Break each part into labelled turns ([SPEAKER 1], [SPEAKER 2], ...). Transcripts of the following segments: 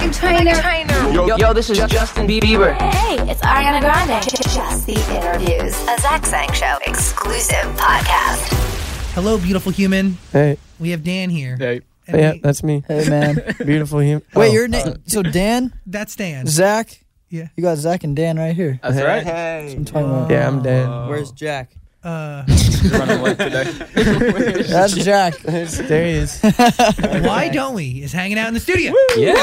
[SPEAKER 1] Entertainer.
[SPEAKER 2] Yo, yo, this is Justin Bieber.
[SPEAKER 3] Hey, it's Ariana Grande. Just the interviews, a Zach Sang Show exclusive podcast.
[SPEAKER 4] Hello, beautiful human.
[SPEAKER 5] Hey,
[SPEAKER 4] We have Dan here.
[SPEAKER 6] Hey.
[SPEAKER 4] And
[SPEAKER 5] yeah,
[SPEAKER 4] we-
[SPEAKER 5] that's me.
[SPEAKER 7] Hey man.
[SPEAKER 5] Beautiful human.
[SPEAKER 7] Wait,
[SPEAKER 5] Oh,
[SPEAKER 7] your name? so Dan,
[SPEAKER 4] that's Dan.
[SPEAKER 7] Zach.
[SPEAKER 4] Yeah.
[SPEAKER 7] You got Zach and Dan right here.
[SPEAKER 6] That's right.
[SPEAKER 7] I'm talking about.
[SPEAKER 5] yeah, I'm dead.
[SPEAKER 7] Where's Jack?
[SPEAKER 4] Uh,
[SPEAKER 6] running late today.
[SPEAKER 7] That's Jack.
[SPEAKER 5] there he is.
[SPEAKER 4] why don't we? Is hanging out in the studio.
[SPEAKER 6] yeah.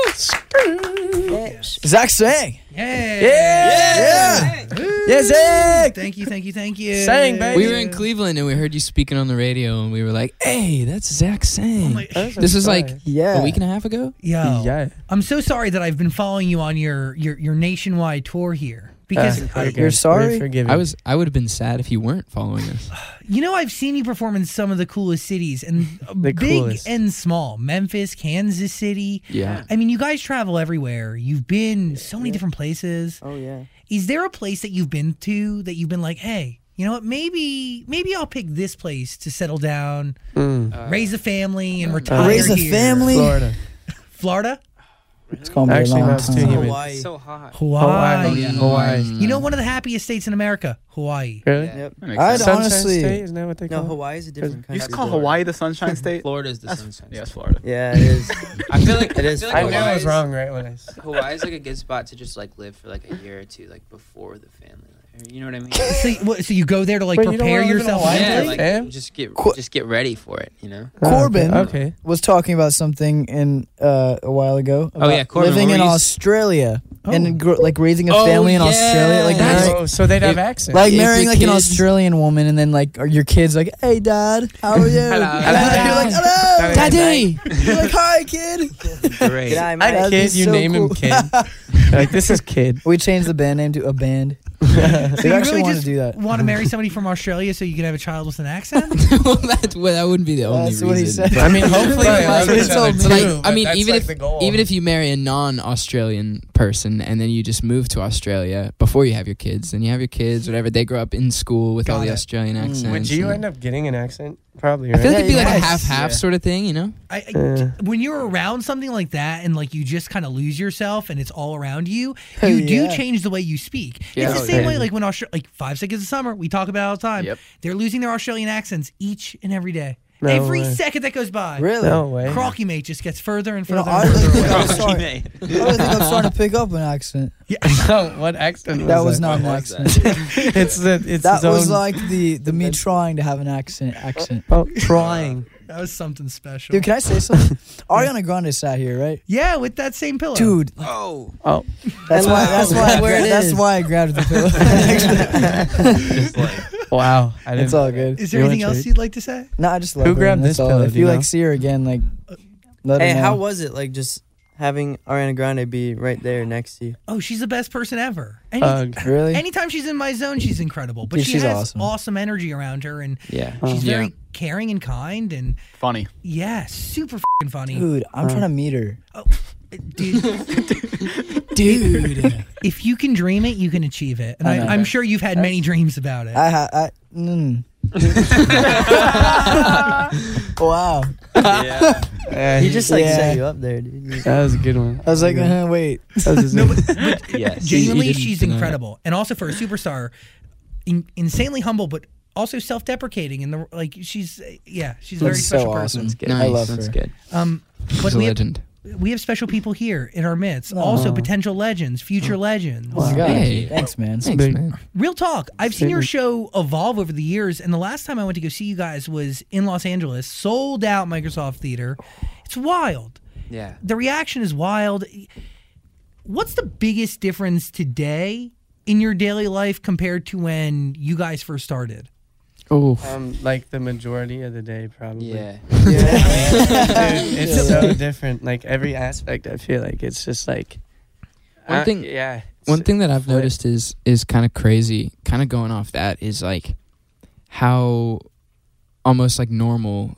[SPEAKER 7] Let's go. Zach Sang.
[SPEAKER 4] Hey.
[SPEAKER 7] Yeah. Yeah, Zach.
[SPEAKER 4] Thank you, thank you, thank you.
[SPEAKER 5] Sang, baby.
[SPEAKER 8] We were in Cleveland and we heard you speaking on the radio and we were like, "Hey, that's Zach Sang."
[SPEAKER 4] my-
[SPEAKER 8] this is like
[SPEAKER 7] Yeah.
[SPEAKER 8] a week and a half ago.
[SPEAKER 4] Yo,
[SPEAKER 5] Yeah.
[SPEAKER 4] I'm so sorry that I've been following you on your your, your nationwide tour here because
[SPEAKER 5] Uh,
[SPEAKER 4] I,
[SPEAKER 5] okay.
[SPEAKER 7] You're sorry?
[SPEAKER 5] We're forgiving.
[SPEAKER 8] I was I would have been sad if you weren't following us.
[SPEAKER 4] you know I've seen you perform in some of the coolest cities and uh,
[SPEAKER 5] The
[SPEAKER 4] big
[SPEAKER 5] coolest.
[SPEAKER 4] and small, Memphis, Kansas City.
[SPEAKER 8] Yeah.
[SPEAKER 4] I mean, you guys travel everywhere. You've been so many different places.
[SPEAKER 7] Oh yeah.
[SPEAKER 4] Is there a place that you've been to that you've been like, hey, you know what? Maybe maybe I'll pick this place to settle down, raise a family, and retire.
[SPEAKER 7] Raise a
[SPEAKER 4] here."
[SPEAKER 7] family.
[SPEAKER 5] Florida.
[SPEAKER 4] Florida,
[SPEAKER 7] It's gonna be
[SPEAKER 5] Actually,
[SPEAKER 7] a
[SPEAKER 5] no,
[SPEAKER 7] long
[SPEAKER 5] it's too
[SPEAKER 7] time.
[SPEAKER 5] humid.
[SPEAKER 6] So hot.
[SPEAKER 4] Oh, Hawaii.
[SPEAKER 5] Hawaii. Oh, Hawaii.
[SPEAKER 4] You know, one of the happiest states in America, Hawaii.
[SPEAKER 5] Really?
[SPEAKER 7] I'd
[SPEAKER 5] Sunshine
[SPEAKER 7] honestly.
[SPEAKER 5] State? Isn't that what they call
[SPEAKER 9] No,
[SPEAKER 5] it?
[SPEAKER 9] Hawaii is a different
[SPEAKER 6] You
[SPEAKER 9] country.
[SPEAKER 6] just call Hawaii the Sunshine State?
[SPEAKER 10] Florida is the
[SPEAKER 6] That's-
[SPEAKER 10] sunshine.
[SPEAKER 6] Yeah, it's
[SPEAKER 10] state.
[SPEAKER 6] Florida.
[SPEAKER 9] Yeah, it is.
[SPEAKER 10] I feel like
[SPEAKER 9] It is
[SPEAKER 10] I feel
[SPEAKER 5] I
[SPEAKER 10] like
[SPEAKER 5] knew I was
[SPEAKER 10] Hawaii's-
[SPEAKER 5] wrong right when I s-
[SPEAKER 10] Hawaii's like a good spot to just like live for like a year or two, like before the family. Like, you know what I mean?
[SPEAKER 4] So, you- what, so you go there to like
[SPEAKER 5] Wait, you don't
[SPEAKER 4] prepare
[SPEAKER 5] wanna live in
[SPEAKER 4] yourself.
[SPEAKER 5] Hawaii?
[SPEAKER 10] yeah,
[SPEAKER 5] Really?
[SPEAKER 10] like
[SPEAKER 5] Fam?
[SPEAKER 10] just get
[SPEAKER 7] Qu-
[SPEAKER 10] just get ready for it. You know?
[SPEAKER 5] Oh, okay.
[SPEAKER 7] Corbin.
[SPEAKER 5] Okay.
[SPEAKER 7] was talking about something in uh, a while ago. About
[SPEAKER 10] yeah, Corbin,
[SPEAKER 7] living
[SPEAKER 10] what
[SPEAKER 7] in
[SPEAKER 10] were you s-
[SPEAKER 7] Australia
[SPEAKER 4] Oh.
[SPEAKER 7] and gr- like raising a
[SPEAKER 10] Oh,
[SPEAKER 7] family in
[SPEAKER 10] yeah.
[SPEAKER 7] Australia, like
[SPEAKER 10] That's-
[SPEAKER 7] marrying,
[SPEAKER 5] Oh, so they'd have
[SPEAKER 10] If-
[SPEAKER 5] accents.
[SPEAKER 7] like
[SPEAKER 10] if
[SPEAKER 7] marrying
[SPEAKER 10] your
[SPEAKER 7] like an
[SPEAKER 10] kids-
[SPEAKER 7] Australian woman, and then like are your kids like, "Hey, Dad, how are you?"
[SPEAKER 10] Hello.
[SPEAKER 7] And then you're like, "Hello,
[SPEAKER 5] Daddy.
[SPEAKER 7] You're like, "Hi, kid."
[SPEAKER 10] Great.
[SPEAKER 9] Good eye,
[SPEAKER 5] I
[SPEAKER 7] That'd be
[SPEAKER 5] kid. You
[SPEAKER 7] so
[SPEAKER 5] name him
[SPEAKER 7] cool.
[SPEAKER 5] kid. like this is kid.
[SPEAKER 7] We changed the band name to a band.
[SPEAKER 4] So
[SPEAKER 7] we
[SPEAKER 4] you
[SPEAKER 7] actually
[SPEAKER 4] really
[SPEAKER 7] want to
[SPEAKER 4] just
[SPEAKER 7] do that.
[SPEAKER 4] Want to marry somebody from Australia so you can have a child with an accent?
[SPEAKER 8] well, that's well, that wouldn't be the only
[SPEAKER 7] That's
[SPEAKER 8] reason.
[SPEAKER 7] what he said.
[SPEAKER 5] I mean, hopefully
[SPEAKER 7] Really,
[SPEAKER 5] they love
[SPEAKER 7] like,
[SPEAKER 5] each
[SPEAKER 7] it's
[SPEAKER 5] other
[SPEAKER 7] so
[SPEAKER 5] too.
[SPEAKER 8] Like, I
[SPEAKER 5] but
[SPEAKER 8] mean,
[SPEAKER 5] that's,
[SPEAKER 8] even
[SPEAKER 5] like,
[SPEAKER 8] if
[SPEAKER 5] the goal.
[SPEAKER 8] even if you marry a non-Australian person and then you just move to Australia before you have your kids, then you have your kids, whatever. They grow up in school with all
[SPEAKER 4] Got
[SPEAKER 8] the
[SPEAKER 4] it.
[SPEAKER 8] Australian accents.
[SPEAKER 5] would you
[SPEAKER 8] and-
[SPEAKER 5] end up getting an accent? Probably.
[SPEAKER 8] I
[SPEAKER 5] Right?
[SPEAKER 8] feel like
[SPEAKER 7] Yeah,
[SPEAKER 8] it'd be like
[SPEAKER 7] yes.
[SPEAKER 8] a half-half
[SPEAKER 6] Yeah.
[SPEAKER 8] sort of thing, you know?
[SPEAKER 4] I, I-
[SPEAKER 5] Yeah.
[SPEAKER 4] when you're around something like that and like you just kind of lose yourself and it's all around you, you do
[SPEAKER 7] Yeah.
[SPEAKER 4] change the way you speak.
[SPEAKER 10] Yeah.
[SPEAKER 4] it's the
[SPEAKER 10] Oh,
[SPEAKER 4] same
[SPEAKER 5] yeah.
[SPEAKER 4] way like when Austra- like Five Seconds of Summer, we talk about it all the time.
[SPEAKER 10] Yep.
[SPEAKER 4] They're losing their Australian accents each and every day.
[SPEAKER 5] No
[SPEAKER 4] every
[SPEAKER 5] way.
[SPEAKER 4] second that goes by,
[SPEAKER 7] Really?
[SPEAKER 5] no way.
[SPEAKER 4] Crocky Mate just gets further and
[SPEAKER 7] You know,
[SPEAKER 4] further.
[SPEAKER 7] I
[SPEAKER 4] and
[SPEAKER 7] really
[SPEAKER 4] further
[SPEAKER 7] think
[SPEAKER 4] away.
[SPEAKER 7] I'm starting. I really think I'm starting to pick up an accent.
[SPEAKER 5] No, what accent?
[SPEAKER 7] That was not an
[SPEAKER 10] What was
[SPEAKER 7] accent.
[SPEAKER 5] It's the. It's
[SPEAKER 7] That
[SPEAKER 5] his own-
[SPEAKER 7] was like the the me trying to have an accent accent.
[SPEAKER 5] Oh, trying.
[SPEAKER 4] That was something special.
[SPEAKER 7] Dude, can I say something? Ariana Grande sat here, right?
[SPEAKER 4] yeah, with that same pillow,
[SPEAKER 7] Dude,
[SPEAKER 10] Oh,
[SPEAKER 5] Oh,
[SPEAKER 7] that's why that's why I
[SPEAKER 4] Where
[SPEAKER 7] gra-
[SPEAKER 4] it
[SPEAKER 7] that's
[SPEAKER 4] is.
[SPEAKER 7] why I grabbed the pillow.
[SPEAKER 10] just like
[SPEAKER 5] wow. I didn't,
[SPEAKER 7] it's all good.
[SPEAKER 4] Is there
[SPEAKER 5] You
[SPEAKER 4] anything
[SPEAKER 5] wanna
[SPEAKER 4] else
[SPEAKER 5] trade?
[SPEAKER 4] you'd like to say?
[SPEAKER 7] No, I just love
[SPEAKER 5] Who
[SPEAKER 7] her,
[SPEAKER 5] grabbed
[SPEAKER 7] that's
[SPEAKER 5] this
[SPEAKER 7] all.
[SPEAKER 5] pillow,
[SPEAKER 7] If
[SPEAKER 5] do
[SPEAKER 7] you
[SPEAKER 5] you know?
[SPEAKER 7] like see her again, like let her
[SPEAKER 9] Hey,
[SPEAKER 7] know.
[SPEAKER 9] how was it like just having Ariana Grande be right there next to you?
[SPEAKER 4] Oh, she's the best person ever. Any-
[SPEAKER 5] Uh,
[SPEAKER 7] really?
[SPEAKER 4] Anytime she's in my zone, she's incredible. But
[SPEAKER 7] Yeah,
[SPEAKER 4] she
[SPEAKER 7] she's
[SPEAKER 4] has awesome.
[SPEAKER 7] awesome.
[SPEAKER 4] energy around her, and
[SPEAKER 10] yeah.
[SPEAKER 4] she's
[SPEAKER 8] Yeah.
[SPEAKER 4] very caring and kind, and
[SPEAKER 6] Funny.
[SPEAKER 4] yeah, super fing funny.
[SPEAKER 7] Dude,
[SPEAKER 9] Uh,
[SPEAKER 7] I'm trying to meet her.
[SPEAKER 4] Dude,
[SPEAKER 8] Dude.
[SPEAKER 4] if you can dream it, you can achieve it. And I, I'm sure you've had many dreams about it.
[SPEAKER 7] I ha- I mm. Wow.
[SPEAKER 5] yeah,
[SPEAKER 9] He just like
[SPEAKER 7] Yeah.
[SPEAKER 9] set you up there, dude. You-
[SPEAKER 5] uh, that was a good one.
[SPEAKER 7] I was like, uh, wait.
[SPEAKER 5] That was his-
[SPEAKER 10] Yes.
[SPEAKER 4] Genuinely,
[SPEAKER 8] He- he didn't
[SPEAKER 4] she's
[SPEAKER 8] deny it.
[SPEAKER 4] incredible, and also for a superstar, in, insanely humble, but also self-deprecating. And the like, she's yeah, she's a very
[SPEAKER 7] That's so
[SPEAKER 4] special
[SPEAKER 7] awesome.
[SPEAKER 4] person.
[SPEAKER 10] Good.
[SPEAKER 8] Nice.
[SPEAKER 7] I love
[SPEAKER 10] That's
[SPEAKER 7] her.
[SPEAKER 10] good.
[SPEAKER 4] Um, but
[SPEAKER 8] She's a
[SPEAKER 4] we have,
[SPEAKER 8] legend.
[SPEAKER 4] we have special people here in our midst, also potential legends, future legends.
[SPEAKER 7] Oh my God.
[SPEAKER 8] Hey.
[SPEAKER 7] Thanks, man.
[SPEAKER 8] Thanks,
[SPEAKER 5] big.
[SPEAKER 8] man.
[SPEAKER 4] Real talk. I've seen your show evolve over the years, and the last time I went to go see you guys was in Los Angeles, sold out Microsoft Theater. It's wild.
[SPEAKER 10] Yeah.
[SPEAKER 4] The reaction is wild. What's the biggest difference today in your daily life compared to when you guys first started?
[SPEAKER 8] Oh,
[SPEAKER 5] um, like the majority of the day, probably.
[SPEAKER 10] Yeah.
[SPEAKER 5] Dude, it's so different. Like every aspect, I feel like it's just like
[SPEAKER 8] One
[SPEAKER 5] uh,
[SPEAKER 8] thing-
[SPEAKER 5] Yeah.
[SPEAKER 8] One thing that I've
[SPEAKER 5] flip.
[SPEAKER 8] noticed is is kind of crazy, kind of going off that is like how almost like normal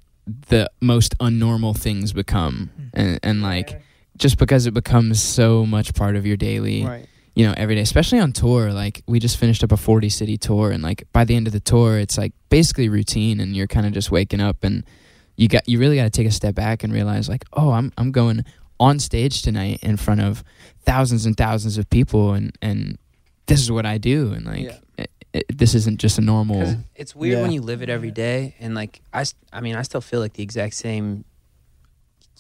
[SPEAKER 8] the most unnormal things become and and like just because it becomes so much part of your daily
[SPEAKER 9] Right.
[SPEAKER 8] you know every day especially on tour like we just finished up a 40 city tour and like by the end of the tour it's like basically routine and you're kind of just waking up and you got you really got to take a step back and realize like oh I'm I'm going on stage tonight in front of thousands and thousands of people, and and this is what I do, and like
[SPEAKER 10] Yeah.
[SPEAKER 8] it, it, this isn't just a normal.
[SPEAKER 10] 'Cause it's weird when
[SPEAKER 7] Yeah.
[SPEAKER 10] you live it every day, and like I, s- I mean, I still feel like the exact same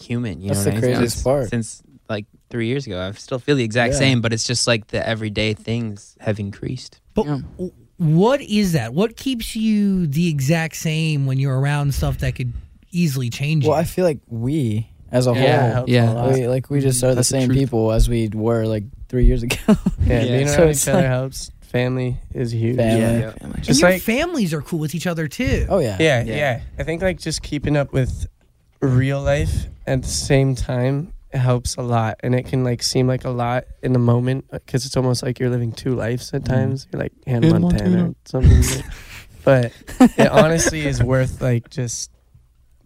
[SPEAKER 10] human. You
[SPEAKER 7] That's
[SPEAKER 10] know
[SPEAKER 7] the
[SPEAKER 10] what I mean?
[SPEAKER 7] craziest
[SPEAKER 10] Since-
[SPEAKER 7] part.
[SPEAKER 10] Since like three years ago, I still feel the exact
[SPEAKER 7] Yeah.
[SPEAKER 10] same, but it's just like the everyday things have increased.
[SPEAKER 4] But
[SPEAKER 8] Yeah.
[SPEAKER 4] w- what is that? What keeps you the exact same when you're around stuff that could easily change
[SPEAKER 7] Well, I
[SPEAKER 4] you?
[SPEAKER 7] feel like we as a
[SPEAKER 5] Yeah,
[SPEAKER 7] whole,
[SPEAKER 8] yeah.
[SPEAKER 7] we, like we just are the
[SPEAKER 8] That's the
[SPEAKER 7] same
[SPEAKER 8] truth.
[SPEAKER 7] people as we were like three years ago.
[SPEAKER 5] Yeah,
[SPEAKER 10] Yeah.
[SPEAKER 5] being
[SPEAKER 7] So
[SPEAKER 5] around
[SPEAKER 7] it's
[SPEAKER 5] each other
[SPEAKER 7] like-
[SPEAKER 5] helps. Family is huge.
[SPEAKER 7] Family.
[SPEAKER 5] Yeah.
[SPEAKER 10] Yeah.
[SPEAKER 8] Family.
[SPEAKER 4] and
[SPEAKER 5] Just
[SPEAKER 4] your
[SPEAKER 5] like
[SPEAKER 4] families are cool with each other too.
[SPEAKER 7] oh yeah,
[SPEAKER 5] yeah,
[SPEAKER 10] Yeah.
[SPEAKER 5] yeah, I think like just keeping up with real life at the same time helps a lot, and it can like seem like a lot in the moment because it's almost like you're living two lives at times. You're like Hannah
[SPEAKER 8] In
[SPEAKER 5] Montana,
[SPEAKER 8] Montana.
[SPEAKER 5] or something, like- but it honestly is worth like just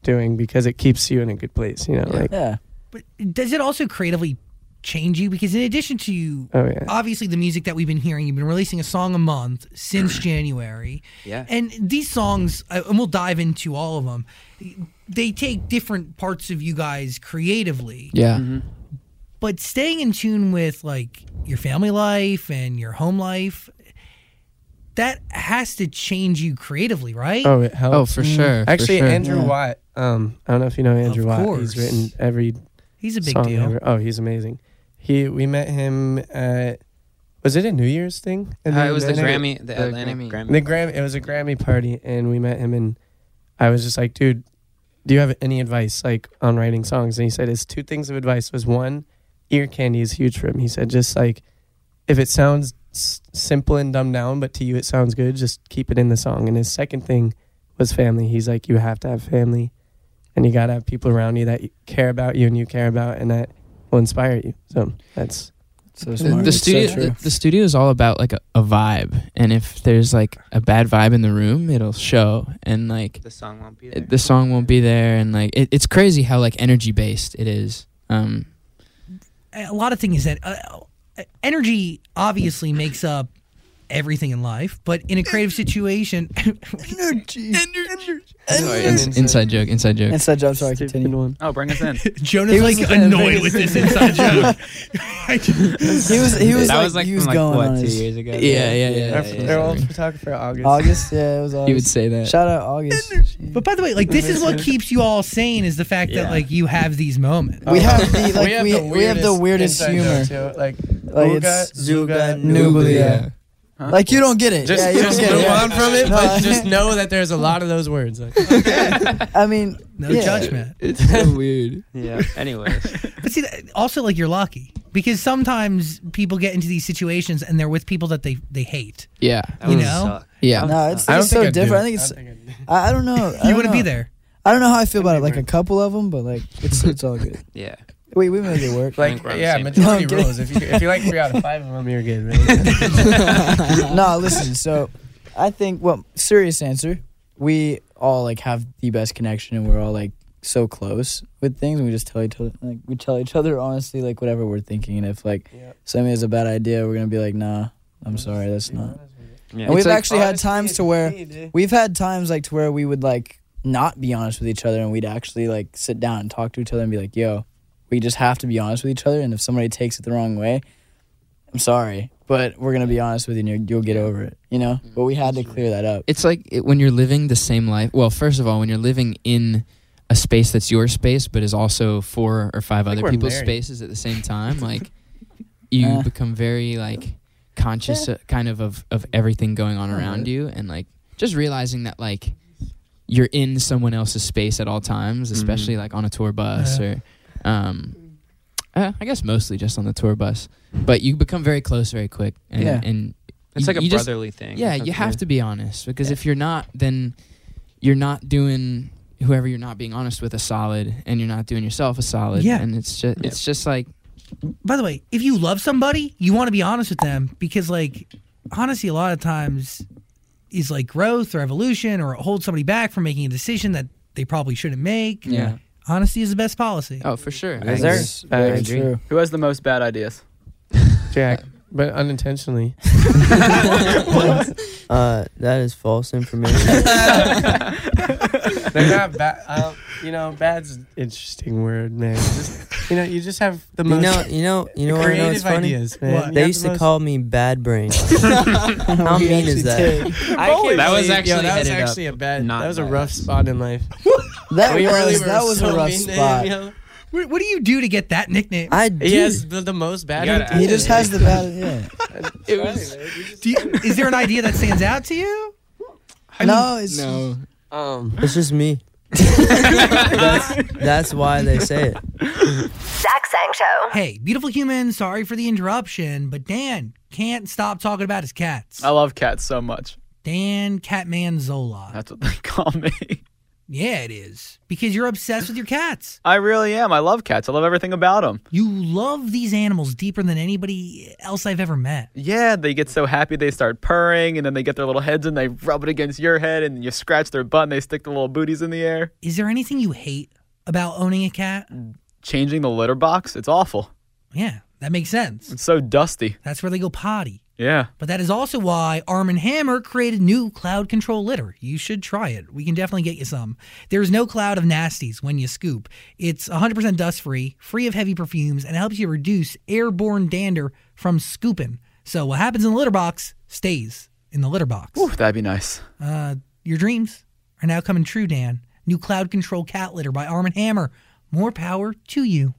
[SPEAKER 5] doing because it keeps you in a good place. You know, like
[SPEAKER 7] yeah.
[SPEAKER 4] But does it also creatively change you? Because in addition to
[SPEAKER 5] oh yeah,
[SPEAKER 4] obviously the music that we've been hearing, you've been releasing a song a month since January.
[SPEAKER 10] Yeah.
[SPEAKER 4] And these songs, uh, and we'll dive into all of them, they take different parts of you guys creatively.
[SPEAKER 8] Yeah.
[SPEAKER 4] but staying in tune with like your family life and your home life that has to change you creatively right
[SPEAKER 5] oh it helps.
[SPEAKER 8] Oh, for sure. for
[SPEAKER 5] Actually,
[SPEAKER 8] sure.
[SPEAKER 5] Andrew
[SPEAKER 7] Yeah.
[SPEAKER 5] Watt. Um, I don't know if you know Andrew
[SPEAKER 4] Of
[SPEAKER 5] Watt.
[SPEAKER 4] course.
[SPEAKER 5] He's written every
[SPEAKER 4] he's a big
[SPEAKER 5] song
[SPEAKER 4] deal
[SPEAKER 5] ever. Oh, he's amazing. He we met him at was it a New Year's thing?
[SPEAKER 10] Uh,
[SPEAKER 5] At
[SPEAKER 10] it was the
[SPEAKER 5] Atlantic?
[SPEAKER 10] Grammy, the,
[SPEAKER 8] the
[SPEAKER 10] Atlantic
[SPEAKER 8] Grammy.
[SPEAKER 10] Grammy.
[SPEAKER 5] The Grammy. It was a Grammy party, and we met him, and I was just like, dude, do you have any advice like on writing songs? And he said his two things of advice was one, ear candy is huge for him. He said just like if it sounds s- simple and dumbed down, but to you it sounds good, just keep it in the song. And his second thing was family. He's like, you have to have family, and you gotta have people around you that you care about you and you care about, and that will inspire you. So that's
[SPEAKER 7] So
[SPEAKER 8] The-
[SPEAKER 7] smart.
[SPEAKER 8] the
[SPEAKER 7] It's so
[SPEAKER 8] studio
[SPEAKER 7] true.
[SPEAKER 8] the, the studio is all about like a, a vibe and if there's like a bad vibe in the room it'll show and like
[SPEAKER 10] The song won't be there.
[SPEAKER 8] Uh, the song won't be there and like it, it's crazy how like energy based it is um
[SPEAKER 4] a lot of things that uh, energy obviously makes up everything in life but in a creative situation energy
[SPEAKER 8] ins- inside joke inside joke
[SPEAKER 7] Inside job. Sorry,
[SPEAKER 5] Stupid
[SPEAKER 7] continue.
[SPEAKER 5] one.
[SPEAKER 6] Oh, bring us in.
[SPEAKER 4] jonah's
[SPEAKER 7] He was-
[SPEAKER 4] like annoyed with this inside joke
[SPEAKER 7] He was he was
[SPEAKER 10] that
[SPEAKER 7] like,
[SPEAKER 10] was like,
[SPEAKER 7] he was
[SPEAKER 10] from, like,
[SPEAKER 7] going
[SPEAKER 10] what,
[SPEAKER 7] on
[SPEAKER 10] two
[SPEAKER 7] his
[SPEAKER 10] years ago.
[SPEAKER 8] Yeah, yeah, yeah.
[SPEAKER 5] Our-
[SPEAKER 8] yeah,
[SPEAKER 5] Their
[SPEAKER 8] yeah.
[SPEAKER 5] old photographer August.
[SPEAKER 7] August. Yeah, it was August.
[SPEAKER 8] he would say that
[SPEAKER 7] Shout out August.
[SPEAKER 4] but by the way like this is what keeps you all sane is the fact that
[SPEAKER 10] Yeah.
[SPEAKER 4] like you have these moments
[SPEAKER 7] We have the like Oh. we, we, have the weirdest humor.
[SPEAKER 5] Like,
[SPEAKER 7] Like it's Nublia. Like you don't get it.
[SPEAKER 5] Just,
[SPEAKER 7] yeah, you
[SPEAKER 5] just
[SPEAKER 7] don't get
[SPEAKER 5] move
[SPEAKER 7] it.
[SPEAKER 5] on from it,
[SPEAKER 7] No,
[SPEAKER 5] but just know that there's a lot of those words. Like,
[SPEAKER 7] I mean,
[SPEAKER 4] no
[SPEAKER 7] yeah.
[SPEAKER 4] judgment
[SPEAKER 8] it's so weird
[SPEAKER 10] yeah. Anyway,
[SPEAKER 4] But see, that- also like you're lucky because sometimes people get into these situations and they're with people that they they hate.
[SPEAKER 8] yeah
[SPEAKER 10] that
[SPEAKER 4] You
[SPEAKER 10] would
[SPEAKER 4] know?
[SPEAKER 10] suck.
[SPEAKER 8] yeah
[SPEAKER 7] No, it's, it's so different. I think it's. I, I don't know. I
[SPEAKER 4] You
[SPEAKER 7] don't
[SPEAKER 4] wouldn't be
[SPEAKER 7] know.
[SPEAKER 4] there.
[SPEAKER 7] I don't know how I feel about it. Like a couple of them, but like it's it's all good.
[SPEAKER 10] Yeah.
[SPEAKER 7] Wait, we made it work.
[SPEAKER 5] Like,
[SPEAKER 10] we're on the
[SPEAKER 5] yeah,
[SPEAKER 10] same page.
[SPEAKER 5] majority
[SPEAKER 7] No, I'm
[SPEAKER 5] rules. If you if you like three out of five of them, you're good. Really.
[SPEAKER 7] no, listen. So, I think. Well, serious answer. We all like have the best connection, and we're all like so close with things. And we just tell each other, like we tell each other honestly, like whatever we're thinking. And if like
[SPEAKER 5] Yep.
[SPEAKER 7] somebody has a bad idea, we're gonna be like, nah, I'm sorry, that's not.
[SPEAKER 10] Yeah.
[SPEAKER 7] And we've
[SPEAKER 8] It's like-
[SPEAKER 7] actually had times to where we've had times like to where we would like not be honest with each other, and we'd actually like sit down and talk to each other and be like, yo, we just have to be honest with each other. And if somebody takes it the wrong way, I'm sorry, but we're gonna be honest with you, and you're- you'll get over it, you know. But we had to clear that up.
[SPEAKER 8] it's like it, when you're living the same life. Well, first of all, when you're living in a space that's your space, but is also four or five
[SPEAKER 5] think
[SPEAKER 8] other
[SPEAKER 5] we're
[SPEAKER 8] people's
[SPEAKER 5] married.
[SPEAKER 8] spaces at the same time, like you
[SPEAKER 7] Uh.
[SPEAKER 8] become very like conscious, uh, kind of of of everything going on around you, and like just realizing that like you're in someone else's space at all times, especially like on a tour bus
[SPEAKER 4] Yeah.
[SPEAKER 8] or. Um, uh, I guess mostly just on the tour bus, but you become very close very quick, and,
[SPEAKER 7] Yeah.
[SPEAKER 8] and you-
[SPEAKER 10] It's like a
[SPEAKER 8] you just-
[SPEAKER 10] brotherly thing.
[SPEAKER 8] yeah, you have to be honest because if you're not, then you're not doing whoever you're not being honest with a solid, and you're not doing yourself a solid.
[SPEAKER 4] Yeah.
[SPEAKER 8] and it's just it's just like
[SPEAKER 4] By the way, if you love somebody, you want to be honest with them because like honesty a lot of times is like growth or evolution or hold somebody back from making a decision that they probably shouldn't make.
[SPEAKER 8] Yeah.
[SPEAKER 4] Honesty is the best policy.
[SPEAKER 8] oh for sure.
[SPEAKER 10] Is
[SPEAKER 8] I
[SPEAKER 10] there-
[SPEAKER 8] agree.
[SPEAKER 7] It's
[SPEAKER 5] I
[SPEAKER 7] very
[SPEAKER 5] agree.
[SPEAKER 7] true.
[SPEAKER 6] Who has the most bad ideas?
[SPEAKER 5] Jack, but unintentionally.
[SPEAKER 9] Uh, that is false information.
[SPEAKER 5] They're not bad. Um, you know, bad's an interesting word, man. Just You know, you just have the
[SPEAKER 9] You
[SPEAKER 5] most
[SPEAKER 9] know, you know, you know what I know
[SPEAKER 5] creative
[SPEAKER 9] is funny?
[SPEAKER 5] ideas, man.
[SPEAKER 4] What?
[SPEAKER 5] You
[SPEAKER 9] They
[SPEAKER 5] have
[SPEAKER 9] used
[SPEAKER 5] the
[SPEAKER 9] to
[SPEAKER 5] most-
[SPEAKER 9] call me Bad Brain. How
[SPEAKER 7] We
[SPEAKER 9] mean is
[SPEAKER 7] actually
[SPEAKER 9] that?
[SPEAKER 7] did.
[SPEAKER 5] I can't
[SPEAKER 10] That was
[SPEAKER 5] believe-
[SPEAKER 10] actually
[SPEAKER 5] yo, that was
[SPEAKER 10] headed up
[SPEAKER 5] actually a bad.
[SPEAKER 10] not
[SPEAKER 5] That was a
[SPEAKER 10] by
[SPEAKER 5] rough
[SPEAKER 10] us.
[SPEAKER 5] spot in life.
[SPEAKER 7] That was
[SPEAKER 5] really were
[SPEAKER 7] that was
[SPEAKER 5] so
[SPEAKER 7] a rough
[SPEAKER 5] mean to him,
[SPEAKER 7] spot.
[SPEAKER 5] yo.
[SPEAKER 4] What, what do you do to get that nickname?
[SPEAKER 9] I
[SPEAKER 5] He has
[SPEAKER 9] did.
[SPEAKER 5] the, the most bad.
[SPEAKER 10] You gotta
[SPEAKER 7] He
[SPEAKER 5] ideas.
[SPEAKER 7] just has the bad. Yeah.
[SPEAKER 5] It was
[SPEAKER 4] Do you, is there an idea that stands out to you? I mean,
[SPEAKER 7] no, it's
[SPEAKER 8] No.
[SPEAKER 5] um.
[SPEAKER 9] It's just me. that's, that's why they say it.
[SPEAKER 3] Zach Sang Show.
[SPEAKER 4] Hey, beautiful human, sorry for the interruption, but Dan can't stop talking about his cats.
[SPEAKER 6] I love cats so much.
[SPEAKER 4] Dan Catman Zola.
[SPEAKER 6] That's what they call me.
[SPEAKER 4] Yeah, it is. Because you're obsessed with your cats.
[SPEAKER 6] I really am. I love cats. I love everything about them.
[SPEAKER 4] You love these animals deeper than anybody else I've ever met.
[SPEAKER 6] Yeah, they get so happy they start purring, and then they get their little heads and they rub it against your head, and you scratch their butt, and they stick the little booties in the air.
[SPEAKER 4] Is there anything you hate about owning a cat?
[SPEAKER 6] Mm. Changing the litter box, it's awful.
[SPEAKER 4] Yeah, that makes sense.
[SPEAKER 6] It's so dusty.
[SPEAKER 4] That's where they go potty.
[SPEAKER 6] Yeah.
[SPEAKER 4] But that is also why Arm & Hammer created new cloud control litter. You should try it. We can definitely get you some. There's no cloud of nasties when you scoop. It's 100% dust-free, free of heavy perfumes, and helps you reduce airborne dander from scooping. So what happens in the litter box stays in the litter box.
[SPEAKER 6] Ooh, that'd be nice.
[SPEAKER 4] Uh, your dreams are now coming true, Dan. New cloud control cat litter by Arm & Hammer. More power to you.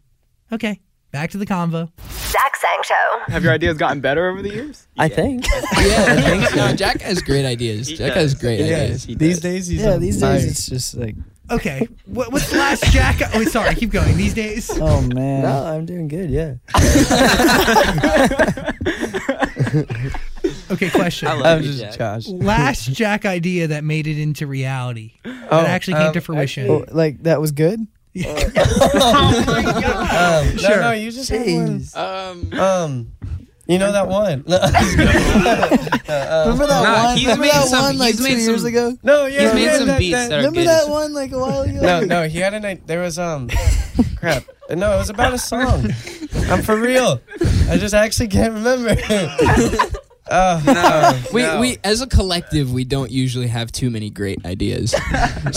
[SPEAKER 4] Okay, back to the convo.
[SPEAKER 3] Zach Sang Show.
[SPEAKER 6] Have your ideas gotten better over the years?
[SPEAKER 9] I think.
[SPEAKER 8] Yeah, no, Jack has great ideas. Jack has great ideas.
[SPEAKER 5] These days, he's
[SPEAKER 7] yeah.
[SPEAKER 5] on
[SPEAKER 7] These
[SPEAKER 5] fire.
[SPEAKER 7] days it's just like,
[SPEAKER 4] Okay, what, what's the last Jack? Oh, wait, sorry, keep going. These days.
[SPEAKER 7] oh man.
[SPEAKER 9] No, I'm doing good. Yeah.
[SPEAKER 4] Okay, question.
[SPEAKER 9] I'm just Josh.
[SPEAKER 4] last Jack idea that made it into reality that
[SPEAKER 5] Oh,
[SPEAKER 4] actually came
[SPEAKER 5] um,
[SPEAKER 4] to fruition. Oh
[SPEAKER 7] Oh, like that was good.
[SPEAKER 9] Um,
[SPEAKER 5] Oh uh, No, no, you just had one.
[SPEAKER 9] Jeez.
[SPEAKER 8] Um,
[SPEAKER 5] Um, you know that one. No,
[SPEAKER 7] Remember that
[SPEAKER 8] Nah,
[SPEAKER 7] one?
[SPEAKER 8] he's
[SPEAKER 7] Remember
[SPEAKER 8] made
[SPEAKER 7] that
[SPEAKER 8] some-
[SPEAKER 7] one like
[SPEAKER 8] he's
[SPEAKER 7] two
[SPEAKER 8] made
[SPEAKER 7] years
[SPEAKER 8] some-
[SPEAKER 7] ago.
[SPEAKER 5] no, yeah,
[SPEAKER 8] He's made
[SPEAKER 5] yeah,
[SPEAKER 8] some
[SPEAKER 5] that-
[SPEAKER 8] beats that are-
[SPEAKER 7] Remember
[SPEAKER 8] good.
[SPEAKER 7] that one like a while ago.
[SPEAKER 5] No, no, he had a night. There was um, crap. No, it was about a song. I'm for real. I just actually can't remember. Oh, um,
[SPEAKER 8] we, we as a collective, we don't usually have too many great ideas.
[SPEAKER 7] Yeah,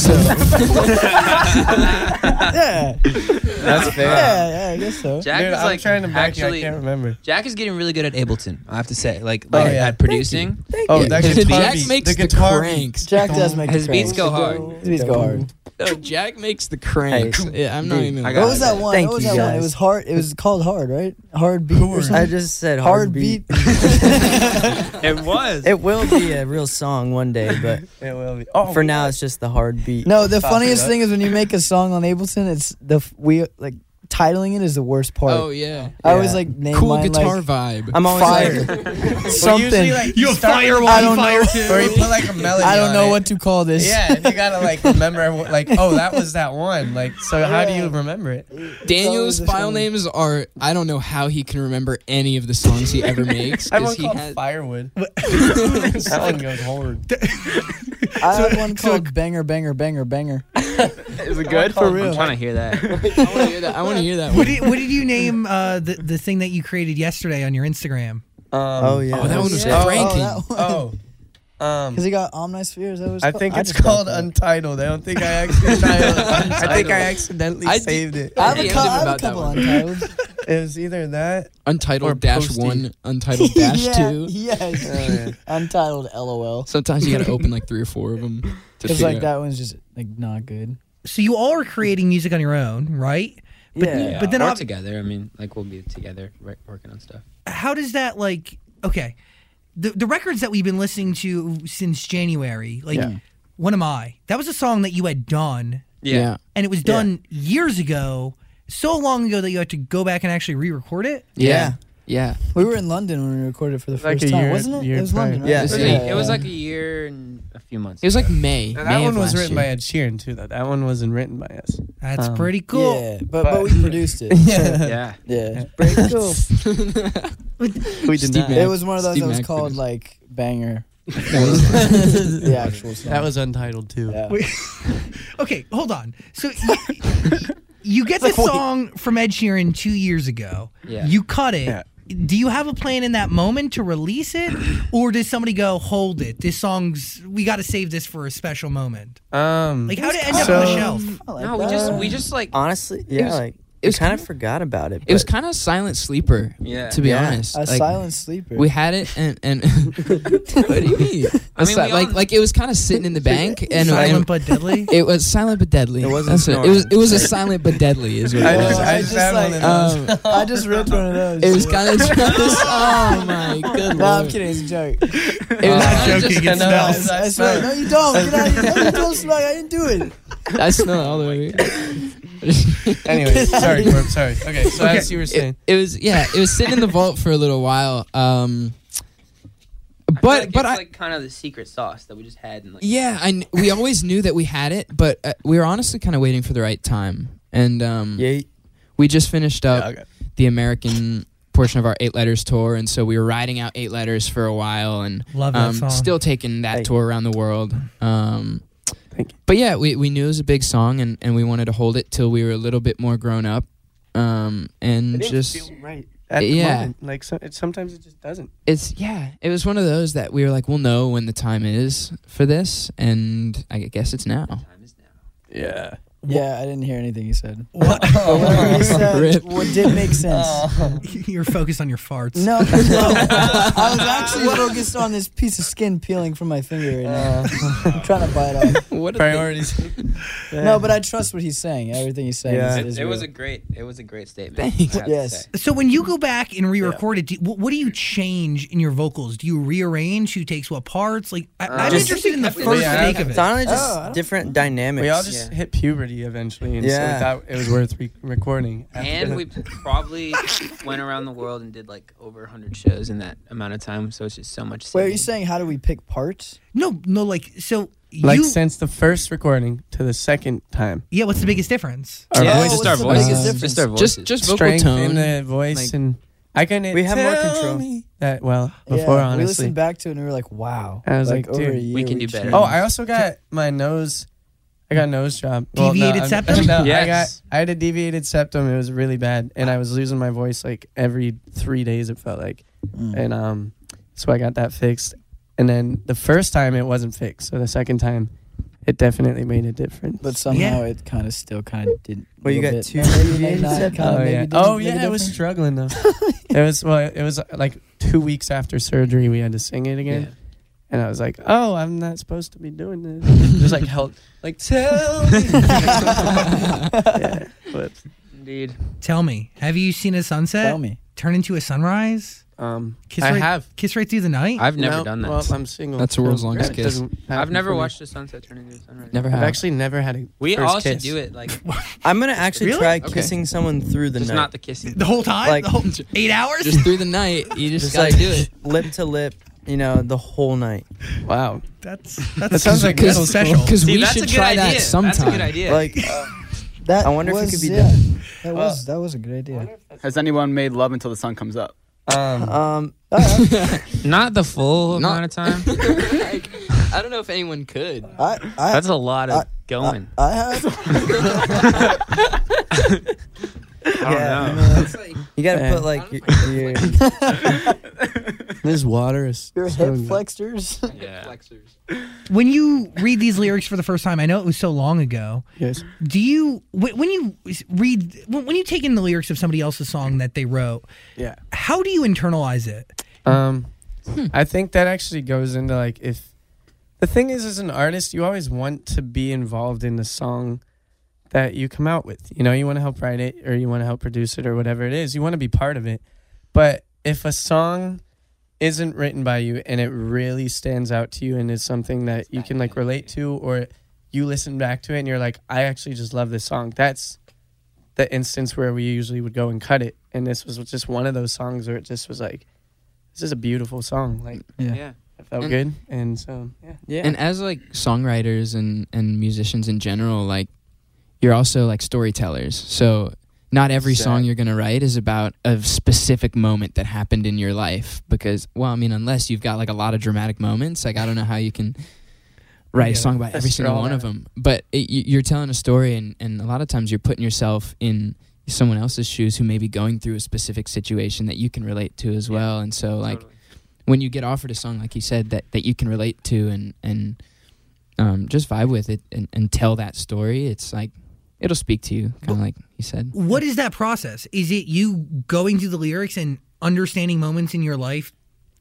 [SPEAKER 7] yeah,
[SPEAKER 9] That's fair.
[SPEAKER 7] yeah. I guess so.
[SPEAKER 10] Jack
[SPEAKER 5] dude,
[SPEAKER 10] is
[SPEAKER 5] I'm
[SPEAKER 10] like
[SPEAKER 5] trying to back
[SPEAKER 10] actually.
[SPEAKER 5] you. I can't remember.
[SPEAKER 10] Jack is getting really good at Ableton. I have to say, like, like
[SPEAKER 5] yeah.
[SPEAKER 10] at producing.
[SPEAKER 5] Oh, that
[SPEAKER 8] Jack
[SPEAKER 5] guitar beat.
[SPEAKER 8] makes the,
[SPEAKER 5] the guitar beat.
[SPEAKER 8] cranks.
[SPEAKER 7] Jack does make
[SPEAKER 10] His
[SPEAKER 7] the
[SPEAKER 10] beats
[SPEAKER 7] cranks.
[SPEAKER 10] go hard.
[SPEAKER 7] His beats go hard.
[SPEAKER 8] No, Jack makes the cranks. yeah, I'm not even.
[SPEAKER 10] I got
[SPEAKER 7] What was that one?
[SPEAKER 9] Thank
[SPEAKER 7] what was
[SPEAKER 9] you,
[SPEAKER 7] that one? It
[SPEAKER 9] guys.
[SPEAKER 7] was hard. It was called hard, right? Hard beat or
[SPEAKER 9] I
[SPEAKER 7] something.
[SPEAKER 9] just said hard,
[SPEAKER 7] Hard beat.
[SPEAKER 10] It was.
[SPEAKER 9] It will be a real song one day, but
[SPEAKER 5] It will be. Oh,
[SPEAKER 9] for now it's just the hard beat.
[SPEAKER 7] No, oh, the
[SPEAKER 5] Fuck
[SPEAKER 7] funniest
[SPEAKER 5] it
[SPEAKER 7] thing is when you make a song on Ableton, it's the f- we like titling it is the worst part.
[SPEAKER 8] Oh yeah,
[SPEAKER 7] I always
[SPEAKER 9] yeah.
[SPEAKER 7] like name
[SPEAKER 8] cool
[SPEAKER 7] mine
[SPEAKER 8] guitar
[SPEAKER 7] like
[SPEAKER 8] vibe.
[SPEAKER 9] I'm always
[SPEAKER 7] fire
[SPEAKER 9] like,
[SPEAKER 5] well,
[SPEAKER 7] something.
[SPEAKER 5] usually, like,
[SPEAKER 4] you have
[SPEAKER 5] start
[SPEAKER 4] fire
[SPEAKER 5] with-
[SPEAKER 4] one,
[SPEAKER 7] I don't
[SPEAKER 4] fire
[SPEAKER 7] know.
[SPEAKER 5] Or
[SPEAKER 4] two.
[SPEAKER 5] you put like a melody.
[SPEAKER 7] I don't
[SPEAKER 5] on
[SPEAKER 7] know
[SPEAKER 5] it.
[SPEAKER 7] what to call this.
[SPEAKER 5] Yeah, and you gotta like remember what, like oh that was that one like so how do you remember it?
[SPEAKER 8] Daniel's
[SPEAKER 7] Songs are
[SPEAKER 8] file
[SPEAKER 7] funny.
[SPEAKER 8] names are. I don't know how he can remember any of the songs he ever makes
[SPEAKER 5] I have one
[SPEAKER 8] because he
[SPEAKER 5] called
[SPEAKER 8] has.
[SPEAKER 5] Firewood. that one goes hard.
[SPEAKER 7] I have one called banger, banger, banger, banger.
[SPEAKER 6] Is it good?
[SPEAKER 7] For real.
[SPEAKER 10] I'm trying to hear that.
[SPEAKER 8] I want to hear that. I want to hear that.
[SPEAKER 4] What
[SPEAKER 8] One.
[SPEAKER 4] did, what did you name uh, the the thing that you created yesterday on your Instagram?
[SPEAKER 9] oh yeah.
[SPEAKER 8] Oh, that one was
[SPEAKER 9] sick.
[SPEAKER 8] cranking.
[SPEAKER 7] Oh, that one.
[SPEAKER 5] Oh, um,
[SPEAKER 7] Because he got Omnisphere. Is that what it's
[SPEAKER 5] I
[SPEAKER 7] called?
[SPEAKER 5] think it's
[SPEAKER 7] just got
[SPEAKER 5] called
[SPEAKER 7] that.
[SPEAKER 5] Untitled. I don't think I actually. I think I accidentally
[SPEAKER 8] I d-
[SPEAKER 5] saved it.
[SPEAKER 7] I have a,
[SPEAKER 8] DM'd
[SPEAKER 7] cou-
[SPEAKER 8] him
[SPEAKER 7] I have a
[SPEAKER 8] about that
[SPEAKER 7] couple
[SPEAKER 8] one.
[SPEAKER 7] untitled.
[SPEAKER 5] It was either that. Or
[SPEAKER 8] Untitled dash
[SPEAKER 5] Posty.
[SPEAKER 8] one. Untitled dash
[SPEAKER 7] yeah,
[SPEAKER 8] two.
[SPEAKER 7] Yes.
[SPEAKER 5] Oh,
[SPEAKER 7] Untitled LOL.
[SPEAKER 8] Sometimes you gotta open like three or four of them to
[SPEAKER 7] It's
[SPEAKER 8] figure
[SPEAKER 7] like
[SPEAKER 8] out.
[SPEAKER 7] that one's just like not good.
[SPEAKER 4] So you all are creating music on your own, right? But,
[SPEAKER 7] Yeah.
[SPEAKER 10] Yeah,
[SPEAKER 4] But then
[SPEAKER 10] we're
[SPEAKER 4] ob-
[SPEAKER 10] together. I mean, like we'll be together right, working on stuff.
[SPEAKER 4] how does that like okay the the records that we've been listening to since January like when am I that was a song that you had done
[SPEAKER 8] Yeah. yeah,
[SPEAKER 4] and it was done years ago so long ago that you had to go back and actually re-record it
[SPEAKER 8] yeah,
[SPEAKER 7] We were in London when we recorded for the
[SPEAKER 5] Like
[SPEAKER 7] first
[SPEAKER 5] a
[SPEAKER 7] time,
[SPEAKER 5] year-
[SPEAKER 7] wasn't it?
[SPEAKER 5] year
[SPEAKER 7] it was London, right?
[SPEAKER 9] prior. Yeah.
[SPEAKER 10] It was,
[SPEAKER 8] Yeah.
[SPEAKER 10] like, it was like a year and a few months.
[SPEAKER 8] It was like
[SPEAKER 10] ago.
[SPEAKER 8] May.
[SPEAKER 5] Now,
[SPEAKER 8] May
[SPEAKER 5] that
[SPEAKER 8] of
[SPEAKER 5] one was
[SPEAKER 8] last
[SPEAKER 5] written
[SPEAKER 8] year.
[SPEAKER 5] by Ed Sheeran too. Though that one wasn't written by us.
[SPEAKER 4] that's
[SPEAKER 5] Um,
[SPEAKER 4] pretty cool
[SPEAKER 7] Yeah, but, but
[SPEAKER 5] But-
[SPEAKER 7] we produced it.
[SPEAKER 5] Yeah.
[SPEAKER 10] yeah.
[SPEAKER 7] Yeah. Pretty cool.
[SPEAKER 5] We did
[SPEAKER 8] Steve
[SPEAKER 5] not.
[SPEAKER 8] Man-
[SPEAKER 7] It was one of those
[SPEAKER 8] Steve
[SPEAKER 7] that was
[SPEAKER 8] Mac
[SPEAKER 7] called
[SPEAKER 8] produced.
[SPEAKER 7] like banger.
[SPEAKER 5] that
[SPEAKER 7] The actual song.
[SPEAKER 5] was Untitled too.
[SPEAKER 7] Yeah.
[SPEAKER 4] Wait, okay hold on so you, you get the song from Ed Sheeran 2 years ago
[SPEAKER 10] Yeah.
[SPEAKER 4] you cut it
[SPEAKER 5] Yeah.
[SPEAKER 4] Do you have a plan in that moment to release it, or does somebody go, "Hold it, this song's we got to save this for a special moment"?
[SPEAKER 5] Um.
[SPEAKER 4] Like, how did it end up on the
[SPEAKER 5] So-
[SPEAKER 4] shelf?
[SPEAKER 7] I like
[SPEAKER 10] No, we
[SPEAKER 7] that.
[SPEAKER 10] just we just like
[SPEAKER 9] Honestly, yeah,
[SPEAKER 10] was-
[SPEAKER 9] like
[SPEAKER 8] it
[SPEAKER 10] it
[SPEAKER 8] was
[SPEAKER 9] kind
[SPEAKER 8] kind
[SPEAKER 9] of forgot about it.
[SPEAKER 8] it was
[SPEAKER 9] but
[SPEAKER 8] kind of a silent sleeper.
[SPEAKER 10] Yeah.
[SPEAKER 8] to be
[SPEAKER 9] Yeah.
[SPEAKER 8] honest,
[SPEAKER 7] A
[SPEAKER 8] Like,
[SPEAKER 7] silent sleeper.
[SPEAKER 8] We had it and and what do you mean?
[SPEAKER 10] I mean,
[SPEAKER 8] Si-
[SPEAKER 10] we
[SPEAKER 8] like
[SPEAKER 10] all-
[SPEAKER 8] like it was kind of sitting in the bank and,
[SPEAKER 4] Silent
[SPEAKER 8] and
[SPEAKER 4] but deadly.
[SPEAKER 8] it was silent but deadly.
[SPEAKER 9] It wasn't
[SPEAKER 8] That's it. It was
[SPEAKER 9] snoring.
[SPEAKER 8] it was a silent but deadly is what
[SPEAKER 5] I
[SPEAKER 8] it
[SPEAKER 5] just,
[SPEAKER 8] was.
[SPEAKER 5] I just had one of those.
[SPEAKER 8] um,
[SPEAKER 7] I just ripped one of those.
[SPEAKER 8] it was kind of oh my good Uh,
[SPEAKER 7] No, I'm
[SPEAKER 8] lord.
[SPEAKER 7] kidding. It's a joke.
[SPEAKER 8] It was
[SPEAKER 5] I'm not
[SPEAKER 8] kinda
[SPEAKER 5] joking, it
[SPEAKER 8] kinda-
[SPEAKER 7] I,
[SPEAKER 5] smells.
[SPEAKER 7] I swear. No, you don't. Get out of here. No, you don't smell. I didn't do it.
[SPEAKER 8] I smell it all the way.
[SPEAKER 5] Anyway, sorry, Corb, sorry. Okay, so
[SPEAKER 4] Okay.
[SPEAKER 5] as you were
[SPEAKER 8] It,
[SPEAKER 5] saying,
[SPEAKER 8] it was yeah, it was sitting in the vault for a little while. Um,
[SPEAKER 10] I feel
[SPEAKER 8] but
[SPEAKER 10] like
[SPEAKER 8] but
[SPEAKER 10] it's
[SPEAKER 8] I
[SPEAKER 10] like kind of the secret sauce that we just had. And like,
[SPEAKER 8] yeah, I kn- we always knew that we had it, but uh, we were honestly kind of waiting for the right time. And um,
[SPEAKER 9] yeah,
[SPEAKER 8] we just finished up
[SPEAKER 5] Yeah, okay.
[SPEAKER 8] the American portion of our Eight Letters tour, and so we were riding out Eight Letters for a while, and
[SPEAKER 4] Love that
[SPEAKER 8] um,
[SPEAKER 4] song.
[SPEAKER 8] still taking that
[SPEAKER 9] Hey.
[SPEAKER 8] tour around the world. Um,
[SPEAKER 5] Thank you.
[SPEAKER 8] but yeah, we, we knew it was a big song, and, and we wanted to hold it till we were a little bit more grown up, um, and just
[SPEAKER 5] right at the
[SPEAKER 8] Yeah.
[SPEAKER 5] moment, like so, it, sometimes it just doesn't.
[SPEAKER 8] it's yeah, it was one of those that we were like, we'll know when the time is for this, and I guess it's now.
[SPEAKER 10] Time is now.
[SPEAKER 5] Yeah.
[SPEAKER 7] Yeah, I didn't hear anything he said.
[SPEAKER 4] What?
[SPEAKER 7] But whatever he said,
[SPEAKER 8] Rip.
[SPEAKER 7] what did make sense.
[SPEAKER 4] You're focused on your farts.
[SPEAKER 7] No, no. I was actually focused on this piece of skin peeling from my finger right now.
[SPEAKER 5] Uh.
[SPEAKER 7] I'm trying to bite off.
[SPEAKER 8] What
[SPEAKER 5] Priorities.
[SPEAKER 7] No, but I trust what he's saying. Everything he's saying
[SPEAKER 9] Yeah.
[SPEAKER 7] is,
[SPEAKER 10] It,
[SPEAKER 7] is
[SPEAKER 10] it was a
[SPEAKER 7] real.
[SPEAKER 10] great. It was a great statement.
[SPEAKER 8] Thanks.
[SPEAKER 10] I have to
[SPEAKER 7] Yes.
[SPEAKER 10] say.
[SPEAKER 4] So when you go back and re-record it, do, what, what do you change in your vocals? Do you rearrange who takes what parts? Like I, I'm
[SPEAKER 9] Just-
[SPEAKER 4] interested in the first
[SPEAKER 5] Yeah,
[SPEAKER 4] take of
[SPEAKER 9] it's
[SPEAKER 4] it.
[SPEAKER 9] honestly just
[SPEAKER 7] Oh, I don't-
[SPEAKER 9] different dynamics.
[SPEAKER 5] We all just hit puberty eventually, and so we
[SPEAKER 9] Yeah.
[SPEAKER 5] thought it was worth re- recording.
[SPEAKER 10] And we probably went around the world and did like over 100 shows in that amount of time. So it's just so much.
[SPEAKER 7] Wait, are you
[SPEAKER 10] singing.
[SPEAKER 7] saying how do we pick parts?
[SPEAKER 4] No, no, like so
[SPEAKER 5] like
[SPEAKER 4] you.
[SPEAKER 5] since the first recording to the second time,
[SPEAKER 4] yeah, what's the biggest difference?
[SPEAKER 5] our
[SPEAKER 10] Yeah,
[SPEAKER 5] voice
[SPEAKER 10] just our
[SPEAKER 7] the
[SPEAKER 10] voices.
[SPEAKER 8] biggest
[SPEAKER 10] Just
[SPEAKER 7] difference?
[SPEAKER 10] our voices.
[SPEAKER 8] Just just vocal
[SPEAKER 5] strength
[SPEAKER 8] tone.
[SPEAKER 5] in the voice,
[SPEAKER 8] like-
[SPEAKER 5] and I couldn't.
[SPEAKER 9] We have more
[SPEAKER 5] tell
[SPEAKER 9] control.
[SPEAKER 5] me That well before
[SPEAKER 7] yeah, we
[SPEAKER 5] honestly.
[SPEAKER 7] listened back to it and we were like, wow.
[SPEAKER 5] I was like,
[SPEAKER 7] over
[SPEAKER 5] dude,
[SPEAKER 7] a year
[SPEAKER 10] we can do
[SPEAKER 7] changed.
[SPEAKER 10] better.
[SPEAKER 5] Oh, I also got my nose. I got a nose job.
[SPEAKER 4] Deviated
[SPEAKER 5] I'm-
[SPEAKER 4] septum?
[SPEAKER 5] no, I
[SPEAKER 10] Yes.
[SPEAKER 5] got. I had a deviated septum. It was really bad, and I was losing my voice like every three days. It felt like,
[SPEAKER 7] Mm.
[SPEAKER 5] and um, so I got that fixed. And then the first time it wasn't fixed, so the second time, it definitely made a difference.
[SPEAKER 7] But somehow it kind of still kind of didn't.
[SPEAKER 9] Well, you
[SPEAKER 7] little
[SPEAKER 9] got
[SPEAKER 7] bit.
[SPEAKER 9] two
[SPEAKER 7] Maybe
[SPEAKER 9] reviews
[SPEAKER 7] not,
[SPEAKER 9] that-
[SPEAKER 7] kinda
[SPEAKER 5] Oh
[SPEAKER 7] maybe
[SPEAKER 5] yeah.
[SPEAKER 7] didn't
[SPEAKER 5] Oh
[SPEAKER 7] make a
[SPEAKER 5] yeah. I was
[SPEAKER 7] difference.
[SPEAKER 5] struggling though. it was well. It was uh, like two weeks after surgery. We had to sing it again.
[SPEAKER 10] Yeah.
[SPEAKER 5] And I was like, "Oh, I'm not supposed to be doing this." Just like help, like tell me. yeah, but,
[SPEAKER 10] Indeed.
[SPEAKER 4] Tell me, have you seen a sunset
[SPEAKER 7] Tell me.
[SPEAKER 4] turn into a sunrise?
[SPEAKER 5] um,
[SPEAKER 4] Kiss
[SPEAKER 5] I
[SPEAKER 4] right-
[SPEAKER 5] have.
[SPEAKER 4] Kiss right through the night.
[SPEAKER 10] I've never
[SPEAKER 5] No,
[SPEAKER 10] done that.
[SPEAKER 5] Well, I'm single.
[SPEAKER 8] That's the world's
[SPEAKER 5] so
[SPEAKER 8] longest
[SPEAKER 5] it
[SPEAKER 8] kiss.
[SPEAKER 5] doesn't happen
[SPEAKER 10] I've never
[SPEAKER 5] for me.
[SPEAKER 10] watched the sunset turn into the sunrise.
[SPEAKER 8] Never
[SPEAKER 5] I've
[SPEAKER 8] have.
[SPEAKER 5] actually never had a.
[SPEAKER 10] We
[SPEAKER 5] first
[SPEAKER 10] all should
[SPEAKER 5] kiss.
[SPEAKER 10] do it. Like,
[SPEAKER 9] I'm gonna actually
[SPEAKER 4] Really?
[SPEAKER 9] try
[SPEAKER 10] Okay.
[SPEAKER 9] kissing someone through the
[SPEAKER 10] just
[SPEAKER 9] night,
[SPEAKER 10] not the kissing.
[SPEAKER 4] the whole time,
[SPEAKER 9] Like-
[SPEAKER 4] the whole, eight hours.
[SPEAKER 8] just through the night. You just,
[SPEAKER 9] just
[SPEAKER 8] gotta
[SPEAKER 9] like
[SPEAKER 8] do it.
[SPEAKER 9] lip to lip. You know, the whole night.
[SPEAKER 5] Wow.
[SPEAKER 4] that's that's
[SPEAKER 5] That sounds like middle
[SPEAKER 4] special.
[SPEAKER 5] school.
[SPEAKER 8] Because
[SPEAKER 10] See,
[SPEAKER 8] we
[SPEAKER 10] that's
[SPEAKER 8] should
[SPEAKER 10] a good
[SPEAKER 8] try
[SPEAKER 10] idea.
[SPEAKER 8] that sometime.
[SPEAKER 10] That's a good idea.
[SPEAKER 9] Like,
[SPEAKER 7] That
[SPEAKER 9] I wonder if it
[SPEAKER 7] was
[SPEAKER 9] could be
[SPEAKER 7] yeah,
[SPEAKER 9] done.
[SPEAKER 7] That was that was a good idea.
[SPEAKER 6] Has anyone made love until the sun comes up?
[SPEAKER 5] um,
[SPEAKER 9] um,
[SPEAKER 10] not the full
[SPEAKER 8] Not-
[SPEAKER 10] amount of time.
[SPEAKER 8] Like, I don't know if anyone could.
[SPEAKER 7] I I
[SPEAKER 10] That's a lot of
[SPEAKER 7] I-
[SPEAKER 10] going.
[SPEAKER 7] I have
[SPEAKER 10] I, don't
[SPEAKER 9] yeah.
[SPEAKER 10] know.
[SPEAKER 9] you gotta
[SPEAKER 5] Yeah.
[SPEAKER 9] put like your, your
[SPEAKER 5] this water is.
[SPEAKER 7] your
[SPEAKER 5] so
[SPEAKER 7] hip
[SPEAKER 5] good.
[SPEAKER 7] flexors.
[SPEAKER 10] Yeah.
[SPEAKER 4] When you read these lyrics for the first time, I know it was so long ago.
[SPEAKER 5] Yes.
[SPEAKER 4] Do you wh- when you s- read when when you take in the lyrics of somebody else's song that they wrote?
[SPEAKER 5] Yeah.
[SPEAKER 4] How do you internalize it?
[SPEAKER 5] Um, I think that actually goes into like if the thing is, as an artist, you always want to be involved in the song that you come out with. You know, you want to help write it or you want to help produce it or whatever it is. You want to be part of it. But if a song isn't written by you and it really stands out to you and is something that you can like relate to or you listen back to it and you're like, I actually just love this song. That's the instance where we usually would go and cut it. And this was just one of those songs where it just was like, this is a beautiful song. Like,
[SPEAKER 10] Yeah.
[SPEAKER 5] it felt
[SPEAKER 8] And-
[SPEAKER 5] good. And so, yeah.
[SPEAKER 9] yeah.
[SPEAKER 8] And as like songwriters and and musicians in general, like you're also like storytellers. So not every
[SPEAKER 9] Sad.
[SPEAKER 8] song you're gonna write is about a specific moment that happened in your life because well, I mean, unless you've got like a lot of dramatic moments, like I don't know how you can write
[SPEAKER 5] Yeah,
[SPEAKER 8] a song about
[SPEAKER 5] that's
[SPEAKER 8] every single
[SPEAKER 5] true.
[SPEAKER 8] one of them. But it, you- you're telling a story, and and a lot of times you're putting yourself in someone else's shoes who may be going through a specific situation that you can relate to as well. And so like
[SPEAKER 10] Totally.
[SPEAKER 8] when you get offered a song like you said that, that you can relate to and and um, just vibe with it and, and tell that story it's like it'll speak to you, kind of like you said.
[SPEAKER 4] What is that process? Is it you going through the lyrics and understanding moments in your life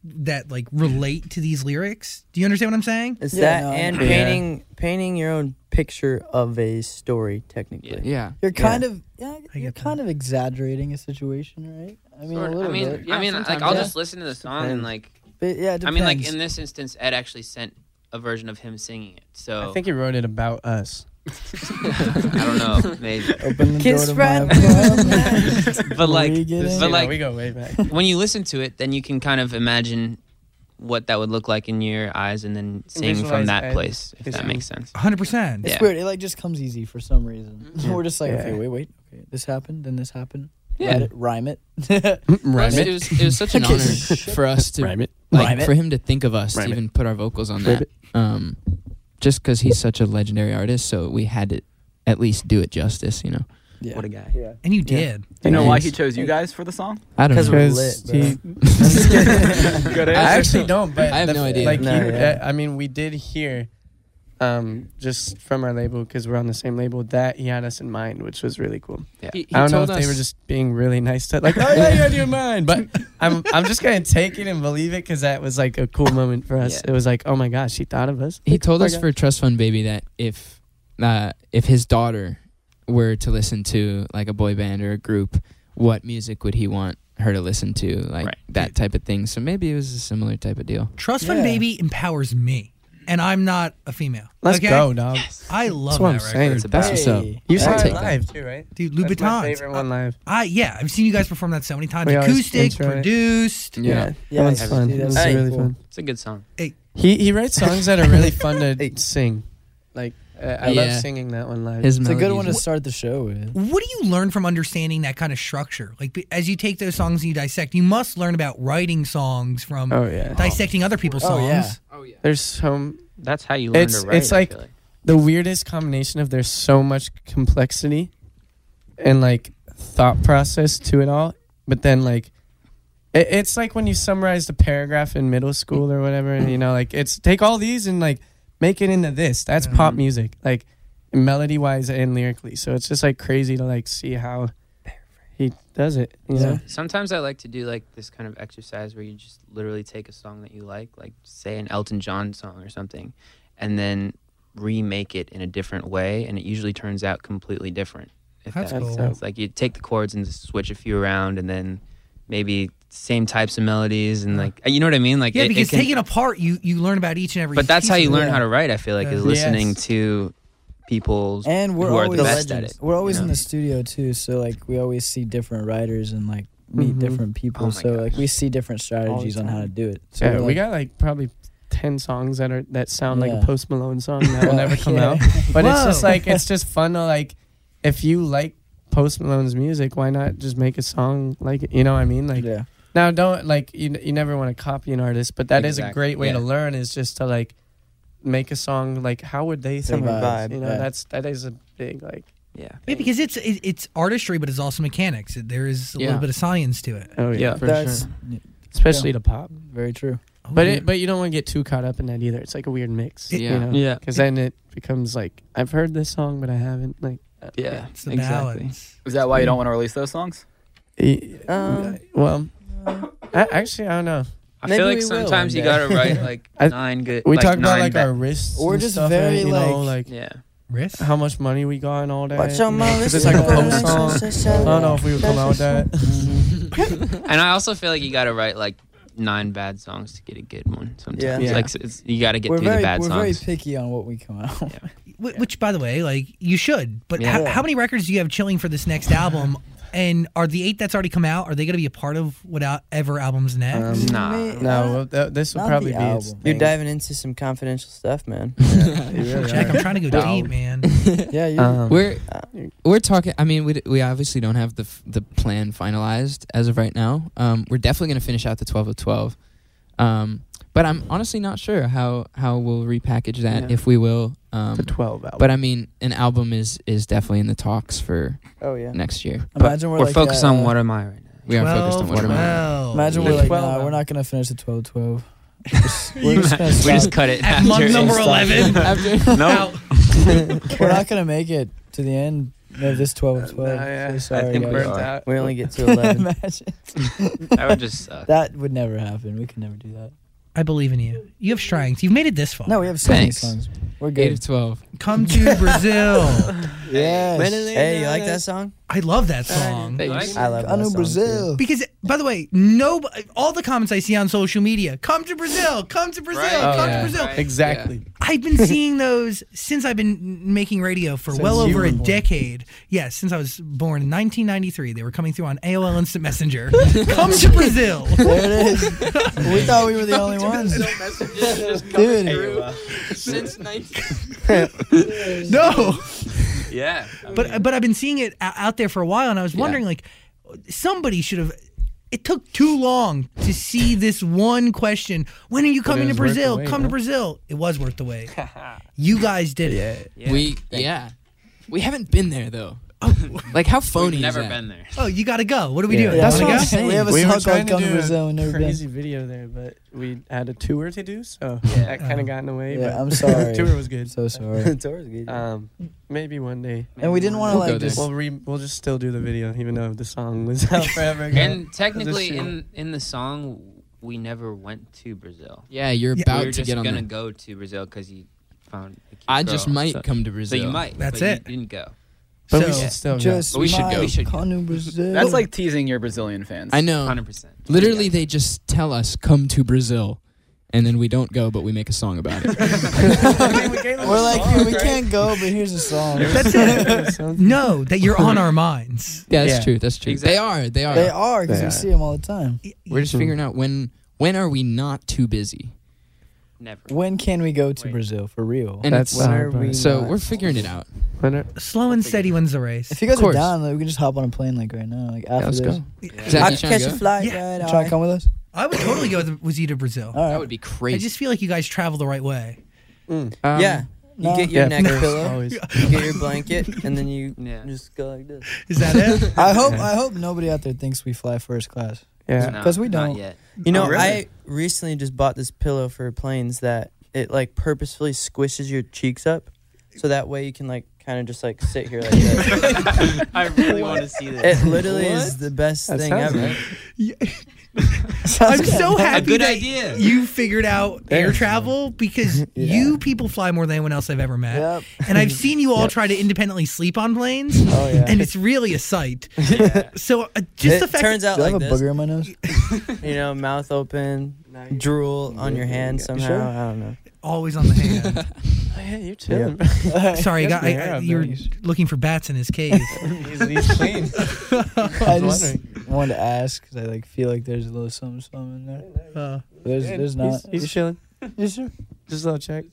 [SPEAKER 4] that like relate to these lyrics? Do you understand what I'm saying?
[SPEAKER 9] It's
[SPEAKER 7] Yeah,
[SPEAKER 9] that
[SPEAKER 7] no, I
[SPEAKER 9] and
[SPEAKER 6] agree.
[SPEAKER 9] painting painting your own picture of a story technically.
[SPEAKER 8] Yeah,
[SPEAKER 7] You're kind
[SPEAKER 9] Yeah.
[SPEAKER 7] of yeah,
[SPEAKER 4] I
[SPEAKER 7] you're
[SPEAKER 4] get that.
[SPEAKER 7] kind of exaggerating a situation, right? I mean,
[SPEAKER 10] Sort
[SPEAKER 7] a
[SPEAKER 10] of-
[SPEAKER 7] little
[SPEAKER 10] I mean,
[SPEAKER 7] bit.
[SPEAKER 10] I mean, like
[SPEAKER 8] sometimes,
[SPEAKER 10] I'll
[SPEAKER 8] yeah.
[SPEAKER 10] just listen to the song and
[SPEAKER 9] Depends.
[SPEAKER 10] like,
[SPEAKER 7] But yeah, it
[SPEAKER 10] I
[SPEAKER 7] depends.
[SPEAKER 10] mean, like in this instance, Ed actually sent a version of him singing it. So
[SPEAKER 5] I think he wrote it about us.
[SPEAKER 10] I don't know, maybe.
[SPEAKER 7] open the
[SPEAKER 9] Kiss
[SPEAKER 7] door to my
[SPEAKER 9] right
[SPEAKER 7] apartment.
[SPEAKER 10] But like,
[SPEAKER 7] We get
[SPEAKER 10] but
[SPEAKER 7] it.
[SPEAKER 5] You know,
[SPEAKER 10] like,
[SPEAKER 5] we go way back.
[SPEAKER 10] when you listen to it, then you can kind of imagine what that would look like in your eyes, and then sing from
[SPEAKER 5] visualize
[SPEAKER 10] that
[SPEAKER 5] Ed
[SPEAKER 10] place, if that
[SPEAKER 5] singing.
[SPEAKER 10] makes sense.
[SPEAKER 4] 100%.
[SPEAKER 10] Yeah.
[SPEAKER 7] It's weird. It like just comes easy for some reason. We're just like,
[SPEAKER 5] Yeah.
[SPEAKER 7] okay, wait, wait, okay, this happened, then this happened.
[SPEAKER 8] Yeah.
[SPEAKER 7] Let it rhyme it. yeah,
[SPEAKER 8] Plus, it was it was such an honor for us to
[SPEAKER 5] Rhyme it.
[SPEAKER 8] like
[SPEAKER 7] Rhyme it.
[SPEAKER 8] for him to think of us
[SPEAKER 5] Rhyme
[SPEAKER 8] to
[SPEAKER 5] it.
[SPEAKER 8] even put our vocals on
[SPEAKER 5] Rhyme
[SPEAKER 8] that. Um, just because he's such a legendary artist, so we had to at least do it justice. You know,
[SPEAKER 7] yeah.
[SPEAKER 10] What a guy.
[SPEAKER 4] And you did.
[SPEAKER 6] You know why he
[SPEAKER 8] Thanks.
[SPEAKER 6] chose you guys for the song?
[SPEAKER 8] I don't
[SPEAKER 9] 'Cause
[SPEAKER 8] know.
[SPEAKER 9] we're-
[SPEAKER 5] Because
[SPEAKER 9] Lit,
[SPEAKER 5] he-
[SPEAKER 6] Good
[SPEAKER 5] I
[SPEAKER 6] answer.
[SPEAKER 5] actually don't, but
[SPEAKER 8] I have
[SPEAKER 5] the-
[SPEAKER 8] no idea.
[SPEAKER 5] Like,
[SPEAKER 9] No,
[SPEAKER 5] you,
[SPEAKER 9] yeah.
[SPEAKER 5] uh, I mean, we did hear, um, just from our label because we're on the same label that he had us in mind, which was really cool.
[SPEAKER 8] He, he
[SPEAKER 5] I don't know
[SPEAKER 8] told
[SPEAKER 5] if
[SPEAKER 8] us,
[SPEAKER 5] they were just being really nice to like, oh yeah, you had your mind, but I'm I'm just gonna take it and believe it because that was like a cool moment for us.
[SPEAKER 10] Yeah.
[SPEAKER 5] It was like, oh my gosh, he thought of us.
[SPEAKER 8] He told
[SPEAKER 5] Oh
[SPEAKER 8] us
[SPEAKER 5] my
[SPEAKER 8] for Trust Fund Baby that if uh, if his daughter were to listen to like a boy band or a group, what music would he want her to listen to, like
[SPEAKER 6] Right.
[SPEAKER 8] that type of thing. So maybe it was a similar type of deal.
[SPEAKER 4] Trust Fund
[SPEAKER 7] Yeah.
[SPEAKER 4] Baby empowers me, and I'm not a female.
[SPEAKER 5] Let's
[SPEAKER 4] okay?
[SPEAKER 5] go, dog.
[SPEAKER 4] I love
[SPEAKER 5] That's what
[SPEAKER 4] that
[SPEAKER 5] I'm
[SPEAKER 4] record.
[SPEAKER 5] saying.
[SPEAKER 8] That's what's up.
[SPEAKER 7] Hey.
[SPEAKER 5] You
[SPEAKER 8] I'll
[SPEAKER 5] saw it
[SPEAKER 8] take that.
[SPEAKER 5] live too, right?
[SPEAKER 4] Dude,
[SPEAKER 5] That's my
[SPEAKER 4] Louboutins.
[SPEAKER 5] favorite one live.
[SPEAKER 4] I yeah, I've seen you guys perform that so many times.
[SPEAKER 5] We always
[SPEAKER 4] Acoustic,
[SPEAKER 5] intro it.
[SPEAKER 4] produced.
[SPEAKER 8] Yeah.
[SPEAKER 7] Yeah,
[SPEAKER 5] that one's
[SPEAKER 7] I
[SPEAKER 5] fun.
[SPEAKER 7] see that.
[SPEAKER 5] That was
[SPEAKER 7] Hey.
[SPEAKER 5] really
[SPEAKER 7] Cool.
[SPEAKER 5] fun.
[SPEAKER 10] It's a good song.
[SPEAKER 5] He he writes songs that are really fun to sing. Like uh, I
[SPEAKER 8] Yeah.
[SPEAKER 5] love singing that one live.
[SPEAKER 8] His
[SPEAKER 7] It's a good one to
[SPEAKER 8] melodies-
[SPEAKER 7] start the show with.
[SPEAKER 4] What do you learn from understanding that kind of structure? Like be- as you take those songs and you dissect, you must learn about writing songs from
[SPEAKER 5] oh yeah,
[SPEAKER 4] dissecting other people's
[SPEAKER 7] Oh,
[SPEAKER 4] songs.
[SPEAKER 7] yeah.
[SPEAKER 5] there's so
[SPEAKER 10] That's how you learn
[SPEAKER 5] It's-
[SPEAKER 10] to write.
[SPEAKER 5] it's
[SPEAKER 10] I
[SPEAKER 5] like-
[SPEAKER 10] feel
[SPEAKER 5] the weirdest combination of there's so much complexity and like thought process to it all, but then like it, it's like when you summarized a paragraph in middle school or whatever, and you know like it's take all these and like make it into this. That's pop music, like melody wise and lyrically. So it's just like crazy to like see how he does it. You know?
[SPEAKER 10] Sometimes I like to do like this kind of exercise where you just literally take a song that you like, like say an Elton John song or something, and then remake it in a different way, and it usually turns out completely different. If
[SPEAKER 4] That's
[SPEAKER 10] that makes
[SPEAKER 4] cool.
[SPEAKER 10] sense. Like you take the chords and just switch a few around, and then maybe same types of melodies, and like you know what I mean? Like
[SPEAKER 4] Yeah,
[SPEAKER 10] it- it
[SPEAKER 4] because
[SPEAKER 10] can-
[SPEAKER 4] taken apart, you you learn about each and every.
[SPEAKER 10] But that's how
[SPEAKER 4] piece
[SPEAKER 10] you
[SPEAKER 4] of it.
[SPEAKER 10] learn how to write. I feel like
[SPEAKER 4] Yeah.
[SPEAKER 10] is listening
[SPEAKER 5] Yes.
[SPEAKER 10] to people
[SPEAKER 7] And we're
[SPEAKER 10] who are
[SPEAKER 7] always
[SPEAKER 10] the best at it.
[SPEAKER 7] legends. We're always
[SPEAKER 10] you
[SPEAKER 7] in
[SPEAKER 10] know?
[SPEAKER 7] the studio too, so like we always see different writers and like meet
[SPEAKER 5] Mhm.
[SPEAKER 7] different people.
[SPEAKER 10] Oh my
[SPEAKER 7] so like
[SPEAKER 10] gosh.
[SPEAKER 7] we see different strategies on how to
[SPEAKER 5] time.
[SPEAKER 7] do it. So
[SPEAKER 5] Yeah, we
[SPEAKER 7] like,
[SPEAKER 5] got like probably ten songs that are that sound like
[SPEAKER 7] Yeah.
[SPEAKER 5] a Post Malone song that will never come
[SPEAKER 7] Yeah.
[SPEAKER 5] out. But it's just
[SPEAKER 4] Whoa.
[SPEAKER 5] like it's just fun to like. If you like Post Malone's music, why not just make a song like it? You know what I mean? Like
[SPEAKER 7] yeah.
[SPEAKER 5] now, don't like you. You never want to copy an artist, but that is a
[SPEAKER 10] Exact-
[SPEAKER 5] great way to
[SPEAKER 10] yeah.
[SPEAKER 5] learn. Is just to like make a song like how would they sing
[SPEAKER 7] Their
[SPEAKER 5] about?
[SPEAKER 9] vibe,
[SPEAKER 5] You know,
[SPEAKER 7] yeah.
[SPEAKER 5] that's that is a big like.
[SPEAKER 10] Yeah.
[SPEAKER 4] Yeah, because it's it, it's artistry, but it's also mechanics. There is a
[SPEAKER 8] Yeah.
[SPEAKER 4] little bit of science to it.
[SPEAKER 5] Oh yeah,
[SPEAKER 8] Yeah.
[SPEAKER 5] for
[SPEAKER 7] That's
[SPEAKER 5] sure.
[SPEAKER 7] yeah,
[SPEAKER 5] Especially to pop,
[SPEAKER 7] very true.
[SPEAKER 5] but
[SPEAKER 4] Oh, yeah.
[SPEAKER 5] it, but you don't want to get too caught up in that either. It's like a weird mix.
[SPEAKER 4] It-
[SPEAKER 8] Yeah.
[SPEAKER 5] You know?
[SPEAKER 10] Yeah.
[SPEAKER 5] Because then it becomes like I've heard this song, but I haven't. Like, uh,
[SPEAKER 10] Yeah.
[SPEAKER 4] it's the
[SPEAKER 8] exactly.
[SPEAKER 4] balance.
[SPEAKER 6] Is that why you don't want to release those songs?
[SPEAKER 5] e-
[SPEAKER 9] Um,
[SPEAKER 5] well, I, actually, I don't know.
[SPEAKER 10] I
[SPEAKER 7] Maybe
[SPEAKER 10] feel
[SPEAKER 7] we
[SPEAKER 10] like
[SPEAKER 7] will
[SPEAKER 10] sometimes
[SPEAKER 7] one
[SPEAKER 10] you
[SPEAKER 7] day.
[SPEAKER 10] gotta write like
[SPEAKER 5] I-
[SPEAKER 10] nine good.
[SPEAKER 5] We
[SPEAKER 10] like,
[SPEAKER 5] talk about
[SPEAKER 10] nine
[SPEAKER 5] like
[SPEAKER 10] ba-
[SPEAKER 5] our wrists.
[SPEAKER 7] We're
[SPEAKER 5] and
[SPEAKER 7] just
[SPEAKER 5] stuff,
[SPEAKER 7] very,
[SPEAKER 5] you know,
[SPEAKER 7] like-
[SPEAKER 5] like,
[SPEAKER 10] Yeah.
[SPEAKER 4] Wrist.
[SPEAKER 5] how much money we got and all that.
[SPEAKER 9] Watch out,
[SPEAKER 5] you
[SPEAKER 9] my
[SPEAKER 5] know, 'cause
[SPEAKER 9] wrist.
[SPEAKER 5] it's like a
[SPEAKER 4] Yeah.
[SPEAKER 5] post song. I don't know if we would come out with that.
[SPEAKER 10] Mm, And I also feel like you gotta write like nine bad songs to get a good one. Sometimes,
[SPEAKER 9] Yeah.
[SPEAKER 5] Yeah.
[SPEAKER 10] like it's, you gotta get
[SPEAKER 7] we're
[SPEAKER 10] through
[SPEAKER 7] very
[SPEAKER 10] the bad
[SPEAKER 7] we're very
[SPEAKER 10] songs.
[SPEAKER 7] picky on what we come out. with.
[SPEAKER 4] Wh- Which, by the way, like you should. But how,
[SPEAKER 7] Yeah.
[SPEAKER 4] how many records do you have chilling for this next album? And are the eight that's already come out? Are they going to be a part of whatever album's next?
[SPEAKER 7] Uh,
[SPEAKER 5] Um,
[SPEAKER 10] Nah.
[SPEAKER 7] May-
[SPEAKER 5] no, well, th- this will
[SPEAKER 7] Not
[SPEAKER 5] probably
[SPEAKER 7] the
[SPEAKER 5] be. Its
[SPEAKER 7] album.
[SPEAKER 9] You're
[SPEAKER 5] thing.
[SPEAKER 9] diving into some confidential stuff, man.
[SPEAKER 4] Jack, I'm trying to go deep, man.
[SPEAKER 7] yeah, you
[SPEAKER 5] Um,
[SPEAKER 8] We're we're talking. I mean, we d- we obviously don't have the f- the plan finalized as of right now. Um, we're definitely going to finish out the twelve of twelve, um, but I'm honestly not sure how how we'll repackage that
[SPEAKER 5] Yeah.
[SPEAKER 8] if we will. Um,
[SPEAKER 5] the twelve album.
[SPEAKER 8] but I mean, an album is is definitely in the talks for
[SPEAKER 9] Oh yeah.
[SPEAKER 8] next year.
[SPEAKER 7] imagine we're,
[SPEAKER 10] We're
[SPEAKER 7] like
[SPEAKER 10] focused
[SPEAKER 7] that,
[SPEAKER 10] on
[SPEAKER 7] uh,
[SPEAKER 10] what am I right now?
[SPEAKER 8] We are focused on
[SPEAKER 4] 12,
[SPEAKER 8] watermelon.
[SPEAKER 4] 12.
[SPEAKER 7] Imagine
[SPEAKER 5] The
[SPEAKER 7] we're like,
[SPEAKER 5] 12
[SPEAKER 7] nah, we're
[SPEAKER 5] album.
[SPEAKER 7] not gonna finish the 12 12. We're just- we're just gonna
[SPEAKER 10] we just
[SPEAKER 7] stop.
[SPEAKER 10] cut it.
[SPEAKER 4] At month
[SPEAKER 10] after
[SPEAKER 4] number
[SPEAKER 10] it.
[SPEAKER 7] Stop.
[SPEAKER 4] 11.
[SPEAKER 8] After
[SPEAKER 4] Out.
[SPEAKER 7] We're not gonna make it to the end. No, this twelve
[SPEAKER 10] Uh,
[SPEAKER 7] of twelve.
[SPEAKER 5] Nah, yeah.
[SPEAKER 7] So
[SPEAKER 5] I
[SPEAKER 7] sorry,
[SPEAKER 10] think
[SPEAKER 7] guys.
[SPEAKER 10] we're-
[SPEAKER 5] Burnt out.
[SPEAKER 9] We only get to 11.
[SPEAKER 7] Imagine.
[SPEAKER 10] That would just suck.
[SPEAKER 7] That would never happen. We could never do that.
[SPEAKER 4] I believe in you. You have strength. You've made it this far.
[SPEAKER 7] No, we have so
[SPEAKER 8] Thanks.
[SPEAKER 7] many songs. We're
[SPEAKER 8] Eight
[SPEAKER 7] good.
[SPEAKER 8] of twelve.
[SPEAKER 4] Come to Brazil.
[SPEAKER 7] Yes.
[SPEAKER 9] hey, you like that song?
[SPEAKER 4] I love that song.
[SPEAKER 8] Thanks.
[SPEAKER 9] I love that
[SPEAKER 7] Ano
[SPEAKER 9] song. too.
[SPEAKER 7] Brazil.
[SPEAKER 4] Because, by the way, no, all the comments I see on social media, come to Brazil, come to Brazil,
[SPEAKER 10] Right.
[SPEAKER 4] come
[SPEAKER 8] Oh, yeah.
[SPEAKER 4] to Brazil.
[SPEAKER 10] Right.
[SPEAKER 5] Exactly.
[SPEAKER 4] I've been seeing those since I've been making radio for well
[SPEAKER 5] you
[SPEAKER 4] over
[SPEAKER 5] were
[SPEAKER 4] a
[SPEAKER 5] born.
[SPEAKER 4] decade. Yes, since I was born in 1993, they were coming through on AOL Instant Messenger. come to Brazil.
[SPEAKER 7] There it is. we thought we were the only ones. Dude,
[SPEAKER 8] Since nineteen.
[SPEAKER 4] No,
[SPEAKER 10] Yeah.
[SPEAKER 5] Mm.
[SPEAKER 4] but but I've been seeing it o- out there for a while, and I was wondering like somebody should have. It took too long to see this one question. When are you coming to
[SPEAKER 5] was worth the
[SPEAKER 4] Brazil?
[SPEAKER 5] wait,
[SPEAKER 4] Come to
[SPEAKER 5] huh?
[SPEAKER 4] Brazil. It was worth the wait. you guys did it.
[SPEAKER 8] We yeah. We haven't been there though. like how phony
[SPEAKER 10] Oh. We've never
[SPEAKER 8] is that?
[SPEAKER 10] been there.
[SPEAKER 4] Oh, you got to go. What are we
[SPEAKER 5] Yeah.
[SPEAKER 4] doing?
[SPEAKER 7] yeah,
[SPEAKER 5] That's
[SPEAKER 4] Wanna
[SPEAKER 7] we
[SPEAKER 5] what I'm
[SPEAKER 4] go?
[SPEAKER 8] saying.
[SPEAKER 7] We have a
[SPEAKER 5] we were
[SPEAKER 7] song called
[SPEAKER 5] trying to
[SPEAKER 7] Come to
[SPEAKER 5] do
[SPEAKER 7] Brazil
[SPEAKER 5] a
[SPEAKER 7] and never been.
[SPEAKER 5] crazy video there, but we had a tour to do, so that kind of got in the way.
[SPEAKER 7] Yeah,
[SPEAKER 5] but
[SPEAKER 7] I'm sorry.
[SPEAKER 5] the tour was good.
[SPEAKER 7] So sorry.
[SPEAKER 9] Uh,
[SPEAKER 5] Um, maybe one day
[SPEAKER 7] and we didn't want to
[SPEAKER 8] We'll go
[SPEAKER 7] like
[SPEAKER 8] there.
[SPEAKER 7] just.
[SPEAKER 5] we'll re- we'll just still do the video, even though the song was out forever ago.
[SPEAKER 10] And technically,
[SPEAKER 5] shit.
[SPEAKER 10] in in the song, we never went to Brazil.
[SPEAKER 8] Yeah, you're
[SPEAKER 4] Yeah.
[SPEAKER 8] about
[SPEAKER 10] we were
[SPEAKER 8] to
[SPEAKER 10] just
[SPEAKER 8] get on.
[SPEAKER 10] gonna
[SPEAKER 8] the-
[SPEAKER 10] go to Brazil because you found. a cute
[SPEAKER 8] I just
[SPEAKER 10] girl.
[SPEAKER 8] might
[SPEAKER 10] So-
[SPEAKER 8] come to Brazil.
[SPEAKER 10] So you might.
[SPEAKER 4] That's
[SPEAKER 10] but
[SPEAKER 4] it.
[SPEAKER 10] You didn't go.
[SPEAKER 5] but
[SPEAKER 4] So-
[SPEAKER 5] we should still
[SPEAKER 7] just
[SPEAKER 8] we should
[SPEAKER 7] my
[SPEAKER 8] go. We
[SPEAKER 10] should go.
[SPEAKER 7] Come to Brazil.
[SPEAKER 6] That's like teasing your Brazilian fans.
[SPEAKER 8] I know.
[SPEAKER 10] Hundred percent.
[SPEAKER 8] Um, Literally, they just tell us come to Brazil, and then we don't go, but we make a song about it.
[SPEAKER 7] We're like, dude, we can't go, but here's a song.
[SPEAKER 4] That's it. no, that you're on our minds.
[SPEAKER 8] yeah, that's
[SPEAKER 5] Yeah.
[SPEAKER 8] true. That's true. They are. They are.
[SPEAKER 7] They are because
[SPEAKER 5] They
[SPEAKER 7] we
[SPEAKER 5] are.
[SPEAKER 7] see them all the time.
[SPEAKER 8] We're just figuring out when when are we not too busy.
[SPEAKER 10] Never.
[SPEAKER 7] When can we go to Brazil for real?
[SPEAKER 8] And
[SPEAKER 5] That's
[SPEAKER 8] it's-
[SPEAKER 5] when are we
[SPEAKER 8] so
[SPEAKER 5] not-
[SPEAKER 8] we're figuring it out.
[SPEAKER 5] When are-
[SPEAKER 4] Slow and steady wins the race.
[SPEAKER 7] If you guys
[SPEAKER 8] Of
[SPEAKER 7] are
[SPEAKER 8] course.
[SPEAKER 7] down, like, we can just hop on a plane like right now. Like after
[SPEAKER 8] let's
[SPEAKER 7] this,
[SPEAKER 8] go. Zach, you trying to go?
[SPEAKER 9] flight
[SPEAKER 4] Yeah.
[SPEAKER 7] try to come with us.
[SPEAKER 4] I would totally go with- with you to Brazil.
[SPEAKER 7] All right.
[SPEAKER 8] That would be
[SPEAKER 4] I
[SPEAKER 8] crazy.
[SPEAKER 4] just feel like you guys travel the right way.
[SPEAKER 8] Um,
[SPEAKER 9] yeah. You
[SPEAKER 7] No.
[SPEAKER 9] get your
[SPEAKER 5] Yeah,
[SPEAKER 9] neck
[SPEAKER 5] first,
[SPEAKER 9] pillow,
[SPEAKER 5] always.
[SPEAKER 9] you get your blanket, and then you
[SPEAKER 10] Yeah.
[SPEAKER 9] just go like this.
[SPEAKER 4] Is that it?
[SPEAKER 7] I hope I hope nobody out there thinks we fly first class.
[SPEAKER 5] Yeah.
[SPEAKER 10] No,
[SPEAKER 7] 'Cause we don't.
[SPEAKER 10] Not yet.
[SPEAKER 9] You
[SPEAKER 5] Oh,
[SPEAKER 9] know,
[SPEAKER 6] really?
[SPEAKER 9] I recently just bought this pillow for planes that it like purposefully squishes your cheeks up, so that way you can like kind of just like sit here like that.
[SPEAKER 10] I really want to see this.
[SPEAKER 9] it literally is the best
[SPEAKER 5] That
[SPEAKER 9] thing
[SPEAKER 5] sounds
[SPEAKER 9] ever.
[SPEAKER 5] right.
[SPEAKER 4] I'm so
[SPEAKER 10] A
[SPEAKER 4] happy
[SPEAKER 10] good
[SPEAKER 4] that
[SPEAKER 10] idea.
[SPEAKER 4] you figured out air
[SPEAKER 5] There.
[SPEAKER 4] travel because you people fly more than anyone else I've ever met.
[SPEAKER 7] Yep.
[SPEAKER 4] And I've seen you all try to independently sleep on planes,
[SPEAKER 7] Oh yeah.
[SPEAKER 4] and it's really a sight. So uh, just
[SPEAKER 9] It
[SPEAKER 4] the fact
[SPEAKER 9] turns out
[SPEAKER 7] Do I
[SPEAKER 9] like
[SPEAKER 7] have a
[SPEAKER 9] this,
[SPEAKER 7] booger in my nose?
[SPEAKER 9] you know, mouth open, drool on your hand somehow.
[SPEAKER 7] sure?
[SPEAKER 9] I don't know.
[SPEAKER 4] always on the hand.
[SPEAKER 5] Oh, yeah, you're chilling.
[SPEAKER 4] Sorry, I, got,
[SPEAKER 5] Doesn't
[SPEAKER 4] I,
[SPEAKER 5] air
[SPEAKER 4] I,
[SPEAKER 5] up,
[SPEAKER 4] you were
[SPEAKER 5] though.
[SPEAKER 4] looking for bats in his cave.
[SPEAKER 5] He's, he's clean.
[SPEAKER 7] I just wanted to ask because I like feel like there's a little something, something in there.
[SPEAKER 4] Uh,
[SPEAKER 7] There's there's not.
[SPEAKER 5] He's, he's chilling.
[SPEAKER 7] You sure?
[SPEAKER 5] Just a little check.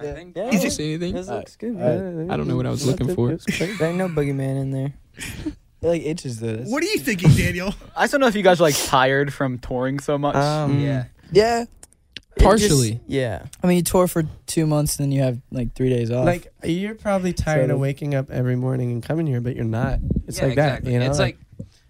[SPEAKER 9] I think
[SPEAKER 8] Did you see anything?
[SPEAKER 9] this looks good.
[SPEAKER 7] Alright.
[SPEAKER 9] man.
[SPEAKER 8] I don't know what I was looking for.
[SPEAKER 5] It's clean.
[SPEAKER 9] There ain't no boogeyman in there.
[SPEAKER 7] It, like itches though. That's-
[SPEAKER 4] what are you thinking, Daniel?
[SPEAKER 6] I still don't know if you guys are like tired from touring so much.
[SPEAKER 9] Um,
[SPEAKER 10] Yeah.
[SPEAKER 7] Yeah.
[SPEAKER 9] it just-
[SPEAKER 8] Partially.
[SPEAKER 9] yeah.
[SPEAKER 7] I mean, you tour for two months, and then you have like three days off.
[SPEAKER 5] Like you're probably tired
[SPEAKER 7] So-
[SPEAKER 5] of waking up every morning and coming here, but you're not. It's
[SPEAKER 10] Yeah,
[SPEAKER 5] like that,
[SPEAKER 10] exactly.
[SPEAKER 5] you know.
[SPEAKER 10] It's like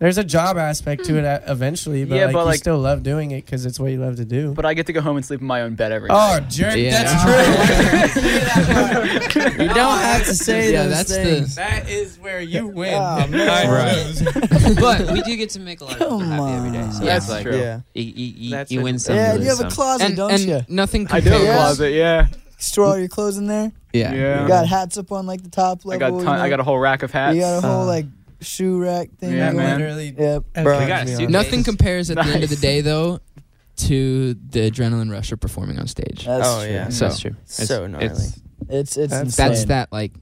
[SPEAKER 5] there's a job aspect to it uh, eventually, but
[SPEAKER 6] Yeah,
[SPEAKER 5] like
[SPEAKER 6] but,
[SPEAKER 5] you
[SPEAKER 6] like-
[SPEAKER 5] still love doing it because it's what you love to do.
[SPEAKER 6] but I get to go home and sleep in my own bed every night.
[SPEAKER 5] Oh, jerk!
[SPEAKER 8] Yeah.
[SPEAKER 5] That's true.
[SPEAKER 9] You don't have to say
[SPEAKER 8] yeah,
[SPEAKER 9] those
[SPEAKER 8] that's
[SPEAKER 9] things.
[SPEAKER 8] the.
[SPEAKER 5] that is where you win.
[SPEAKER 7] Oh, man.
[SPEAKER 10] but we do get to make a lot of people
[SPEAKER 7] Come
[SPEAKER 10] happy every day. So
[SPEAKER 7] on.
[SPEAKER 10] yeah,
[SPEAKER 6] That's
[SPEAKER 10] it's like,
[SPEAKER 6] true.
[SPEAKER 9] Yeah.
[SPEAKER 10] You, you, you,
[SPEAKER 5] That's
[SPEAKER 10] you
[SPEAKER 5] what-
[SPEAKER 10] win some.
[SPEAKER 7] yeah,
[SPEAKER 10] you
[SPEAKER 7] and
[SPEAKER 10] lose
[SPEAKER 7] you have a
[SPEAKER 10] some.
[SPEAKER 7] closet,
[SPEAKER 8] And,
[SPEAKER 7] don't you?
[SPEAKER 8] and nothing
[SPEAKER 6] I do have
[SPEAKER 8] compares.
[SPEAKER 6] a closet, yeah.
[SPEAKER 7] Store all your clothes in there.
[SPEAKER 8] Yeah.
[SPEAKER 6] Yeah.
[SPEAKER 7] You got hats up on like the top
[SPEAKER 6] I
[SPEAKER 7] level.
[SPEAKER 6] got
[SPEAKER 7] you
[SPEAKER 6] ton-
[SPEAKER 7] know?
[SPEAKER 6] I got a whole rack of hats.
[SPEAKER 7] You got a whole
[SPEAKER 5] Uh,
[SPEAKER 7] like shoe rack thing.
[SPEAKER 6] yeah,
[SPEAKER 7] going.
[SPEAKER 6] man.
[SPEAKER 5] Literally,
[SPEAKER 7] Yep.
[SPEAKER 9] Bro,
[SPEAKER 6] We got a suitcase.
[SPEAKER 8] Nothing compares at the end of the
[SPEAKER 6] Nice.
[SPEAKER 8] day, though, to the adrenaline rush of performing on stage.
[SPEAKER 7] That's
[SPEAKER 9] Oh,
[SPEAKER 7] true.
[SPEAKER 9] yeah.
[SPEAKER 8] so
[SPEAKER 10] That's true.
[SPEAKER 9] so gnarly.
[SPEAKER 10] It's,
[SPEAKER 7] It's it's
[SPEAKER 5] That's-
[SPEAKER 7] insane.
[SPEAKER 8] that's that. Like,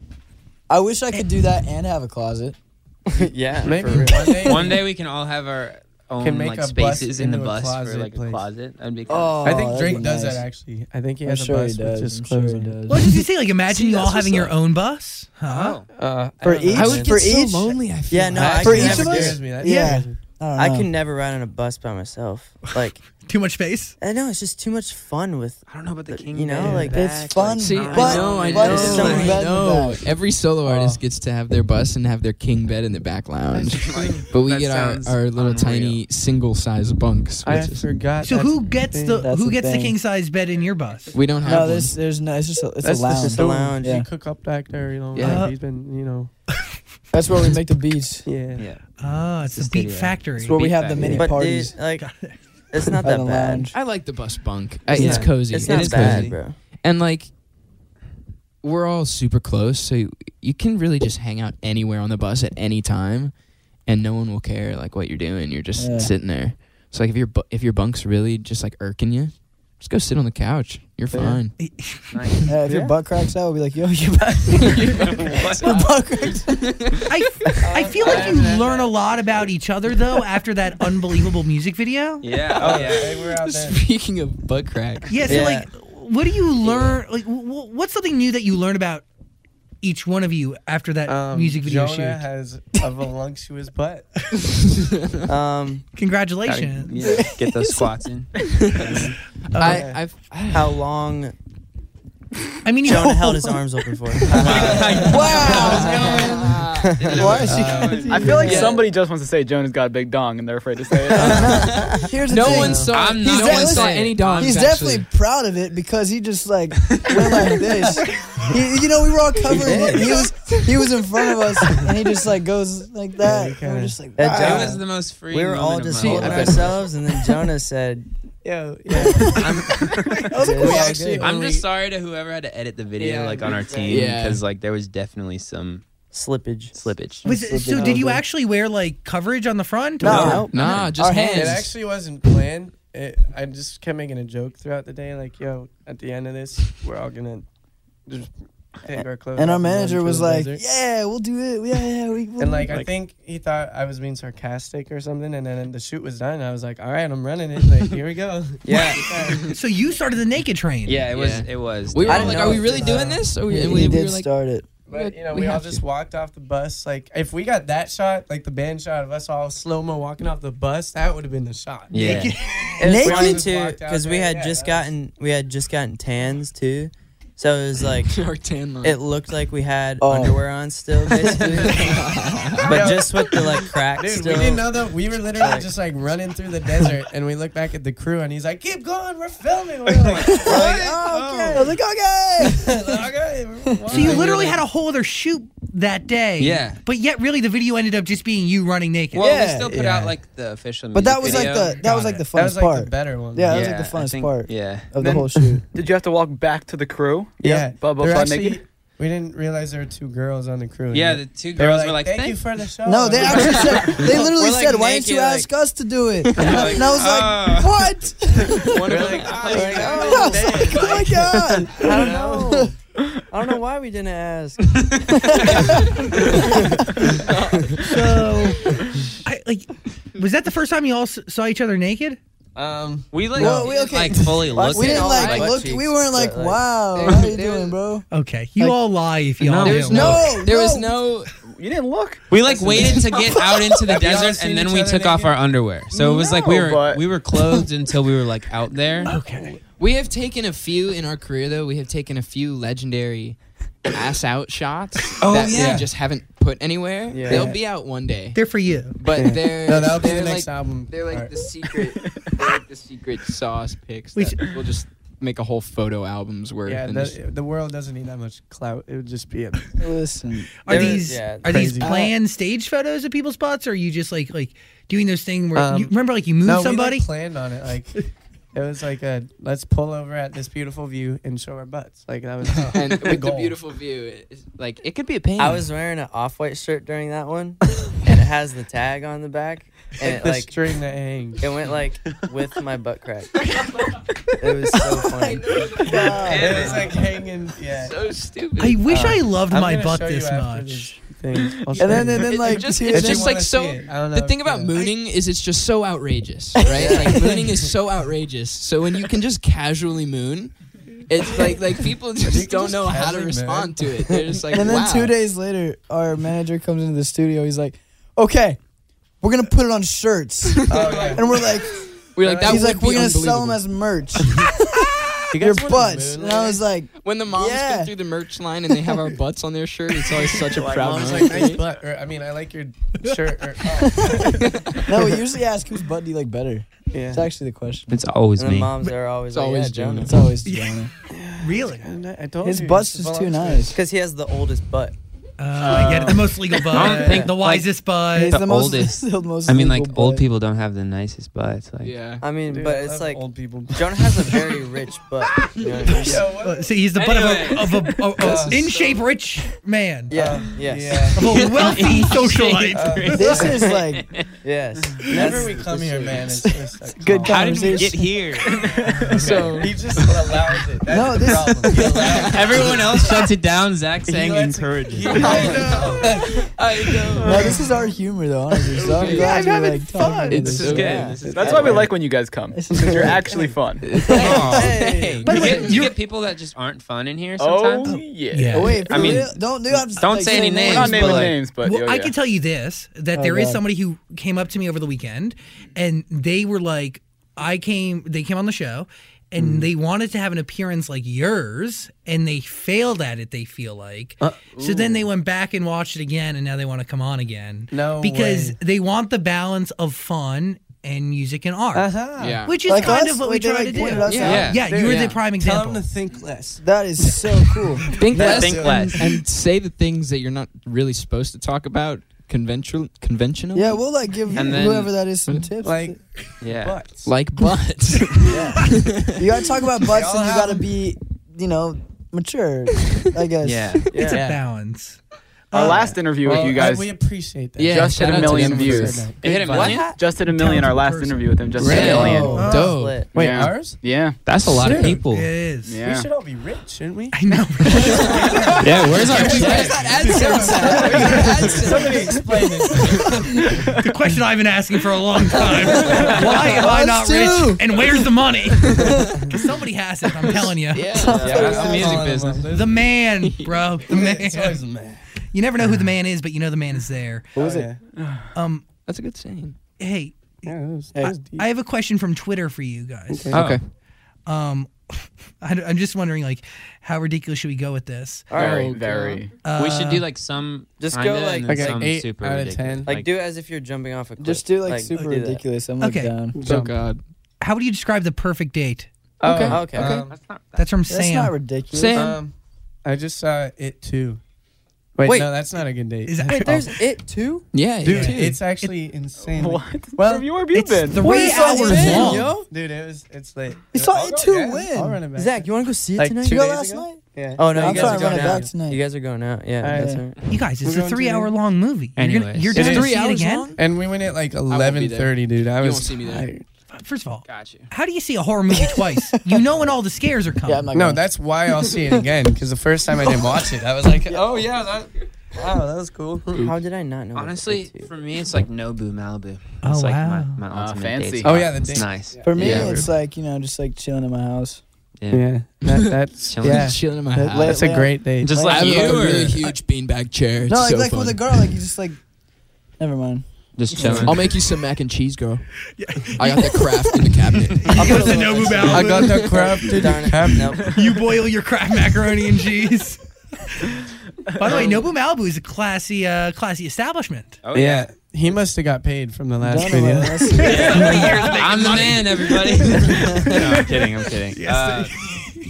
[SPEAKER 7] I wish I could do that and have a closet.
[SPEAKER 9] yeah.
[SPEAKER 5] maybe
[SPEAKER 9] for real.
[SPEAKER 5] one day.
[SPEAKER 10] one day we can all have our own
[SPEAKER 5] Can make
[SPEAKER 10] like
[SPEAKER 5] a bus
[SPEAKER 10] spaces in the
[SPEAKER 5] into a
[SPEAKER 10] bus for
[SPEAKER 5] closet
[SPEAKER 10] like
[SPEAKER 5] place.
[SPEAKER 10] a closet. That'd be cool.
[SPEAKER 7] Oh,
[SPEAKER 5] I think
[SPEAKER 7] that'd
[SPEAKER 5] Drake
[SPEAKER 7] be
[SPEAKER 5] does
[SPEAKER 7] nice.
[SPEAKER 5] that actually. I think he
[SPEAKER 7] I'm
[SPEAKER 5] has
[SPEAKER 7] sure
[SPEAKER 5] a bus
[SPEAKER 7] he does.
[SPEAKER 5] with just
[SPEAKER 7] I'm sure
[SPEAKER 5] clothes
[SPEAKER 7] he
[SPEAKER 5] on.
[SPEAKER 7] does.
[SPEAKER 4] What did you say? Like, imagine you all
[SPEAKER 9] that's
[SPEAKER 4] having
[SPEAKER 9] what's
[SPEAKER 4] your
[SPEAKER 9] up.
[SPEAKER 4] own bus? Huh?
[SPEAKER 10] Oh.
[SPEAKER 5] Uh,
[SPEAKER 7] For
[SPEAKER 5] I don't know.
[SPEAKER 7] each-
[SPEAKER 8] I would
[SPEAKER 7] for
[SPEAKER 8] get so
[SPEAKER 7] each-
[SPEAKER 8] lonely. I feel.
[SPEAKER 9] Yeah, no,
[SPEAKER 8] like.
[SPEAKER 9] I
[SPEAKER 7] For
[SPEAKER 9] could
[SPEAKER 7] each
[SPEAKER 9] never
[SPEAKER 7] of
[SPEAKER 9] do
[SPEAKER 7] us?
[SPEAKER 9] it.
[SPEAKER 7] Yeah.
[SPEAKER 5] yeah.
[SPEAKER 7] I,
[SPEAKER 9] I
[SPEAKER 7] don't know.
[SPEAKER 9] can never ride on a bus by myself. Like,
[SPEAKER 4] Too much space?
[SPEAKER 9] I know it's just too much fun with.
[SPEAKER 10] I don't know about the
[SPEAKER 9] But,
[SPEAKER 10] king.
[SPEAKER 9] you know,
[SPEAKER 10] bed,
[SPEAKER 9] like,
[SPEAKER 10] back,
[SPEAKER 7] it's fun,
[SPEAKER 8] See,
[SPEAKER 10] not-
[SPEAKER 7] but-
[SPEAKER 8] I know, I
[SPEAKER 7] but
[SPEAKER 8] know,
[SPEAKER 7] it's
[SPEAKER 9] so
[SPEAKER 8] I
[SPEAKER 7] bad in the
[SPEAKER 8] know.
[SPEAKER 7] back.
[SPEAKER 8] Every solo artist gets to have their bus and have their king bed in the back lounge, but we
[SPEAKER 10] That
[SPEAKER 8] get our,
[SPEAKER 10] sounds
[SPEAKER 8] our little
[SPEAKER 10] unreal.
[SPEAKER 8] tiny single size bunks. Which
[SPEAKER 5] I
[SPEAKER 8] is,
[SPEAKER 5] forgot.
[SPEAKER 4] So
[SPEAKER 5] that's
[SPEAKER 4] who gets
[SPEAKER 5] thing.
[SPEAKER 4] the
[SPEAKER 7] That's
[SPEAKER 4] who
[SPEAKER 7] the
[SPEAKER 4] gets the
[SPEAKER 7] thing.
[SPEAKER 4] king size bed in your bus?
[SPEAKER 8] we don't have.
[SPEAKER 7] No,
[SPEAKER 8] one.
[SPEAKER 7] there's there's no. It's just a, it's
[SPEAKER 5] That's
[SPEAKER 7] a lounge.
[SPEAKER 5] just
[SPEAKER 9] a lounge.
[SPEAKER 5] You
[SPEAKER 7] Yeah. Uh,
[SPEAKER 5] cook up back there, you know.
[SPEAKER 8] Yeah.
[SPEAKER 5] He's been, you know.
[SPEAKER 7] That's where we make the beats.
[SPEAKER 5] Yeah.
[SPEAKER 10] Yeah.
[SPEAKER 4] Oh, it's,
[SPEAKER 10] It's
[SPEAKER 4] the
[SPEAKER 10] the
[SPEAKER 4] Beat
[SPEAKER 10] studio.
[SPEAKER 4] Factory.
[SPEAKER 7] That's where we
[SPEAKER 10] Beat
[SPEAKER 7] have the
[SPEAKER 10] factory.
[SPEAKER 7] mini
[SPEAKER 9] But
[SPEAKER 7] parties.
[SPEAKER 9] dude, like, it's not
[SPEAKER 7] out
[SPEAKER 9] that
[SPEAKER 7] in the
[SPEAKER 9] bad.
[SPEAKER 7] lounge.
[SPEAKER 8] I like the bus bunk. I,
[SPEAKER 9] Yeah.
[SPEAKER 8] It's cozy.
[SPEAKER 9] It's
[SPEAKER 8] It
[SPEAKER 9] not
[SPEAKER 8] is
[SPEAKER 9] bad,
[SPEAKER 8] cozy.
[SPEAKER 9] bro.
[SPEAKER 8] And like, we're all super close, so you, you can really just hang out anywhere on the bus at any time, and no one will care like what you're doing. You're just
[SPEAKER 7] Yeah.
[SPEAKER 8] sitting there. So like, if your bu- if your bunk's really just like irking you, just go sit on the couch. You're
[SPEAKER 9] Yeah.
[SPEAKER 8] fine.
[SPEAKER 10] Nice.
[SPEAKER 7] Yeah, if your
[SPEAKER 9] Yeah.
[SPEAKER 7] butt cracks out, we'll be like, yo, you butt, your butt cracks out.
[SPEAKER 4] I, I feel like you learn a lot about each other though after that unbelievable music video.
[SPEAKER 10] Yeah. Oh yeah.
[SPEAKER 7] We're out there.
[SPEAKER 8] Speaking of butt crack,
[SPEAKER 4] Yeah. So
[SPEAKER 9] Yeah.
[SPEAKER 4] like, what do you learn? Like, w- what's something new that you learned about each one of you after that
[SPEAKER 5] Um,
[SPEAKER 4] music video
[SPEAKER 5] Jonah
[SPEAKER 4] shoot?
[SPEAKER 5] has a voluptuous butt.
[SPEAKER 9] Um,
[SPEAKER 4] Congratulations.
[SPEAKER 10] Yeah, Get those squats in.
[SPEAKER 8] I, I've
[SPEAKER 9] how long
[SPEAKER 4] I mean, you
[SPEAKER 9] Jonah
[SPEAKER 4] know,
[SPEAKER 9] held his arms open for?
[SPEAKER 7] Why is she-
[SPEAKER 10] Uh,
[SPEAKER 6] I feel like
[SPEAKER 8] Yeah.
[SPEAKER 6] somebody just wants to say Jonah's got a big dong and they're afraid to say it.
[SPEAKER 7] Here's the
[SPEAKER 8] no
[SPEAKER 7] thing.
[SPEAKER 8] one saw.
[SPEAKER 10] I'm not
[SPEAKER 8] no
[SPEAKER 7] saying
[SPEAKER 8] one saw
[SPEAKER 7] it.
[SPEAKER 8] any dogs.
[SPEAKER 7] He's
[SPEAKER 8] actually.
[SPEAKER 7] definitely proud of it because he just like went like this. He, you know, we were all covering it. He was he was in front of us, and he just like goes like that.
[SPEAKER 5] Yeah,
[SPEAKER 7] And
[SPEAKER 5] kinda-
[SPEAKER 7] we're just like,
[SPEAKER 9] That
[SPEAKER 7] wow.
[SPEAKER 9] Jonah-
[SPEAKER 10] It was the most free.
[SPEAKER 9] we were all
[SPEAKER 10] moment of
[SPEAKER 9] just
[SPEAKER 10] my
[SPEAKER 9] holding
[SPEAKER 10] life.
[SPEAKER 9] ourselves, and then Jonah said,
[SPEAKER 5] Yo, yeah.
[SPEAKER 7] I was like,
[SPEAKER 9] It's
[SPEAKER 7] we
[SPEAKER 9] all
[SPEAKER 7] actually.
[SPEAKER 9] good.
[SPEAKER 10] I'm just sorry to whoever had to edit the video,
[SPEAKER 5] Yeah,
[SPEAKER 10] like on our
[SPEAKER 5] exactly.
[SPEAKER 10] team,
[SPEAKER 8] Yeah.
[SPEAKER 10] because like there was definitely some
[SPEAKER 9] "Slippage."
[SPEAKER 10] slippage.
[SPEAKER 4] Was it- so did you
[SPEAKER 7] over.
[SPEAKER 4] actually wear like coverage on the front?
[SPEAKER 7] No.
[SPEAKER 4] or-
[SPEAKER 7] No.
[SPEAKER 8] Nah, just
[SPEAKER 7] Our hands.
[SPEAKER 8] hands.
[SPEAKER 5] It actually wasn't planned. It, I just kept making a joke throughout the day, like, "Yo, at the end of this, we're all gonna just take our clothes."
[SPEAKER 7] And our
[SPEAKER 5] off run
[SPEAKER 7] manager
[SPEAKER 5] to
[SPEAKER 7] was
[SPEAKER 5] the
[SPEAKER 7] like,
[SPEAKER 5] desert."
[SPEAKER 7] yeah, we'll do it. Yeah, yeah, we. We'll
[SPEAKER 5] And
[SPEAKER 7] do
[SPEAKER 5] like,
[SPEAKER 7] it."
[SPEAKER 5] I think he thought I was being sarcastic or something. And then the shoot was done. I was like, "All right, I'm running it. Like, here we go."
[SPEAKER 10] Yeah.
[SPEAKER 4] So you started the naked train.
[SPEAKER 10] Yeah. It was.
[SPEAKER 8] Yeah.
[SPEAKER 10] It was.
[SPEAKER 8] We were
[SPEAKER 7] I
[SPEAKER 8] all
[SPEAKER 7] didn't
[SPEAKER 8] like,
[SPEAKER 7] know
[SPEAKER 8] "Are we
[SPEAKER 7] it
[SPEAKER 8] really
[SPEAKER 7] was,
[SPEAKER 8] doing
[SPEAKER 7] uh,
[SPEAKER 8] this?" Are we,
[SPEAKER 7] he
[SPEAKER 8] and we, we
[SPEAKER 7] did
[SPEAKER 8] were like,
[SPEAKER 7] start it.
[SPEAKER 5] But you know,
[SPEAKER 8] We
[SPEAKER 5] we, all
[SPEAKER 8] have
[SPEAKER 5] just
[SPEAKER 8] to.
[SPEAKER 5] walked off the bus. Like, if we got that shot, like the band shot of us all slow mo walking off the bus, that would have been the shot.
[SPEAKER 10] yeah.
[SPEAKER 9] It was
[SPEAKER 7] Naked?
[SPEAKER 9] funny
[SPEAKER 5] Just
[SPEAKER 9] too,
[SPEAKER 5] walked out
[SPEAKER 9] because we
[SPEAKER 5] there,
[SPEAKER 9] had
[SPEAKER 5] yeah,
[SPEAKER 9] just
[SPEAKER 5] that was-
[SPEAKER 9] gotten we had just gotten tans too, so it was like
[SPEAKER 8] "Our tan line."
[SPEAKER 9] it looked like we had
[SPEAKER 7] Oh.
[SPEAKER 9] underwear on still, basically, but just with the like cracks
[SPEAKER 5] Dude,
[SPEAKER 9] still.
[SPEAKER 5] we didn't know that we were literally just like running through the desert, and we looked back at the crew, and he's like, "Keep going, we're filming." We're like, "What?
[SPEAKER 7] We're like, oh, okay. I was like, okay.
[SPEAKER 5] Okay, we're-
[SPEAKER 4] So you literally had a whole other shoot that day.
[SPEAKER 10] Yeah.
[SPEAKER 4] But yet, really, the video ended up just being you running naked.
[SPEAKER 10] Well,
[SPEAKER 7] Yeah.
[SPEAKER 10] we still put
[SPEAKER 5] Yeah.
[SPEAKER 10] out like the official.
[SPEAKER 7] But that was
[SPEAKER 10] music
[SPEAKER 7] like
[SPEAKER 10] video.
[SPEAKER 7] the that was
[SPEAKER 4] Got
[SPEAKER 7] like the
[SPEAKER 4] it.
[SPEAKER 5] That
[SPEAKER 7] funnest
[SPEAKER 5] was like
[SPEAKER 7] part
[SPEAKER 5] the better one.
[SPEAKER 7] Yeah, that was, like, the
[SPEAKER 10] I
[SPEAKER 7] funnest
[SPEAKER 10] think-
[SPEAKER 7] part.
[SPEAKER 10] Yeah.
[SPEAKER 7] of the
[SPEAKER 6] Then-
[SPEAKER 7] whole shoot.
[SPEAKER 6] Did you have to walk back to the crew?
[SPEAKER 5] yeah.
[SPEAKER 6] Blah, blah,
[SPEAKER 5] There
[SPEAKER 6] blah,
[SPEAKER 5] actually-
[SPEAKER 6] naked?
[SPEAKER 5] We didn't realize there were two girls on the crew.
[SPEAKER 10] Yeah.
[SPEAKER 5] And
[SPEAKER 10] The two
[SPEAKER 5] they were
[SPEAKER 10] girls
[SPEAKER 5] like,
[SPEAKER 10] were like,
[SPEAKER 5] "Thank,
[SPEAKER 10] "Thank
[SPEAKER 5] you for the show."
[SPEAKER 7] No, they
[SPEAKER 5] And
[SPEAKER 7] actually said they literally
[SPEAKER 9] We're, like,
[SPEAKER 7] said, "Why didn't you
[SPEAKER 9] naked, like-
[SPEAKER 7] ask us to do it?" and
[SPEAKER 10] like,
[SPEAKER 7] I was like,
[SPEAKER 10] "Ah."
[SPEAKER 7] "What?"
[SPEAKER 10] One of them-
[SPEAKER 7] I was like, "Oh my god!"
[SPEAKER 9] I don't know. I don't know why we didn't ask.
[SPEAKER 4] So, I, like, was that the first time you all s- saw each other naked?
[SPEAKER 5] um,
[SPEAKER 10] We like,
[SPEAKER 7] Well, we-
[SPEAKER 10] didn't,
[SPEAKER 7] okay.
[SPEAKER 10] like fully look.
[SPEAKER 7] we
[SPEAKER 10] at
[SPEAKER 7] didn't
[SPEAKER 10] all
[SPEAKER 7] like,
[SPEAKER 10] the butt
[SPEAKER 7] look. We
[SPEAKER 10] cheeks,
[SPEAKER 7] weren't like,
[SPEAKER 9] but, like-
[SPEAKER 7] "Wow, how are you
[SPEAKER 8] There was-
[SPEAKER 7] doing, bro?"
[SPEAKER 4] Okay. You
[SPEAKER 7] Like-
[SPEAKER 4] all lie if you all
[SPEAKER 8] there
[SPEAKER 4] do.
[SPEAKER 8] was no,
[SPEAKER 7] No,
[SPEAKER 8] there was
[SPEAKER 7] no.
[SPEAKER 8] no
[SPEAKER 6] You didn't look.
[SPEAKER 10] We like waited to get out into the
[SPEAKER 5] Have y'all
[SPEAKER 10] desert
[SPEAKER 5] seen
[SPEAKER 10] and then
[SPEAKER 5] each
[SPEAKER 10] we
[SPEAKER 5] other
[SPEAKER 10] took off
[SPEAKER 5] naked?
[SPEAKER 10] our underwear. So it was like
[SPEAKER 6] No,
[SPEAKER 10] we were
[SPEAKER 6] but-
[SPEAKER 10] we were clothed until we were like out there.
[SPEAKER 4] Okay.
[SPEAKER 8] We have taken a few in our career, though. We have taken a few legendary ass out shots that
[SPEAKER 5] yeah.
[SPEAKER 8] we just haven't put anywhere.
[SPEAKER 9] Yeah.
[SPEAKER 8] They'll be out one day,
[SPEAKER 4] They're for you.
[SPEAKER 8] but they're
[SPEAKER 5] no, that'll be
[SPEAKER 8] they're
[SPEAKER 5] the next
[SPEAKER 8] like,
[SPEAKER 5] album.
[SPEAKER 8] They're like
[SPEAKER 5] art.
[SPEAKER 8] the secret, they're like the secret sauce picks.
[SPEAKER 4] We
[SPEAKER 8] that we'll just make a whole photo album's worth.
[SPEAKER 5] Yeah,
[SPEAKER 8] and just-
[SPEAKER 5] the, the world doesn't need that much clout. It would just be a
[SPEAKER 7] Listen,
[SPEAKER 4] Are
[SPEAKER 9] There was-
[SPEAKER 4] these
[SPEAKER 9] yeah,
[SPEAKER 4] are these
[SPEAKER 5] crazy.
[SPEAKER 4] planned stage photos of people's spots, or are you just like like doing this thing where
[SPEAKER 5] Um,
[SPEAKER 4] you remember like you move
[SPEAKER 5] no,
[SPEAKER 4] somebody?
[SPEAKER 5] We, like, planned on it. Like it was like a let's pull over at this beautiful view and show our butts. Like that was
[SPEAKER 8] and
[SPEAKER 5] the
[SPEAKER 8] with the
[SPEAKER 5] goal.
[SPEAKER 8] beautiful view, it's, like it could be a pain.
[SPEAKER 9] I was wearing an off-white shirt during that one, and it has the tag on the back, and it
[SPEAKER 5] the
[SPEAKER 9] like
[SPEAKER 5] string that hangs.
[SPEAKER 9] it went like with my butt crack. It was so funny.
[SPEAKER 5] it was like hanging. Yeah.
[SPEAKER 8] so stupid.
[SPEAKER 4] I wish I loved
[SPEAKER 5] Uh, I'm
[SPEAKER 4] my
[SPEAKER 5] gonna
[SPEAKER 4] butt
[SPEAKER 5] show you
[SPEAKER 4] this
[SPEAKER 5] after
[SPEAKER 4] much.
[SPEAKER 5] this thing. I'll show
[SPEAKER 7] and then
[SPEAKER 5] you.
[SPEAKER 7] and
[SPEAKER 8] It-
[SPEAKER 7] then
[SPEAKER 8] it
[SPEAKER 7] like,
[SPEAKER 8] just-
[SPEAKER 7] here's
[SPEAKER 8] it's
[SPEAKER 5] If you
[SPEAKER 8] just like
[SPEAKER 5] wanna
[SPEAKER 8] so-
[SPEAKER 5] see it. I don't know
[SPEAKER 8] The
[SPEAKER 5] if
[SPEAKER 8] thing
[SPEAKER 5] you
[SPEAKER 8] about
[SPEAKER 5] know.
[SPEAKER 8] mooning is it's just so outrageous, right? Like mooning is so outrageous. So when you can just casually moon, it's like like people just
[SPEAKER 5] can
[SPEAKER 8] don't
[SPEAKER 5] just
[SPEAKER 8] know how to
[SPEAKER 5] casually
[SPEAKER 8] respond to it. They're just like,
[SPEAKER 7] and then
[SPEAKER 8] wow.
[SPEAKER 7] two days later, our manager comes into the studio. He's like, "Okay, we're gonna put it on shirts,"
[SPEAKER 5] Oh, yeah.
[SPEAKER 7] and we're like,
[SPEAKER 8] We're like, that
[SPEAKER 7] "He's
[SPEAKER 8] would
[SPEAKER 7] like,
[SPEAKER 8] be
[SPEAKER 7] we're gonna sell them
[SPEAKER 8] unbelievable."
[SPEAKER 7] as merch,
[SPEAKER 5] You guys
[SPEAKER 7] your
[SPEAKER 5] wanna
[SPEAKER 7] butts."
[SPEAKER 5] moon
[SPEAKER 7] And I was like,
[SPEAKER 8] when the moms
[SPEAKER 7] Yeah.
[SPEAKER 8] come through the merch line and they have our butts on their shirt. It's always such a
[SPEAKER 5] Like,
[SPEAKER 8] proud
[SPEAKER 5] mom's like,
[SPEAKER 8] moment.
[SPEAKER 5] nice butt. Or, I mean, I like your shirt. Or, oh,
[SPEAKER 7] "No, we usually ask whose butt do you like better." It's
[SPEAKER 5] yeah.
[SPEAKER 7] actually the question.
[SPEAKER 10] It's always
[SPEAKER 9] And the
[SPEAKER 10] me.
[SPEAKER 9] moms are always
[SPEAKER 8] It's
[SPEAKER 9] like,
[SPEAKER 8] always
[SPEAKER 9] yeah,
[SPEAKER 8] Jonah.
[SPEAKER 9] Jonah.
[SPEAKER 7] It's always Jonah.
[SPEAKER 4] Really?
[SPEAKER 5] I told
[SPEAKER 7] His
[SPEAKER 5] you,
[SPEAKER 7] butt's
[SPEAKER 5] it's
[SPEAKER 7] just too
[SPEAKER 5] voluptuous.
[SPEAKER 7] nice.
[SPEAKER 9] Because he has the oldest butt.
[SPEAKER 4] Uh, I get it. The most legal bud.
[SPEAKER 10] don't think,
[SPEAKER 4] the
[SPEAKER 10] like,
[SPEAKER 4] wisest bud.
[SPEAKER 7] He's
[SPEAKER 10] the
[SPEAKER 7] the most-
[SPEAKER 10] oldest.
[SPEAKER 7] the most
[SPEAKER 10] I mean, like
[SPEAKER 7] legal
[SPEAKER 10] old
[SPEAKER 7] butt.
[SPEAKER 10] people don't have the nicest butts. Like,
[SPEAKER 8] Yeah.
[SPEAKER 9] I mean,
[SPEAKER 5] Dude, I
[SPEAKER 9] but it's
[SPEAKER 5] love
[SPEAKER 9] like
[SPEAKER 5] old people.
[SPEAKER 9] Jonah has a very rich butt. you know what I mean?
[SPEAKER 4] Uh, See, he's the butt of a, of a,
[SPEAKER 5] This is
[SPEAKER 4] in shape rich man.
[SPEAKER 9] Yeah. Yes.
[SPEAKER 4] Of a wealthy socialite.
[SPEAKER 7] This is like
[SPEAKER 9] Yes.
[SPEAKER 5] Whenever
[SPEAKER 9] That's
[SPEAKER 5] we
[SPEAKER 9] the
[SPEAKER 5] come here,
[SPEAKER 9] shit.
[SPEAKER 5] man, it's just like
[SPEAKER 7] good
[SPEAKER 5] oh,
[SPEAKER 10] How did we get
[SPEAKER 7] conversation.
[SPEAKER 10] here?
[SPEAKER 5] So he just allows it. That's
[SPEAKER 7] No,
[SPEAKER 5] the
[SPEAKER 7] this-
[SPEAKER 5] problem. He allows it.
[SPEAKER 10] Everyone else shuts it down. Zach Sang
[SPEAKER 5] lets-
[SPEAKER 10] encourages.
[SPEAKER 5] He- I know.
[SPEAKER 7] No, this is our humor though, honestly. So I'm glad
[SPEAKER 5] I'm
[SPEAKER 7] we're
[SPEAKER 5] having
[SPEAKER 7] like talking
[SPEAKER 5] fun.
[SPEAKER 7] about
[SPEAKER 10] It's
[SPEAKER 7] this.
[SPEAKER 10] good.
[SPEAKER 9] Yeah.
[SPEAKER 10] This is
[SPEAKER 6] That's why we like when you guys come. Because you're actually fun.
[SPEAKER 10] Hey,
[SPEAKER 4] By the
[SPEAKER 10] you,
[SPEAKER 4] way,
[SPEAKER 10] get, you
[SPEAKER 4] you're-
[SPEAKER 10] get people that just aren't fun in here sometimes.
[SPEAKER 6] Oh, yeah.
[SPEAKER 4] Yeah.
[SPEAKER 7] Oh, wait, for
[SPEAKER 10] I mean,
[SPEAKER 7] real? don't do. I'm
[SPEAKER 10] don't say any
[SPEAKER 6] We're
[SPEAKER 10] names,
[SPEAKER 6] not naming
[SPEAKER 10] but like-
[SPEAKER 6] names, but
[SPEAKER 4] well,
[SPEAKER 6] oh,
[SPEAKER 4] I
[SPEAKER 6] yeah.
[SPEAKER 4] can tell you this that
[SPEAKER 7] Oh,
[SPEAKER 4] there is
[SPEAKER 7] God.
[SPEAKER 4] somebody who came up to me over the weekend and they were like, I came, they came on the show and they wanted to have an appearance like yours and they failed at it, they feel like. so then they went back and watched it again and now they want to come on again.
[SPEAKER 5] No
[SPEAKER 4] Because
[SPEAKER 5] way.
[SPEAKER 4] they want the balance of fun and music and art,
[SPEAKER 5] Uh-huh.
[SPEAKER 8] Yeah.
[SPEAKER 4] which is
[SPEAKER 7] Like
[SPEAKER 4] kind
[SPEAKER 7] us?
[SPEAKER 4] of what
[SPEAKER 7] Wait,
[SPEAKER 4] we
[SPEAKER 7] they,
[SPEAKER 4] try
[SPEAKER 7] like,
[SPEAKER 4] to do.
[SPEAKER 7] pointed us
[SPEAKER 4] yeah,
[SPEAKER 8] out?
[SPEAKER 4] yeah, you were
[SPEAKER 8] Yeah.
[SPEAKER 4] the prime
[SPEAKER 5] Tell
[SPEAKER 4] example.
[SPEAKER 5] him to think less.
[SPEAKER 7] That is so cool.
[SPEAKER 8] Think
[SPEAKER 7] That's
[SPEAKER 8] less,
[SPEAKER 7] Think
[SPEAKER 8] and-
[SPEAKER 10] less.
[SPEAKER 8] And, say the things that you're not really supposed to talk about conventional conventional
[SPEAKER 7] Yeah, we'll like give
[SPEAKER 10] And then-
[SPEAKER 7] whoever that is some tips.
[SPEAKER 5] Like
[SPEAKER 10] Yeah.
[SPEAKER 5] butts.
[SPEAKER 8] like butts.
[SPEAKER 7] you gotta talk about
[SPEAKER 5] all
[SPEAKER 7] butts and you
[SPEAKER 5] have
[SPEAKER 7] gotta be, you know, mature. I guess.
[SPEAKER 10] Yeah.
[SPEAKER 4] It's
[SPEAKER 9] Yeah.
[SPEAKER 4] a balance.
[SPEAKER 6] Our last interview
[SPEAKER 5] Well,
[SPEAKER 6] with you
[SPEAKER 5] I-
[SPEAKER 6] guys
[SPEAKER 5] we appreciate that.
[SPEAKER 8] Yeah,
[SPEAKER 6] just hit
[SPEAKER 8] shout
[SPEAKER 6] a
[SPEAKER 8] out to
[SPEAKER 6] million
[SPEAKER 8] them for
[SPEAKER 6] views.
[SPEAKER 5] saying
[SPEAKER 10] They hit a
[SPEAKER 5] What?
[SPEAKER 10] million.
[SPEAKER 6] Just hit a million. Our last
[SPEAKER 4] person.
[SPEAKER 6] interview with him just hit a
[SPEAKER 8] Really?
[SPEAKER 6] million.
[SPEAKER 9] Oh,
[SPEAKER 8] Dope.
[SPEAKER 9] split.
[SPEAKER 5] Wait,
[SPEAKER 6] Yeah.
[SPEAKER 5] ours?
[SPEAKER 6] Yeah.
[SPEAKER 8] That's a lot of
[SPEAKER 5] Dude.
[SPEAKER 8] people.
[SPEAKER 4] It is.
[SPEAKER 5] We
[SPEAKER 6] Yeah.
[SPEAKER 5] should all be rich, shouldn't we?
[SPEAKER 4] I know.
[SPEAKER 8] Yeah, where's our
[SPEAKER 5] Somebody explain this.
[SPEAKER 4] the question I've been asking for a long time. Why am I not
[SPEAKER 7] Us too.
[SPEAKER 4] rich? And where's the money? 'Cause somebody has it. I'm telling you.
[SPEAKER 8] Yeah, that's the music business.
[SPEAKER 4] The man, bro. The
[SPEAKER 5] It's always
[SPEAKER 4] man.
[SPEAKER 5] the man.
[SPEAKER 4] You never know who the man is, but you know the man is there.
[SPEAKER 5] What was it?
[SPEAKER 4] Um,
[SPEAKER 8] That's a good saying.
[SPEAKER 4] hey,
[SPEAKER 5] Oh, Yeah, that was,
[SPEAKER 7] I-
[SPEAKER 5] that was deep.
[SPEAKER 4] I have a question from Twitter for you guys.
[SPEAKER 8] Okay.
[SPEAKER 4] Um, I, am just wondering, like, how ridiculous should we go with this?
[SPEAKER 6] Very,
[SPEAKER 8] Oh,
[SPEAKER 6] very.
[SPEAKER 4] Uh,
[SPEAKER 10] we should do like some.
[SPEAKER 9] Just
[SPEAKER 10] kinda,
[SPEAKER 9] go, like-
[SPEAKER 10] and then
[SPEAKER 5] Okay,
[SPEAKER 10] some
[SPEAKER 5] eight
[SPEAKER 10] super
[SPEAKER 5] out of
[SPEAKER 10] ridiculous.
[SPEAKER 5] 10.
[SPEAKER 9] Like, do it as if you're jumping off a cliff.
[SPEAKER 7] Just do like, super
[SPEAKER 9] do that.
[SPEAKER 7] ridiculous. I'm
[SPEAKER 4] Okay.
[SPEAKER 7] like down.
[SPEAKER 8] Oh God.
[SPEAKER 4] How would you describe the perfect date?
[SPEAKER 8] Okay.
[SPEAKER 5] Um,
[SPEAKER 9] Okay.
[SPEAKER 5] Um,
[SPEAKER 10] That's not.
[SPEAKER 4] That's from
[SPEAKER 7] That's not
[SPEAKER 4] Sam.
[SPEAKER 7] ridiculous.
[SPEAKER 8] Sam.
[SPEAKER 5] um, I just saw it too. Wait,
[SPEAKER 9] Wait.
[SPEAKER 5] no, that's not a good date. Oh,
[SPEAKER 4] Is that-
[SPEAKER 9] Wait, there's it too.
[SPEAKER 8] Yeah.
[SPEAKER 5] dude,
[SPEAKER 4] Yeah.
[SPEAKER 5] it's actually insane.
[SPEAKER 6] What?
[SPEAKER 5] Well,
[SPEAKER 6] Where have you
[SPEAKER 4] it's
[SPEAKER 6] been?
[SPEAKER 4] three
[SPEAKER 7] Wait,
[SPEAKER 4] hours
[SPEAKER 7] I didn't
[SPEAKER 4] long.
[SPEAKER 9] Yo,
[SPEAKER 5] Dude, it was it's late.
[SPEAKER 7] We saw it too, when?
[SPEAKER 5] I'll run it back.
[SPEAKER 9] Zach, you want to go see it
[SPEAKER 5] Like
[SPEAKER 9] tonight?
[SPEAKER 5] two
[SPEAKER 7] You go
[SPEAKER 5] days
[SPEAKER 7] last
[SPEAKER 5] ago?
[SPEAKER 7] night?
[SPEAKER 5] yeah.
[SPEAKER 9] Oh no,
[SPEAKER 7] I'm
[SPEAKER 9] you guys are
[SPEAKER 7] trying to
[SPEAKER 9] going
[SPEAKER 7] run it
[SPEAKER 9] out.
[SPEAKER 7] back tonight.
[SPEAKER 9] You guys are going out. Yeah.
[SPEAKER 5] Alright.
[SPEAKER 9] that's right.
[SPEAKER 4] You guys, it's
[SPEAKER 5] We're
[SPEAKER 4] a
[SPEAKER 5] going to
[SPEAKER 4] three-hour
[SPEAKER 5] dinner?
[SPEAKER 4] long movie. You're gonna-
[SPEAKER 10] Anyways.
[SPEAKER 4] you're
[SPEAKER 10] It
[SPEAKER 4] down to
[SPEAKER 5] is.
[SPEAKER 4] see it again?
[SPEAKER 5] And we went at like
[SPEAKER 8] won't be
[SPEAKER 5] eleven
[SPEAKER 8] there.
[SPEAKER 5] thirty, dude. I
[SPEAKER 8] You
[SPEAKER 5] was
[SPEAKER 8] won't see me there.
[SPEAKER 5] tired.
[SPEAKER 4] First of all,
[SPEAKER 10] Got you.
[SPEAKER 4] how do you see a horror movie twice? You know when all the scares are coming.
[SPEAKER 7] Yeah, I'm not
[SPEAKER 5] No,
[SPEAKER 7] going.
[SPEAKER 5] that's why I'll see it again. Because the first time I didn't watch it, I was like, "Oh yeah, that,
[SPEAKER 9] Wow, that was cool. How did I not know? about
[SPEAKER 10] Honestly,
[SPEAKER 9] it, too?
[SPEAKER 10] for me, it's like Nobu Malibu. It's
[SPEAKER 4] Oh,
[SPEAKER 10] like
[SPEAKER 4] wow.
[SPEAKER 10] my, my
[SPEAKER 6] Ah,
[SPEAKER 10] ultimate
[SPEAKER 6] fancy.
[SPEAKER 10] date
[SPEAKER 5] Oh,
[SPEAKER 10] spot.
[SPEAKER 5] yeah, the
[SPEAKER 10] it's
[SPEAKER 5] date.
[SPEAKER 10] nice.
[SPEAKER 7] For me,
[SPEAKER 10] Yeah.
[SPEAKER 7] it's like you know, just like chilling in my house.
[SPEAKER 10] Yeah.
[SPEAKER 5] yeah, that, that's
[SPEAKER 10] Chilling.
[SPEAKER 5] yeah,
[SPEAKER 8] Chilling in my
[SPEAKER 7] That-
[SPEAKER 8] house.
[SPEAKER 7] let-
[SPEAKER 5] that's a great date."
[SPEAKER 10] Just
[SPEAKER 8] I
[SPEAKER 10] like
[SPEAKER 8] have
[SPEAKER 10] you.
[SPEAKER 8] a
[SPEAKER 10] or-
[SPEAKER 8] really huge beanbag chair. It's
[SPEAKER 7] No, like
[SPEAKER 8] so
[SPEAKER 7] like
[SPEAKER 8] fun.
[SPEAKER 7] with a girl, like you just like. Never mind.
[SPEAKER 10] Just
[SPEAKER 8] I'll
[SPEAKER 10] chilling.
[SPEAKER 8] make you some mac and cheese, girl. I got that craft in the cabinet.
[SPEAKER 4] He goes to
[SPEAKER 9] put a
[SPEAKER 4] Nobu
[SPEAKER 9] little
[SPEAKER 4] Bell.
[SPEAKER 5] I got the crafted
[SPEAKER 9] Darn it.
[SPEAKER 5] cabinet.
[SPEAKER 9] Nope.
[SPEAKER 4] you boil your Kraft macaroni and cheese. By the way, Nobu Malibu is a classy, uh, classy establishment.
[SPEAKER 10] Oh,
[SPEAKER 5] Yeah, he must have got paid from the last
[SPEAKER 7] Don't know
[SPEAKER 5] video.
[SPEAKER 7] what else to do.
[SPEAKER 10] I'm the man, everybody. no, I'm kidding. I'm kidding. Uh,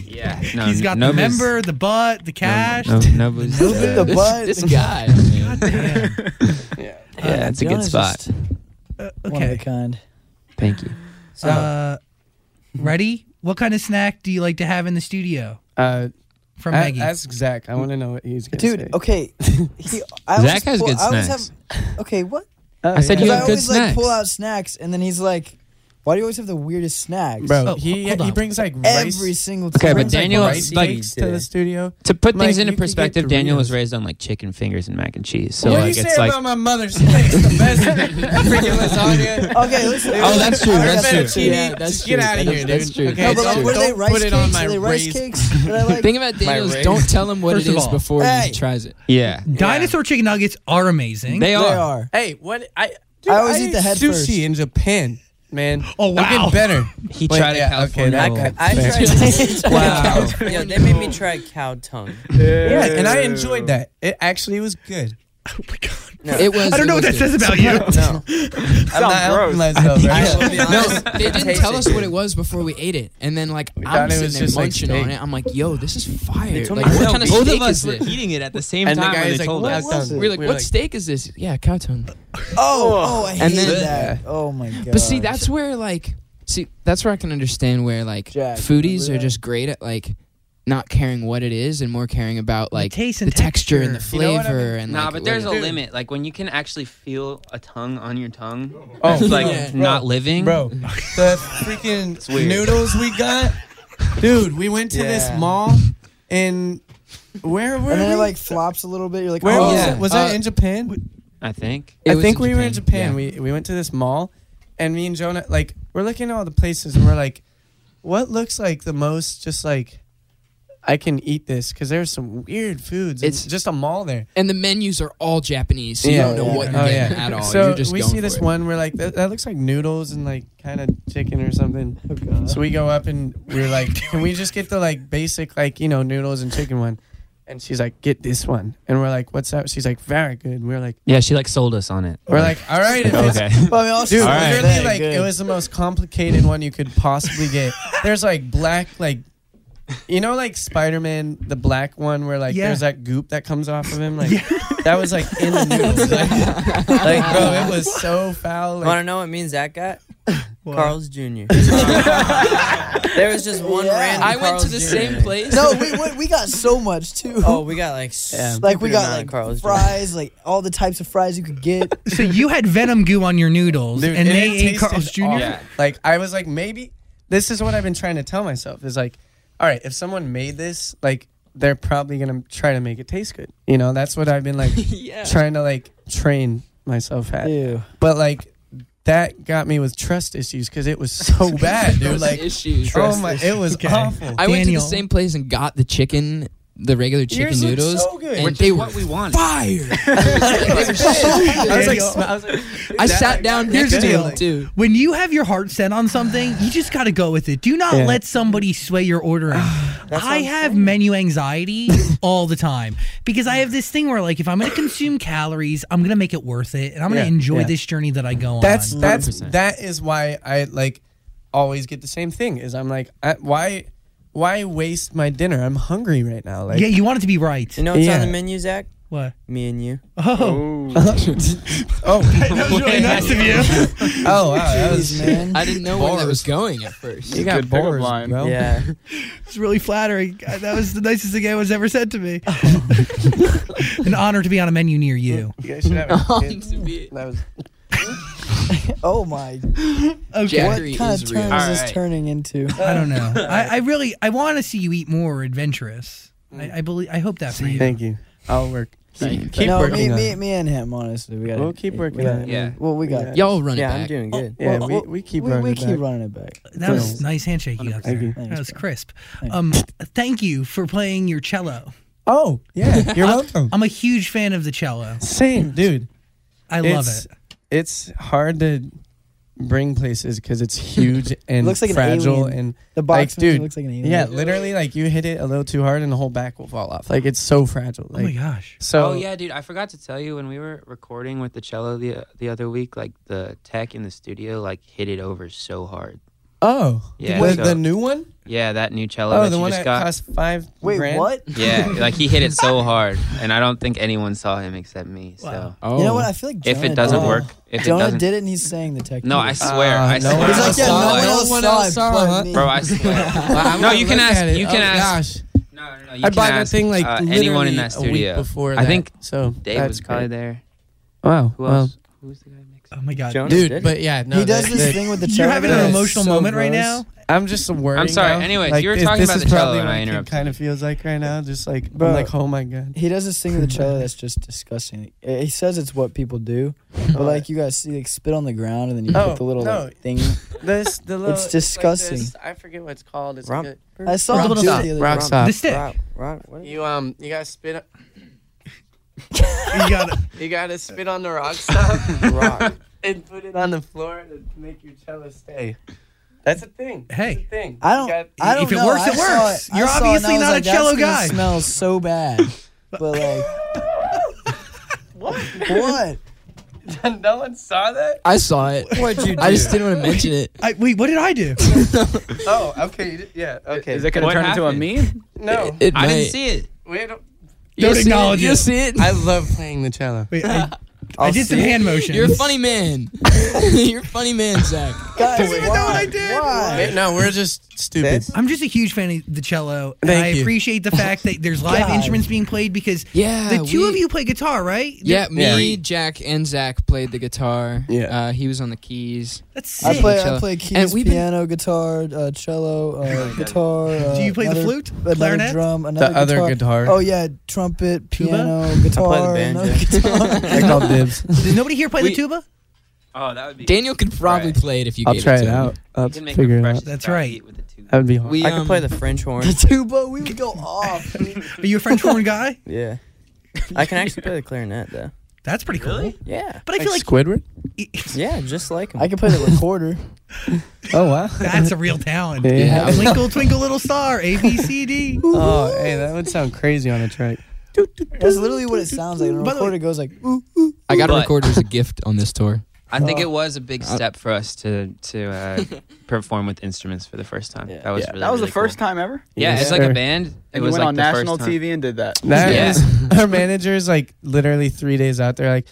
[SPEAKER 10] yeah. No,
[SPEAKER 4] He's got the
[SPEAKER 10] Nobu's-
[SPEAKER 4] member, the butt, the cash.
[SPEAKER 10] No, Nobu's.
[SPEAKER 7] Nobu, the
[SPEAKER 10] uh,
[SPEAKER 7] This- butt. this
[SPEAKER 8] guy.
[SPEAKER 4] Damn.
[SPEAKER 10] yeah, it's a good
[SPEAKER 7] Jonah's
[SPEAKER 10] spot.
[SPEAKER 7] just
[SPEAKER 4] Uh,
[SPEAKER 7] One of a
[SPEAKER 4] okay.
[SPEAKER 7] kind.
[SPEAKER 10] Thank you.
[SPEAKER 4] Uh, ready? What kind of snack do you like to have in the studio?
[SPEAKER 5] Uh,
[SPEAKER 4] From
[SPEAKER 5] a-
[SPEAKER 4] Maggie.
[SPEAKER 5] ask Zach. I want to know what he's gonna say.
[SPEAKER 7] Dude, okay. He, I always
[SPEAKER 10] Zach has
[SPEAKER 7] pull-
[SPEAKER 10] good
[SPEAKER 7] I always
[SPEAKER 10] snacks.
[SPEAKER 7] Have, okay, what?
[SPEAKER 5] Oh,
[SPEAKER 8] I said
[SPEAKER 5] yeah.
[SPEAKER 8] you
[SPEAKER 7] Because I
[SPEAKER 8] have good
[SPEAKER 7] always like
[SPEAKER 8] snacks.
[SPEAKER 7] pull out snacks, and then he's like, "Why do you always have the weirdest snacks?"
[SPEAKER 5] bro.
[SPEAKER 4] Oh,
[SPEAKER 5] he
[SPEAKER 4] hold
[SPEAKER 5] he
[SPEAKER 4] on.
[SPEAKER 5] brings like
[SPEAKER 7] every
[SPEAKER 5] rice.
[SPEAKER 7] single
[SPEAKER 5] he
[SPEAKER 7] time.
[SPEAKER 10] Okay, but
[SPEAKER 5] brings, like,
[SPEAKER 10] Daniel,
[SPEAKER 5] rice
[SPEAKER 10] like-
[SPEAKER 5] cakes to the studio.
[SPEAKER 10] To put
[SPEAKER 5] Mike,
[SPEAKER 10] things into
[SPEAKER 5] you could get
[SPEAKER 10] perspective, Daniel was
[SPEAKER 5] Doritos.
[SPEAKER 10] raised on like chicken fingers and mac and cheese. So
[SPEAKER 5] what do
[SPEAKER 10] like
[SPEAKER 5] you say
[SPEAKER 10] it's like
[SPEAKER 5] about my mother's face? The best freaking lasagna.
[SPEAKER 7] Okay, listen.
[SPEAKER 8] Oh, that's true.
[SPEAKER 5] I
[SPEAKER 8] That's
[SPEAKER 5] fettuccine.
[SPEAKER 8] true. Yeah, that's
[SPEAKER 5] Just
[SPEAKER 8] true.
[SPEAKER 5] get out of
[SPEAKER 8] That's-
[SPEAKER 5] here,
[SPEAKER 8] that's
[SPEAKER 5] dude.
[SPEAKER 8] true.
[SPEAKER 5] Okay,
[SPEAKER 7] No, but
[SPEAKER 8] It's
[SPEAKER 7] like,
[SPEAKER 5] don't,
[SPEAKER 7] were they
[SPEAKER 5] don't
[SPEAKER 7] rice
[SPEAKER 5] put
[SPEAKER 7] cakes?
[SPEAKER 5] it on my
[SPEAKER 7] Are they rice
[SPEAKER 5] raised-
[SPEAKER 7] cakes? That I like?
[SPEAKER 8] Thing about Daniels,
[SPEAKER 5] raise.
[SPEAKER 8] don't tell him what
[SPEAKER 4] First
[SPEAKER 8] it
[SPEAKER 4] of
[SPEAKER 8] is
[SPEAKER 4] all-
[SPEAKER 8] before
[SPEAKER 7] Hey.
[SPEAKER 8] he tries it.
[SPEAKER 10] yeah,
[SPEAKER 4] Dinosaur chicken nuggets are amazing.
[SPEAKER 10] they
[SPEAKER 7] they
[SPEAKER 10] are.
[SPEAKER 7] are.
[SPEAKER 5] Hey, what? I
[SPEAKER 7] I always eat the head
[SPEAKER 5] sushi
[SPEAKER 7] first.
[SPEAKER 5] in Japan, man.
[SPEAKER 4] Oh, wow.
[SPEAKER 5] I'm getting better.
[SPEAKER 10] He
[SPEAKER 5] Wait,
[SPEAKER 10] tried
[SPEAKER 5] yeah,
[SPEAKER 10] a California.
[SPEAKER 5] okay,
[SPEAKER 10] roll.
[SPEAKER 5] that-
[SPEAKER 9] I
[SPEAKER 5] Fair.
[SPEAKER 9] tried.
[SPEAKER 5] Wow.
[SPEAKER 9] Yo, they made me try cow tongue.
[SPEAKER 5] Yeah, and I enjoyed that. It actually was good.
[SPEAKER 4] Oh my god.
[SPEAKER 9] No.
[SPEAKER 8] It was.
[SPEAKER 4] I don't
[SPEAKER 8] it
[SPEAKER 4] know what that
[SPEAKER 8] was good.
[SPEAKER 4] says about you.
[SPEAKER 9] No, I'm not helping myself. I will be honest.
[SPEAKER 8] They didn't
[SPEAKER 9] Taste
[SPEAKER 8] tell us
[SPEAKER 9] dude.
[SPEAKER 8] what it was before we ate it, and then like I'm
[SPEAKER 5] thought it
[SPEAKER 8] sitting
[SPEAKER 5] was
[SPEAKER 8] there
[SPEAKER 5] just, like,
[SPEAKER 8] munching on
[SPEAKER 5] steak.
[SPEAKER 8] it. I'm like, "Yo, this is fire!
[SPEAKER 9] told
[SPEAKER 8] Like,
[SPEAKER 9] me-
[SPEAKER 8] what
[SPEAKER 9] No,
[SPEAKER 8] kind of
[SPEAKER 9] both
[SPEAKER 8] steak
[SPEAKER 9] of
[SPEAKER 8] is
[SPEAKER 1] us were
[SPEAKER 8] this?"
[SPEAKER 1] eating it at the same
[SPEAKER 5] And the
[SPEAKER 1] time. when
[SPEAKER 5] guy's
[SPEAKER 1] they
[SPEAKER 5] like,
[SPEAKER 1] told
[SPEAKER 5] "What
[SPEAKER 1] us.
[SPEAKER 5] was it?"
[SPEAKER 8] We're like,
[SPEAKER 5] We were
[SPEAKER 8] "What steak is this?" Yeah, cow tongue.
[SPEAKER 7] Oh, oh, I
[SPEAKER 8] And
[SPEAKER 7] hated
[SPEAKER 8] then-
[SPEAKER 7] that. Oh my god.
[SPEAKER 8] But see, that's where like, see, that's where I can understand where like
[SPEAKER 7] Jack,
[SPEAKER 8] foodies
[SPEAKER 7] remember
[SPEAKER 8] are
[SPEAKER 7] that?
[SPEAKER 8] just great at like not caring what it is and more caring about like
[SPEAKER 4] taste and
[SPEAKER 8] the texture and the
[SPEAKER 4] texture.
[SPEAKER 5] You
[SPEAKER 8] flavor
[SPEAKER 5] know what I
[SPEAKER 8] and
[SPEAKER 10] Nah,
[SPEAKER 8] like,
[SPEAKER 10] but there's a
[SPEAKER 8] what it-
[SPEAKER 10] limit. Like when you can actually feel a tongue on your tongue,
[SPEAKER 5] Oh,
[SPEAKER 10] it's like
[SPEAKER 5] yeah.
[SPEAKER 10] not living.
[SPEAKER 5] bro. The freaking
[SPEAKER 10] weird.
[SPEAKER 5] noodles we got, dude. We went to this
[SPEAKER 7] Yeah.
[SPEAKER 5] mall in where were
[SPEAKER 7] And then
[SPEAKER 5] we?
[SPEAKER 7] it like flops a little bit. You're like,
[SPEAKER 5] where
[SPEAKER 7] oh,
[SPEAKER 5] was
[SPEAKER 8] yeah.
[SPEAKER 5] it? Was that
[SPEAKER 8] Uh,
[SPEAKER 5] in Japan?
[SPEAKER 10] I think.
[SPEAKER 8] It
[SPEAKER 5] I
[SPEAKER 8] was
[SPEAKER 5] think
[SPEAKER 8] in
[SPEAKER 5] we were in
[SPEAKER 8] Japan,
[SPEAKER 5] Japan. We we went to this mall, and me and Jonah like we're looking at all the places, and we're like, what looks like the most just like. I can eat this because there's some weird foods. It's
[SPEAKER 8] It's-
[SPEAKER 5] just a mall there.
[SPEAKER 8] And the menus are all Japanese, so you
[SPEAKER 5] Yeah.
[SPEAKER 8] don't know
[SPEAKER 7] Yeah.
[SPEAKER 8] what you're
[SPEAKER 5] Oh,
[SPEAKER 8] getting
[SPEAKER 5] yeah.
[SPEAKER 8] at all.
[SPEAKER 5] So
[SPEAKER 8] you're just
[SPEAKER 5] we
[SPEAKER 8] going
[SPEAKER 5] see
[SPEAKER 8] for
[SPEAKER 5] this
[SPEAKER 8] it.
[SPEAKER 5] one. We're like, that, that looks like noodles and like kind of chicken or something. So we go up and we're like, can we just get the like basic like you know noodles and chicken one? And she's like, get this one. And we're like, what's that? She's like, very good. And we're like,
[SPEAKER 10] Yeah, she like sold us on it.
[SPEAKER 5] we're like, all right, if it's
[SPEAKER 10] okay.
[SPEAKER 7] But I mean, also,
[SPEAKER 5] Dude,
[SPEAKER 7] it's not
[SPEAKER 5] literally,
[SPEAKER 7] that
[SPEAKER 5] like
[SPEAKER 7] good.
[SPEAKER 5] it was the most complicated one you could possibly get. There's like black, like you know, like Spider Man, the black one where like
[SPEAKER 4] Yeah.
[SPEAKER 5] there's that goop that comes off of him. Like that was like in the noodles. Like, like, bro, it was so foul.
[SPEAKER 9] Want to
[SPEAKER 5] Like,
[SPEAKER 9] know what means that got?
[SPEAKER 4] What?
[SPEAKER 9] Carl's Jr. there was just one
[SPEAKER 7] Yeah.
[SPEAKER 9] random.
[SPEAKER 8] I went to
[SPEAKER 9] Carl's
[SPEAKER 8] the
[SPEAKER 9] Jr.
[SPEAKER 8] same place.
[SPEAKER 7] no, we, we we got so much too.
[SPEAKER 9] Oh, we got like
[SPEAKER 7] like we got like
[SPEAKER 9] Carl's Jr.
[SPEAKER 7] fries, like all the types of fries you could get.
[SPEAKER 4] So you had venom goo on your noodles,
[SPEAKER 5] dude,
[SPEAKER 4] and
[SPEAKER 5] it
[SPEAKER 4] they ate
[SPEAKER 5] tasted
[SPEAKER 4] Carl's Jr.
[SPEAKER 5] awful.
[SPEAKER 10] Yeah.
[SPEAKER 5] Like I was like, maybe this is what I've been trying to tell myself is like, all right, if someone made this, like they're probably gonna try to make it taste good. You know, that's what I've been like
[SPEAKER 8] yeah.
[SPEAKER 5] trying to like train myself at. But like that got me with trust issues because it was so bad, dude. Like,
[SPEAKER 8] issues.
[SPEAKER 5] oh my, it was awful.
[SPEAKER 8] I went to the
[SPEAKER 4] Daniel.
[SPEAKER 8] same place and got the chicken, the regular chicken
[SPEAKER 5] Yours looked
[SPEAKER 8] noodles,
[SPEAKER 5] so good.
[SPEAKER 8] and
[SPEAKER 5] Which
[SPEAKER 8] they
[SPEAKER 10] It's
[SPEAKER 8] were
[SPEAKER 10] what we want.
[SPEAKER 8] fire. They were so good.
[SPEAKER 5] I was like,
[SPEAKER 4] Daniel.
[SPEAKER 5] sm- I was like,
[SPEAKER 8] I sat down
[SPEAKER 5] Here's
[SPEAKER 8] next
[SPEAKER 5] the
[SPEAKER 8] to
[SPEAKER 5] deal.
[SPEAKER 8] him too.
[SPEAKER 4] When you have your heart set on something, you just got to go with it. Do not
[SPEAKER 5] Yeah.
[SPEAKER 4] let somebody sway your ordering. I have menu anxiety all the time because I have this thing where, like, if I'm going to consume calories, I'm going to make it worth it, and I'm going to
[SPEAKER 5] Yeah,
[SPEAKER 4] enjoy
[SPEAKER 5] yeah.
[SPEAKER 4] this journey that I go
[SPEAKER 5] that's
[SPEAKER 4] on.
[SPEAKER 5] that's
[SPEAKER 10] 100%.
[SPEAKER 5] that is why I like always get the same thing. Is I'm like, I, why, why waste my dinner? I'm hungry right now. Like,
[SPEAKER 4] yeah, you want it to be right.
[SPEAKER 9] You know what's on
[SPEAKER 5] Yeah.
[SPEAKER 9] the menu, Zach?
[SPEAKER 4] What?
[SPEAKER 9] Me and you.
[SPEAKER 4] Oh,
[SPEAKER 5] oh,
[SPEAKER 4] that was really nice of you.
[SPEAKER 5] oh, wow, that was
[SPEAKER 7] Jeez, man.
[SPEAKER 8] I didn't know where that was going at first.
[SPEAKER 5] you got
[SPEAKER 6] Good pickup
[SPEAKER 5] bored,
[SPEAKER 6] line.
[SPEAKER 7] Oh.
[SPEAKER 5] bro.
[SPEAKER 9] Yeah.
[SPEAKER 4] It's really flattering. Uh, That was the nicest thing anyone's ever said to me. An honor to be on a menu near you.
[SPEAKER 5] You guys should have a kid.
[SPEAKER 8] To be-
[SPEAKER 5] That was
[SPEAKER 7] Oh my!
[SPEAKER 4] Okay.
[SPEAKER 8] Jack-
[SPEAKER 7] What
[SPEAKER 8] Battery
[SPEAKER 7] kind
[SPEAKER 8] is
[SPEAKER 7] of
[SPEAKER 8] real.
[SPEAKER 7] turn is this
[SPEAKER 10] Alright.
[SPEAKER 7] turning into?
[SPEAKER 4] I don't know. I, I really I want to see you eat more adventurous. I, I believe I hope that for you.
[SPEAKER 5] thank you. I'll work.
[SPEAKER 8] Thank
[SPEAKER 5] Keep
[SPEAKER 7] no,
[SPEAKER 5] working
[SPEAKER 7] me,
[SPEAKER 5] on
[SPEAKER 7] me,
[SPEAKER 5] it.
[SPEAKER 7] me and him. Honestly, we got.
[SPEAKER 5] We'll keep working on it.
[SPEAKER 10] Yeah.
[SPEAKER 7] Well, we got.
[SPEAKER 5] Yeah.
[SPEAKER 8] Y'all run it
[SPEAKER 9] Yeah,
[SPEAKER 8] back.
[SPEAKER 9] I'm doing good.
[SPEAKER 5] Yeah,
[SPEAKER 4] Well,
[SPEAKER 5] we,
[SPEAKER 4] well,
[SPEAKER 5] we keep
[SPEAKER 7] We,
[SPEAKER 5] running.
[SPEAKER 7] we
[SPEAKER 5] it
[SPEAKER 7] keep
[SPEAKER 5] back.
[SPEAKER 7] running it back.
[SPEAKER 4] That was
[SPEAKER 5] Yeah.
[SPEAKER 4] nice handshake you got there.
[SPEAKER 5] Thank you.
[SPEAKER 4] That was crisp.
[SPEAKER 7] Thanks,
[SPEAKER 4] Um, thank you for playing your cello.
[SPEAKER 5] Oh, yeah. You're welcome.
[SPEAKER 4] I'm a huge fan of the cello.
[SPEAKER 5] Same, dude.
[SPEAKER 4] I love
[SPEAKER 5] it's,
[SPEAKER 4] it.
[SPEAKER 5] It's hard to bring places because it's huge and
[SPEAKER 7] looks like an
[SPEAKER 5] fragile
[SPEAKER 7] alien.
[SPEAKER 5] and
[SPEAKER 7] The box
[SPEAKER 5] like, dude,
[SPEAKER 7] looks like an alien.
[SPEAKER 5] yeah, literally, like you hit it a little too hard and the whole back will fall off. Like it's so fragile.
[SPEAKER 4] Oh my
[SPEAKER 5] Like,
[SPEAKER 4] gosh.
[SPEAKER 5] so
[SPEAKER 10] oh yeah, dude, I forgot to tell you when we were recording with the cello the the other week, like the tech in the studio like hit it over so hard.
[SPEAKER 5] Oh,
[SPEAKER 10] Yeah,
[SPEAKER 5] the,
[SPEAKER 10] so-
[SPEAKER 5] the new one.
[SPEAKER 10] Yeah, that new cello
[SPEAKER 5] Oh,
[SPEAKER 10] that
[SPEAKER 5] the
[SPEAKER 10] you
[SPEAKER 5] one
[SPEAKER 10] just
[SPEAKER 5] that
[SPEAKER 10] got.
[SPEAKER 5] cost five.
[SPEAKER 7] Wait,
[SPEAKER 5] grand?
[SPEAKER 7] what?
[SPEAKER 10] yeah, like he hit it so hard, and I don't think anyone saw him except me. So
[SPEAKER 4] Wow.
[SPEAKER 8] Oh,
[SPEAKER 7] You know what? I feel like Jonah
[SPEAKER 10] if it doesn't
[SPEAKER 7] did
[SPEAKER 10] work, if
[SPEAKER 7] Jonah
[SPEAKER 10] it doesn't,
[SPEAKER 7] did it, and he's saying the technique.
[SPEAKER 10] no, I swear,
[SPEAKER 5] Oh. Uh,
[SPEAKER 10] I
[SPEAKER 5] no
[SPEAKER 10] swear,
[SPEAKER 5] one
[SPEAKER 7] He's
[SPEAKER 5] I
[SPEAKER 7] like, yeah,
[SPEAKER 5] saw
[SPEAKER 7] no
[SPEAKER 5] it.
[SPEAKER 7] one
[SPEAKER 5] No
[SPEAKER 7] else
[SPEAKER 5] one
[SPEAKER 7] saw
[SPEAKER 5] else
[SPEAKER 7] it
[SPEAKER 5] saw
[SPEAKER 7] but
[SPEAKER 5] it,
[SPEAKER 7] me.
[SPEAKER 10] bro, I swear.
[SPEAKER 5] Wow, I'm
[SPEAKER 10] No,
[SPEAKER 5] gonna
[SPEAKER 10] you can
[SPEAKER 5] look
[SPEAKER 10] ask-
[SPEAKER 5] at it.
[SPEAKER 10] you can
[SPEAKER 5] Oh,
[SPEAKER 10] ask-
[SPEAKER 5] Gosh.
[SPEAKER 10] no, no, no, you
[SPEAKER 5] I
[SPEAKER 10] can
[SPEAKER 5] bought that
[SPEAKER 10] ask,
[SPEAKER 5] thing like
[SPEAKER 10] uh,
[SPEAKER 5] literally
[SPEAKER 10] anyone in that
[SPEAKER 5] a week
[SPEAKER 10] studio.
[SPEAKER 5] before.
[SPEAKER 10] I
[SPEAKER 5] that,
[SPEAKER 10] think
[SPEAKER 5] so.
[SPEAKER 10] Dave
[SPEAKER 5] that's
[SPEAKER 10] was probably
[SPEAKER 5] great.
[SPEAKER 10] there.
[SPEAKER 5] Wow.
[SPEAKER 10] Who
[SPEAKER 5] Well,
[SPEAKER 10] else? Who was the guy mixing?
[SPEAKER 4] Oh my god.
[SPEAKER 9] Jonah did
[SPEAKER 5] dude,
[SPEAKER 9] it.
[SPEAKER 5] but yeah, no.
[SPEAKER 7] he does
[SPEAKER 5] the-
[SPEAKER 7] this
[SPEAKER 5] the-
[SPEAKER 7] thing with the
[SPEAKER 4] You're having an
[SPEAKER 5] That's
[SPEAKER 4] emotional
[SPEAKER 5] so
[SPEAKER 4] moment right
[SPEAKER 5] gross.
[SPEAKER 4] now.
[SPEAKER 5] I'm just a word.
[SPEAKER 10] I'm sorry. Anyways, you were talking about the cello and I interrupted.
[SPEAKER 5] Kind of feels like right now, just like
[SPEAKER 7] Bro.
[SPEAKER 5] I'm like, oh my god.
[SPEAKER 7] He does this thing with the cello that's just disgusting. Eh, He says it's what people do, but like you guys see, like spit on the ground and then you
[SPEAKER 5] Oh,
[SPEAKER 7] put the little
[SPEAKER 5] no.
[SPEAKER 7] like, thing.
[SPEAKER 5] This the little,
[SPEAKER 7] It's disgusting.
[SPEAKER 5] this- I forget what it's called. It's
[SPEAKER 9] Rock-
[SPEAKER 5] good.
[SPEAKER 7] I saw him do it the other
[SPEAKER 5] Rock
[SPEAKER 7] day.
[SPEAKER 5] stop.
[SPEAKER 4] The stick.
[SPEAKER 9] Rock, rock, what is
[SPEAKER 5] You um, you gotta spit. up-
[SPEAKER 4] You got it.
[SPEAKER 5] You gotta spit on the rock stuff
[SPEAKER 9] rock?
[SPEAKER 5] and put it on the floor to make your cello stay. That's a thing. That's
[SPEAKER 4] Hey.
[SPEAKER 5] a thing.
[SPEAKER 7] I
[SPEAKER 5] You
[SPEAKER 7] don't.
[SPEAKER 5] got-
[SPEAKER 7] I don't
[SPEAKER 4] If it
[SPEAKER 7] know.
[SPEAKER 4] works,
[SPEAKER 7] I
[SPEAKER 4] it
[SPEAKER 7] saw
[SPEAKER 4] works.
[SPEAKER 7] I
[SPEAKER 4] You're
[SPEAKER 7] saw it and I
[SPEAKER 4] obviously
[SPEAKER 7] was
[SPEAKER 4] not a
[SPEAKER 7] like, that's
[SPEAKER 4] cello
[SPEAKER 7] gonna
[SPEAKER 4] guy.
[SPEAKER 7] Smell so bad, but like, what?
[SPEAKER 9] no one saw that.
[SPEAKER 8] I saw it.
[SPEAKER 7] What'd you do?
[SPEAKER 8] I just didn't want to mention it.
[SPEAKER 4] I, wait, what did I do?
[SPEAKER 9] Oh, okay. you did- Yeah. Okay.
[SPEAKER 6] Is it gonna
[SPEAKER 10] What
[SPEAKER 6] turn
[SPEAKER 10] happened?
[SPEAKER 6] into a meme?
[SPEAKER 9] no?
[SPEAKER 8] It
[SPEAKER 10] I
[SPEAKER 8] might-
[SPEAKER 10] didn't see it.
[SPEAKER 9] We don't.
[SPEAKER 4] Don't
[SPEAKER 8] You'll see it.
[SPEAKER 4] acknowledge
[SPEAKER 8] You'll
[SPEAKER 4] it.
[SPEAKER 8] see it.
[SPEAKER 5] I love playing the cello.
[SPEAKER 4] Wait, I, I did some hand motions.
[SPEAKER 8] You're a funny man. You're a funny man, Zach.
[SPEAKER 7] Guys,
[SPEAKER 4] I didn't know what I did.
[SPEAKER 7] Why?
[SPEAKER 5] No, we're just stupid.
[SPEAKER 9] This?
[SPEAKER 4] I'm just a huge fan of the cello. and
[SPEAKER 5] Thank
[SPEAKER 4] I
[SPEAKER 5] you.
[SPEAKER 4] appreciate the fact that there's live
[SPEAKER 7] God.
[SPEAKER 4] instruments being played because
[SPEAKER 8] Yeah,
[SPEAKER 4] the two
[SPEAKER 8] we-
[SPEAKER 4] of you play guitar, right?
[SPEAKER 8] Yeah, me,
[SPEAKER 5] Yeah.
[SPEAKER 8] Jack, and Zach played the guitar.
[SPEAKER 5] Yeah.
[SPEAKER 8] Uh, he was on the keys.
[SPEAKER 4] That's sick.
[SPEAKER 7] I play, I
[SPEAKER 8] Cello.
[SPEAKER 7] play
[SPEAKER 8] And
[SPEAKER 7] keys,
[SPEAKER 8] we've been-
[SPEAKER 7] piano, guitar, uh, cello, uh, guitar. Uh,
[SPEAKER 4] Do you play the
[SPEAKER 7] another-
[SPEAKER 4] flute?
[SPEAKER 7] Another
[SPEAKER 4] Clarinet?
[SPEAKER 7] drum, another
[SPEAKER 5] The other
[SPEAKER 7] guitar.
[SPEAKER 5] guitar.
[SPEAKER 7] Oh yeah, trumpet,
[SPEAKER 4] Tuba?
[SPEAKER 7] piano, guitar,
[SPEAKER 9] banjo.
[SPEAKER 7] another guitar.
[SPEAKER 5] I call dibs.
[SPEAKER 4] Does nobody here play the
[SPEAKER 8] We-
[SPEAKER 4] tuba?
[SPEAKER 10] Oh, that would be.
[SPEAKER 8] Daniel could probably
[SPEAKER 10] Right.
[SPEAKER 8] play it if you
[SPEAKER 5] I'll
[SPEAKER 8] gave
[SPEAKER 5] try
[SPEAKER 8] it to
[SPEAKER 5] it
[SPEAKER 8] him.
[SPEAKER 5] out. I'll
[SPEAKER 10] You can make
[SPEAKER 5] figure
[SPEAKER 10] a
[SPEAKER 5] it
[SPEAKER 10] fresh
[SPEAKER 5] out.
[SPEAKER 4] That's
[SPEAKER 10] start
[SPEAKER 4] right.
[SPEAKER 10] beat with the two.
[SPEAKER 5] That would be hard.
[SPEAKER 7] Oh,
[SPEAKER 8] We,
[SPEAKER 9] I could play
[SPEAKER 8] um,
[SPEAKER 9] the French horn.
[SPEAKER 7] the tuba, we would go off.
[SPEAKER 4] Are you a French horn guy?
[SPEAKER 9] yeah. I can actually play the clarinet though.
[SPEAKER 4] That's pretty cool.
[SPEAKER 10] Really?
[SPEAKER 9] Yeah.
[SPEAKER 4] But I feel like
[SPEAKER 5] Squidward?
[SPEAKER 9] Yeah, just like him.
[SPEAKER 7] I could play the recorder.
[SPEAKER 5] Oh, wow.
[SPEAKER 4] that's a real talent.
[SPEAKER 5] Yeah.
[SPEAKER 8] Yeah.
[SPEAKER 4] Twinkle, twinkle, little star, A, B, C, D.
[SPEAKER 5] oh, hey, that would sound crazy on a track.
[SPEAKER 7] That's literally what it sounds like. And the
[SPEAKER 4] By the way-
[SPEAKER 7] recorder goes like,
[SPEAKER 8] I got a
[SPEAKER 10] But-
[SPEAKER 8] recorder as a gift on this tour.
[SPEAKER 10] I think it was a big step for us to to uh, perform with instruments for the first time.
[SPEAKER 7] Yeah.
[SPEAKER 10] That was
[SPEAKER 6] yeah,
[SPEAKER 10] really
[SPEAKER 6] that was
[SPEAKER 10] really
[SPEAKER 6] the first
[SPEAKER 10] cool.
[SPEAKER 6] time ever.
[SPEAKER 10] Yeah,
[SPEAKER 5] Yes,
[SPEAKER 10] it's like
[SPEAKER 5] sir.
[SPEAKER 10] a band. it
[SPEAKER 6] And we
[SPEAKER 10] was
[SPEAKER 6] went
[SPEAKER 10] like
[SPEAKER 6] on
[SPEAKER 10] the
[SPEAKER 6] national
[SPEAKER 10] first time.
[SPEAKER 6] TV and did that.
[SPEAKER 5] That
[SPEAKER 10] Yeah.
[SPEAKER 5] is- our manager's like literally three days out there, like,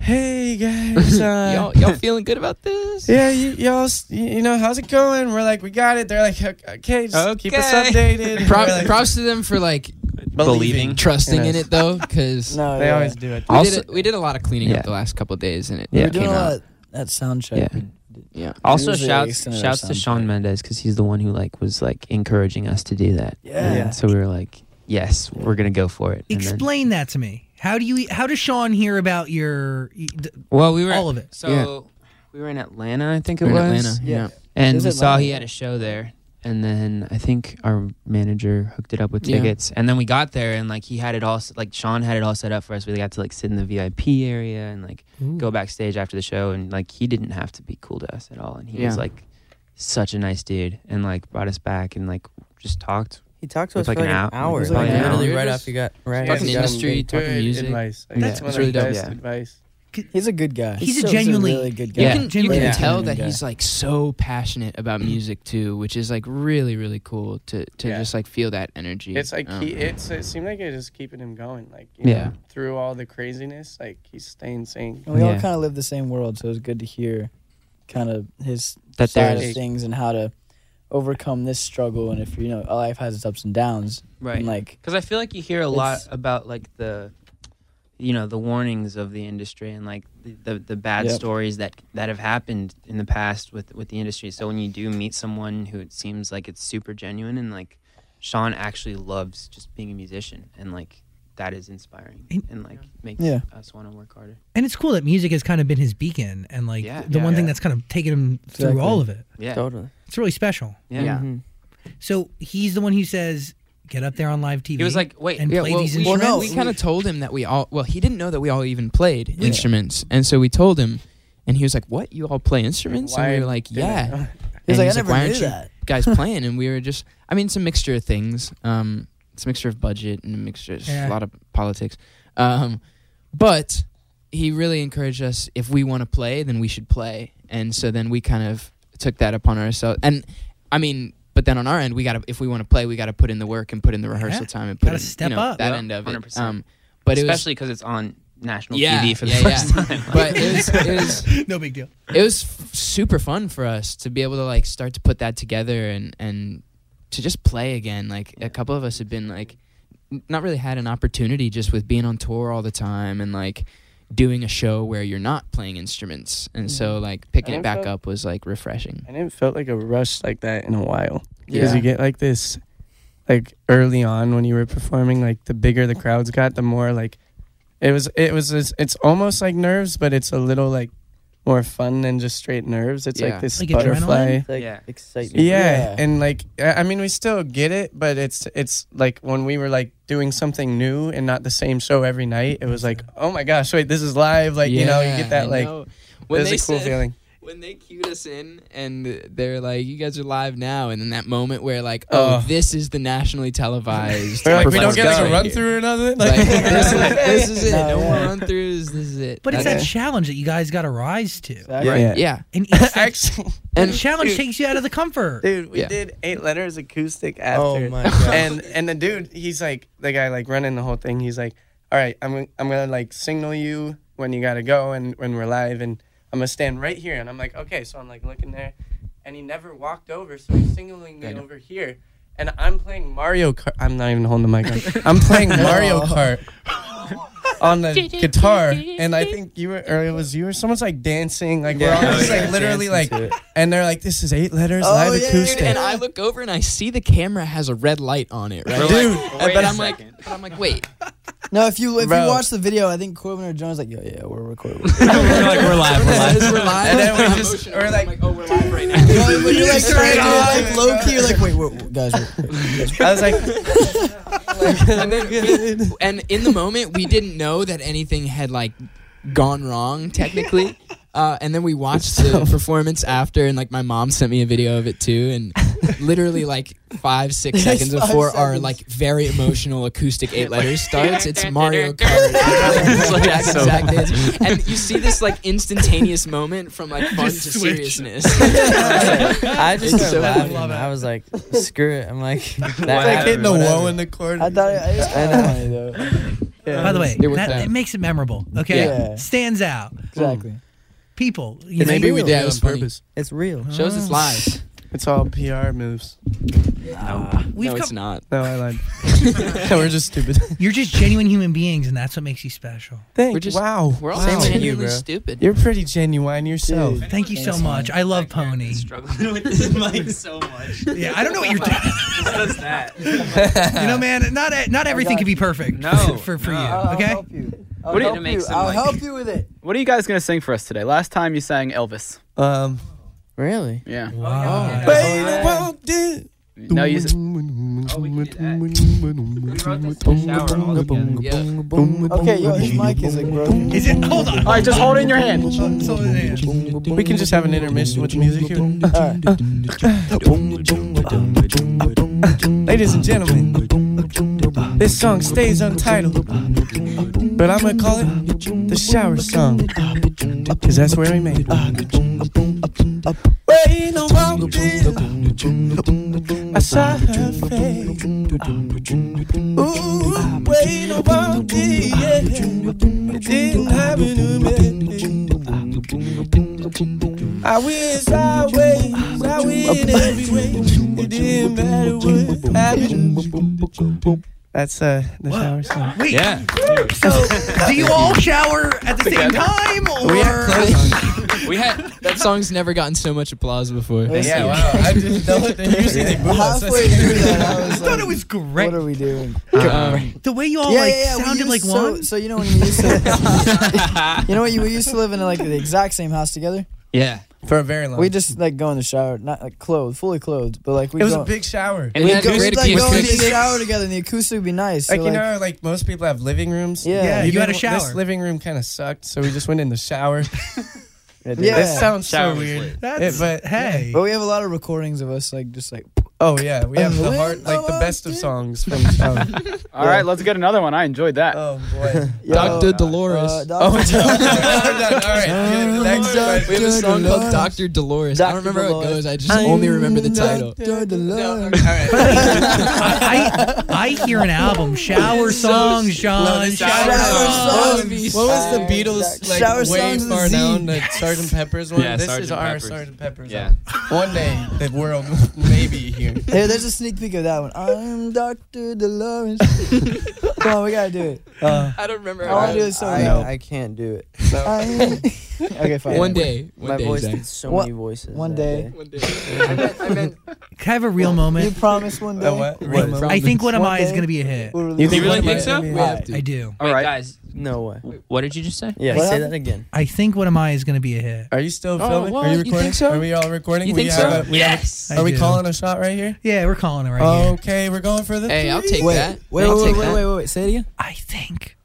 [SPEAKER 5] hey guys, uh,
[SPEAKER 8] y'all, y'all feeling good about this?
[SPEAKER 5] yeah, you, y'all, s- you you know, how's it going? We're like, we got it. They're like, "Ok- okay, just keep us
[SPEAKER 8] Okay.
[SPEAKER 5] updated. And
[SPEAKER 8] Prop,
[SPEAKER 5] we're like,
[SPEAKER 8] props to them for like
[SPEAKER 10] Believing.
[SPEAKER 8] trusting
[SPEAKER 5] in
[SPEAKER 8] in
[SPEAKER 5] us.
[SPEAKER 8] it though, because
[SPEAKER 7] no.
[SPEAKER 5] they
[SPEAKER 7] yeah.
[SPEAKER 5] always do it.
[SPEAKER 8] we,
[SPEAKER 10] Also-
[SPEAKER 8] did a, we did a lot of cleaning
[SPEAKER 10] Yeah.
[SPEAKER 8] up the last couple of days, and it
[SPEAKER 10] Yeah.
[SPEAKER 7] We're
[SPEAKER 8] it
[SPEAKER 7] doing
[SPEAKER 8] came
[SPEAKER 7] a
[SPEAKER 8] out.
[SPEAKER 7] lot at sound
[SPEAKER 10] Yeah.
[SPEAKER 7] check.
[SPEAKER 8] Yeah,
[SPEAKER 10] Also,
[SPEAKER 7] Usually
[SPEAKER 10] shouts
[SPEAKER 7] extended
[SPEAKER 10] shouts
[SPEAKER 7] or
[SPEAKER 10] to
[SPEAKER 7] something.
[SPEAKER 10] Sean Mendez because he's the one who like was like encouraging us to do that.
[SPEAKER 7] Yeah.
[SPEAKER 10] And so we were like, yes, we're gonna go for it. And then-
[SPEAKER 4] Explain that to me. How do you? How does Sean hear about your? y- d-
[SPEAKER 10] well, we were
[SPEAKER 4] all of it.
[SPEAKER 10] So we were in Atlanta, I think it
[SPEAKER 8] in
[SPEAKER 10] was.
[SPEAKER 8] Atlanta.
[SPEAKER 7] Yeah.
[SPEAKER 8] Yeah,
[SPEAKER 10] And
[SPEAKER 7] Is
[SPEAKER 10] we
[SPEAKER 7] it
[SPEAKER 10] saw he
[SPEAKER 7] live?
[SPEAKER 10] had a show there. And then I think our manager hooked it up with
[SPEAKER 8] Yeah.
[SPEAKER 10] tickets. And then we got there and like he had it all, s- like Sean had it all set up for us. We got to like sit in the VIP area and like go
[SPEAKER 8] Mm.
[SPEAKER 10] backstage after the show. And like he didn't have to be cool to us at all. And he was
[SPEAKER 8] Yeah.
[SPEAKER 10] like such a nice dude and like brought us back and like just talked.
[SPEAKER 9] he talked to
[SPEAKER 10] It
[SPEAKER 9] us
[SPEAKER 10] was
[SPEAKER 9] for
[SPEAKER 10] like
[SPEAKER 9] like an Oh,
[SPEAKER 10] an
[SPEAKER 9] hour.
[SPEAKER 10] hou- it was
[SPEAKER 9] like
[SPEAKER 10] like an
[SPEAKER 9] literally
[SPEAKER 5] hour.
[SPEAKER 9] right off you got right.
[SPEAKER 8] Fucking
[SPEAKER 9] after you got
[SPEAKER 8] industry,
[SPEAKER 9] him.
[SPEAKER 8] talking music.
[SPEAKER 5] Advice. Like,
[SPEAKER 4] That's
[SPEAKER 5] one of
[SPEAKER 8] really
[SPEAKER 5] the
[SPEAKER 8] dope.
[SPEAKER 5] best
[SPEAKER 10] Yeah.
[SPEAKER 5] advice.
[SPEAKER 7] He's a good guy.
[SPEAKER 4] He's a
[SPEAKER 7] so-
[SPEAKER 4] genuinely-
[SPEAKER 7] really good guy.
[SPEAKER 10] Yeah.
[SPEAKER 8] You can, you
[SPEAKER 4] genuinely
[SPEAKER 8] can
[SPEAKER 4] a
[SPEAKER 8] tell
[SPEAKER 7] genuine
[SPEAKER 8] that
[SPEAKER 7] guy.
[SPEAKER 8] he's like so passionate about music too, which is like really really cool to to
[SPEAKER 5] Yeah.
[SPEAKER 8] just like feel that energy.
[SPEAKER 5] It's like
[SPEAKER 8] Um,
[SPEAKER 5] he, it's it seemed like it was keeping him going. Like you
[SPEAKER 10] Yeah.
[SPEAKER 5] know, through all the craziness, like he's staying sane.
[SPEAKER 7] And we all
[SPEAKER 10] Yeah.
[SPEAKER 7] kind of live the same world, so it was good to hear kind of his
[SPEAKER 10] That
[SPEAKER 7] side
[SPEAKER 10] there's-
[SPEAKER 7] of things and how to overcome this struggle. And if you know, life has its ups and downs. And like,
[SPEAKER 10] Because I feel like you hear a lot
[SPEAKER 7] It's-
[SPEAKER 10] about like the, you know, the warnings of the industry and like the the, the bad
[SPEAKER 7] Yep.
[SPEAKER 10] stories that that have happened in the past with with the industry. So when you do meet someone who it seems like it's super genuine and like Sean actually loves just being a musician and like that is inspiring
[SPEAKER 4] And-
[SPEAKER 10] and like makes
[SPEAKER 7] Yeah.
[SPEAKER 10] us want to work harder.
[SPEAKER 4] And it's cool that music has kind of been his beacon, and like
[SPEAKER 10] Yeah.
[SPEAKER 4] the
[SPEAKER 10] Yeah.
[SPEAKER 4] one thing
[SPEAKER 10] Yeah.
[SPEAKER 4] that's kind of taken him through
[SPEAKER 7] Exactly.
[SPEAKER 4] all of it.
[SPEAKER 10] Yeah.
[SPEAKER 9] Totally.
[SPEAKER 4] It's really special.
[SPEAKER 10] Yeah.
[SPEAKER 7] Mm-hmm.
[SPEAKER 9] Mhm.
[SPEAKER 4] So he's the one who says, "Get up there on live TV."
[SPEAKER 10] He was like, wait,
[SPEAKER 4] and
[SPEAKER 8] Yeah,
[SPEAKER 4] play
[SPEAKER 8] well,
[SPEAKER 4] these
[SPEAKER 8] we,
[SPEAKER 7] Well,
[SPEAKER 4] instruments.
[SPEAKER 7] no,
[SPEAKER 8] we kind of told him that we all. Well, he didn't know that we all even played instruments, and so we told him, and he was like, "What? You all play instruments?" And we were like,
[SPEAKER 5] didn't
[SPEAKER 8] "Yeah."
[SPEAKER 5] I know?
[SPEAKER 7] he's
[SPEAKER 8] And
[SPEAKER 7] like, I
[SPEAKER 8] he's like,
[SPEAKER 7] never
[SPEAKER 8] "Why
[SPEAKER 7] knew
[SPEAKER 8] aren't you-
[SPEAKER 7] that.
[SPEAKER 8] guys playing and we were just i mean it's a mixture of things um it's a mixture of budget and a mixture it's
[SPEAKER 4] Yeah.
[SPEAKER 8] a lot of politics um but he really encouraged us if we want to play then we should play and so then we kind of took that upon ourselves and i mean but then on our end we gotta if we want to play we gotta put in the work and put in the rehearsal
[SPEAKER 4] Yeah.
[SPEAKER 8] time and put
[SPEAKER 4] Gotta
[SPEAKER 8] in
[SPEAKER 4] step
[SPEAKER 8] you know,
[SPEAKER 4] up.
[SPEAKER 8] that
[SPEAKER 10] Yeah,
[SPEAKER 8] end of it
[SPEAKER 10] 100%.
[SPEAKER 8] um but it was
[SPEAKER 10] Especially because it's on national
[SPEAKER 8] yeah,
[SPEAKER 10] TV for the
[SPEAKER 8] yeah,
[SPEAKER 10] first
[SPEAKER 8] yeah.
[SPEAKER 10] time.
[SPEAKER 8] but it was, it was
[SPEAKER 4] no big deal.
[SPEAKER 8] it was f- super fun for us to be able to like start to put that together and and to just play again like a couple of us had been like n- not really had an opportunity just with being on tour all the time and like doing a show where you're not playing instruments and so like picking
[SPEAKER 5] And
[SPEAKER 8] it back
[SPEAKER 5] so-
[SPEAKER 8] up was like refreshing
[SPEAKER 5] I didn't felt like a rush like that in a while because
[SPEAKER 8] Yeah.
[SPEAKER 5] you get like this, like early on when you were performing, like the bigger the crowds got, the more like it was. It was. This, it's almost like nerves, but it's a little like more fun than just straight nerves. It's
[SPEAKER 8] Yeah.
[SPEAKER 5] like this
[SPEAKER 4] Like adrenaline?
[SPEAKER 5] butterfly.
[SPEAKER 9] It's like
[SPEAKER 10] Yeah.
[SPEAKER 9] excitement.
[SPEAKER 5] Yeah,
[SPEAKER 7] Yeah.
[SPEAKER 5] and like I I mean, we still get it, but it's it's like when we were like doing something new and not the same show every night. It was like, oh my gosh, wait, this is live. Like you know, you
[SPEAKER 8] Yeah,
[SPEAKER 5] get that
[SPEAKER 8] I
[SPEAKER 5] like.
[SPEAKER 8] know.
[SPEAKER 5] It
[SPEAKER 8] when
[SPEAKER 5] was
[SPEAKER 8] they
[SPEAKER 5] a cool
[SPEAKER 8] said,
[SPEAKER 5] feeling.
[SPEAKER 8] when they cued us in and they're like, "You guys are live now," and in that moment where like, "Oh,
[SPEAKER 5] Oh.
[SPEAKER 8] this is the nationally televised."
[SPEAKER 5] We're like, we don't
[SPEAKER 8] performance
[SPEAKER 5] get like a
[SPEAKER 8] right
[SPEAKER 5] run
[SPEAKER 8] here."
[SPEAKER 5] through or nothing.
[SPEAKER 8] Like,
[SPEAKER 5] Like,
[SPEAKER 8] this, is, this is it.
[SPEAKER 7] No,
[SPEAKER 8] No, more
[SPEAKER 7] yeah.
[SPEAKER 8] run throughs. This is it.
[SPEAKER 4] But it's
[SPEAKER 8] That's
[SPEAKER 4] that challenge that you guys got to rise to,
[SPEAKER 7] Exactly.
[SPEAKER 8] it. yeah.
[SPEAKER 4] and it's that-
[SPEAKER 5] actually,
[SPEAKER 4] that
[SPEAKER 8] and-
[SPEAKER 4] challenge
[SPEAKER 5] dude.
[SPEAKER 4] takes you out of the comfort.
[SPEAKER 5] dude, we
[SPEAKER 8] Yeah.
[SPEAKER 5] did eight letters acoustic after.
[SPEAKER 9] Oh my god.
[SPEAKER 5] and and the dude, he's like the guy like running the whole thing. He's like, all right, I'm gonna- I'm gonna like signal you when you gotta go and when we're live, and I'm gonna stand right here. And I'm like, okay, so I'm like looking there, and he never walked over, so he's signaling me over here. And I'm playing Mario Kart. I'm not even holding the mic. up. I'm playing Mario Kart on the guitar, and I think you were, or it was you or someone's like dancing. Like we're all
[SPEAKER 9] Yeah.
[SPEAKER 5] just like
[SPEAKER 9] Yeah.
[SPEAKER 5] literally like,
[SPEAKER 9] Dancing to it.
[SPEAKER 5] and they're like, "This is eight letters
[SPEAKER 7] Oh,
[SPEAKER 5] live
[SPEAKER 7] yeah, dude,
[SPEAKER 5] acoustic."
[SPEAKER 8] and I look over and I see the camera has a red light on it, right?
[SPEAKER 5] Dude,
[SPEAKER 8] but I'm like, but I'm like, wait,
[SPEAKER 7] No, if you if
[SPEAKER 5] Bro.
[SPEAKER 7] you watch the video, I think Corbin or Jones like, yeah, yeah, we're recording.
[SPEAKER 5] like we're live, we're
[SPEAKER 8] guys, we're live.
[SPEAKER 5] And then
[SPEAKER 8] I'm
[SPEAKER 5] we just
[SPEAKER 8] emotional.
[SPEAKER 5] we're
[SPEAKER 8] I'm
[SPEAKER 5] like,
[SPEAKER 8] oh, we're live right now.
[SPEAKER 7] you know, when you're like,
[SPEAKER 5] Straight
[SPEAKER 7] trying to
[SPEAKER 5] on.
[SPEAKER 7] do, like low key, you're like, wait, wait, wait guys, we're,
[SPEAKER 5] I was like,
[SPEAKER 8] and, then we- and in the moment, we didn't know that anything had like gone wrong technically. Uh, and then we watched the performance after, and like my mom sent me a video of it too. And literally, like five, six
[SPEAKER 7] Yes,
[SPEAKER 8] seconds
[SPEAKER 7] five
[SPEAKER 8] before our
[SPEAKER 7] seconds.
[SPEAKER 8] like very emotional acoustic eight letters starts, it's Mario Kart. It's like that
[SPEAKER 10] So-
[SPEAKER 8] exact dance. and you see this like instantaneous moment from like fun
[SPEAKER 4] Just
[SPEAKER 8] to
[SPEAKER 4] switch.
[SPEAKER 8] seriousness.
[SPEAKER 9] I just
[SPEAKER 8] It's
[SPEAKER 9] started
[SPEAKER 8] so
[SPEAKER 9] laughing.
[SPEAKER 4] love it.
[SPEAKER 9] I was like, screw it. I'm like, that
[SPEAKER 5] like hitting
[SPEAKER 9] happened,
[SPEAKER 5] the
[SPEAKER 9] whatever.
[SPEAKER 5] wall in the corner.
[SPEAKER 7] I thought it, it was kind of funny though.
[SPEAKER 4] By the way,
[SPEAKER 8] It was
[SPEAKER 4] that,
[SPEAKER 8] that.
[SPEAKER 4] it makes it memorable. Okay,
[SPEAKER 7] Yeah.
[SPEAKER 4] stands out.
[SPEAKER 7] Exactly.
[SPEAKER 4] People, you
[SPEAKER 8] Maybe
[SPEAKER 4] know,
[SPEAKER 8] we
[SPEAKER 5] Real,
[SPEAKER 8] did. It
[SPEAKER 5] on
[SPEAKER 8] was funny.
[SPEAKER 5] purpose.
[SPEAKER 9] It's real.
[SPEAKER 8] Shows it's live.
[SPEAKER 5] It's all PR moves.
[SPEAKER 4] we've
[SPEAKER 8] no,
[SPEAKER 4] come,
[SPEAKER 8] it's not.
[SPEAKER 5] No, I lied. no, we're just stupid.
[SPEAKER 4] You're just genuine human beings, and that's what makes you special.
[SPEAKER 5] Thanks.
[SPEAKER 8] We're just-
[SPEAKER 5] wow.
[SPEAKER 8] We're all
[SPEAKER 5] wow.
[SPEAKER 9] Same with you,
[SPEAKER 8] genuinely
[SPEAKER 9] bro.
[SPEAKER 8] stupid.
[SPEAKER 5] You're pretty genuine yourself.
[SPEAKER 7] Dude.
[SPEAKER 4] Thank you so
[SPEAKER 7] Thanks, man.
[SPEAKER 4] much. I love Pony.
[SPEAKER 10] Struggling with this mic so much.
[SPEAKER 4] Yeah, I don't know what you're doing.
[SPEAKER 10] Just does that.
[SPEAKER 4] You know, man, not e, not everything
[SPEAKER 7] got Oh,
[SPEAKER 4] can be perfect.
[SPEAKER 10] No,
[SPEAKER 4] for for
[SPEAKER 10] no.
[SPEAKER 4] you.
[SPEAKER 7] I'll
[SPEAKER 4] Okay,
[SPEAKER 7] help you. I'll
[SPEAKER 10] What do you-
[SPEAKER 7] help
[SPEAKER 10] It makes them
[SPEAKER 7] I'll
[SPEAKER 10] like-
[SPEAKER 7] help you with it.
[SPEAKER 6] What are you guys gonna sing for us today? Last time you sang Elvis.
[SPEAKER 5] Um,
[SPEAKER 9] Really?
[SPEAKER 6] Yeah.
[SPEAKER 4] wow.
[SPEAKER 5] baby, won't do.
[SPEAKER 6] No, you. s-
[SPEAKER 7] Okay, yo, his mic is like broken.
[SPEAKER 4] Is it? Hold on.
[SPEAKER 6] All right, just hold it in your hand.
[SPEAKER 4] So then-
[SPEAKER 5] We can just have an intermission with the music here. Ladies and gentlemen, this song stays untitled, but I'm gonna call it the shower song, cause that's where we made it. Waiting on one I saw her face. Ooh, waiting on one yeah. It didn't happen to me. I wish I win, I win every way. It didn't matter what happened. That's uh, the shower song.
[SPEAKER 4] Wait.
[SPEAKER 5] Yeah.
[SPEAKER 4] So, do you all shower at the same time, or
[SPEAKER 8] We had that song's never gotten so much applause before.
[SPEAKER 5] Yeah, wow. I just know it. Usually they boo us.
[SPEAKER 7] Halfway through that, I
[SPEAKER 4] I
[SPEAKER 7] was
[SPEAKER 4] thought
[SPEAKER 7] like,
[SPEAKER 4] it was great.
[SPEAKER 7] what are we doing?
[SPEAKER 8] Um,
[SPEAKER 4] The way you
[SPEAKER 5] Oh,
[SPEAKER 4] all like
[SPEAKER 7] we
[SPEAKER 4] sounded
[SPEAKER 7] used-
[SPEAKER 4] like
[SPEAKER 7] so,
[SPEAKER 4] one.
[SPEAKER 7] So you know when you used to, you know what you we used to live in like the exact same house together.
[SPEAKER 8] yeah.
[SPEAKER 5] For a very long
[SPEAKER 7] We just like go in the shower, not like clothed, fully clothed, but like we
[SPEAKER 5] It was
[SPEAKER 7] go,
[SPEAKER 5] a big shower.
[SPEAKER 8] And
[SPEAKER 7] we'd
[SPEAKER 8] then
[SPEAKER 7] go,
[SPEAKER 8] we
[SPEAKER 7] we'd, like go in the
[SPEAKER 8] acoustics.
[SPEAKER 7] shower together, and the acoustic would be nice.
[SPEAKER 5] Like,
[SPEAKER 7] so,
[SPEAKER 5] you
[SPEAKER 7] like,
[SPEAKER 5] know, how, like most people have living rooms.
[SPEAKER 7] Yeah. Yeah,
[SPEAKER 5] We
[SPEAKER 4] you had a
[SPEAKER 5] didn't- This
[SPEAKER 4] shower.
[SPEAKER 5] living room kind of sucked, so we just went in the shower.
[SPEAKER 7] yeah. Oh.
[SPEAKER 5] This sounds
[SPEAKER 10] Shower
[SPEAKER 5] so
[SPEAKER 10] was
[SPEAKER 5] weird.
[SPEAKER 10] lit.
[SPEAKER 4] That's
[SPEAKER 5] It- but-
[SPEAKER 4] hey.
[SPEAKER 7] but we have a lot of recordings of us like just like
[SPEAKER 5] Oh yeah, we have the heart, like the best of songs from the shower.
[SPEAKER 6] All right, let's get another one. I enjoyed that.
[SPEAKER 5] Oh boy.
[SPEAKER 7] yo,
[SPEAKER 8] Dr.
[SPEAKER 7] Uh,
[SPEAKER 8] Dolores.
[SPEAKER 5] Oh,
[SPEAKER 7] Dr.
[SPEAKER 5] we're done. We're done. All right. Get it. Next one.
[SPEAKER 8] we have a song called
[SPEAKER 7] Dolores.
[SPEAKER 8] Dr. Dolores. I don't
[SPEAKER 7] Dr.
[SPEAKER 8] remember how it
[SPEAKER 7] Dolores.
[SPEAKER 8] goes. I just only remember the title.
[SPEAKER 7] Dr.
[SPEAKER 5] All
[SPEAKER 7] Dolores.
[SPEAKER 5] right.
[SPEAKER 4] I, I hear an album. Shower
[SPEAKER 8] It's so
[SPEAKER 4] songs,
[SPEAKER 8] s-
[SPEAKER 4] John.
[SPEAKER 5] no, this
[SPEAKER 4] shower
[SPEAKER 5] shower
[SPEAKER 4] songs.
[SPEAKER 5] song.
[SPEAKER 7] songs.
[SPEAKER 8] That would be
[SPEAKER 5] What was the
[SPEAKER 7] Uh,
[SPEAKER 5] Beatles like
[SPEAKER 7] Shower
[SPEAKER 5] way
[SPEAKER 7] Songs with
[SPEAKER 5] far
[SPEAKER 7] Z.
[SPEAKER 5] down? The Sergeant Pepper's one.
[SPEAKER 10] Yeah,
[SPEAKER 5] this is
[SPEAKER 10] Sgt.
[SPEAKER 5] our
[SPEAKER 10] Pepper's.
[SPEAKER 5] Sergeant Pepper's.
[SPEAKER 10] Yeah.
[SPEAKER 5] album. One day the world may be here.
[SPEAKER 7] Hey, there's a sneak peek of that one. I'm Dr. Dolores. Come on, we gotta do it.
[SPEAKER 5] Uh,
[SPEAKER 8] I don't remember.
[SPEAKER 7] I wanna do it so
[SPEAKER 9] I, I can't do it.
[SPEAKER 7] I'm- okay, fine.
[SPEAKER 8] One day. One
[SPEAKER 9] My
[SPEAKER 8] day,
[SPEAKER 9] voice
[SPEAKER 8] Zach.
[SPEAKER 9] did so
[SPEAKER 7] One-
[SPEAKER 9] many voices.
[SPEAKER 7] one
[SPEAKER 9] that
[SPEAKER 7] day.
[SPEAKER 8] One day. I meant, I meant
[SPEAKER 4] Can I have a real
[SPEAKER 7] You
[SPEAKER 4] moment?
[SPEAKER 7] promise one day.
[SPEAKER 5] Uh, what? Real moment.
[SPEAKER 4] I think What Am
[SPEAKER 7] One
[SPEAKER 4] I is
[SPEAKER 7] day.
[SPEAKER 4] going to be a hit.
[SPEAKER 7] We'll release
[SPEAKER 5] You
[SPEAKER 7] it.
[SPEAKER 5] think
[SPEAKER 10] really
[SPEAKER 5] one
[SPEAKER 10] think
[SPEAKER 5] day-
[SPEAKER 10] so?
[SPEAKER 8] we have to.
[SPEAKER 4] I do.
[SPEAKER 10] All right,
[SPEAKER 6] right.
[SPEAKER 10] guys,
[SPEAKER 9] No way.
[SPEAKER 10] what did you just say?
[SPEAKER 9] Yeah,
[SPEAKER 7] What
[SPEAKER 9] say
[SPEAKER 7] happened?
[SPEAKER 9] that again.
[SPEAKER 4] I think What Am I is going to be a hit.
[SPEAKER 5] Are you still
[SPEAKER 8] Oh,
[SPEAKER 5] filming?
[SPEAKER 8] what?
[SPEAKER 5] Are
[SPEAKER 8] You
[SPEAKER 5] you
[SPEAKER 8] think
[SPEAKER 5] recording?
[SPEAKER 8] so?
[SPEAKER 5] Are we all recording?
[SPEAKER 8] You
[SPEAKER 5] we
[SPEAKER 8] think so?
[SPEAKER 5] have a- we have a-
[SPEAKER 8] yes.
[SPEAKER 4] I
[SPEAKER 5] are we
[SPEAKER 4] do.
[SPEAKER 5] calling Oh. a shot right here?
[SPEAKER 4] Yeah, we're calling it right here.
[SPEAKER 5] Okay, we're going for the.
[SPEAKER 8] Hey, I'll
[SPEAKER 5] three.
[SPEAKER 8] take
[SPEAKER 7] Wait,
[SPEAKER 8] that.
[SPEAKER 7] wait,
[SPEAKER 8] I'll
[SPEAKER 7] wait,
[SPEAKER 8] take
[SPEAKER 7] wait,
[SPEAKER 8] that.
[SPEAKER 7] wait, wait, wait. Say it again.
[SPEAKER 4] I think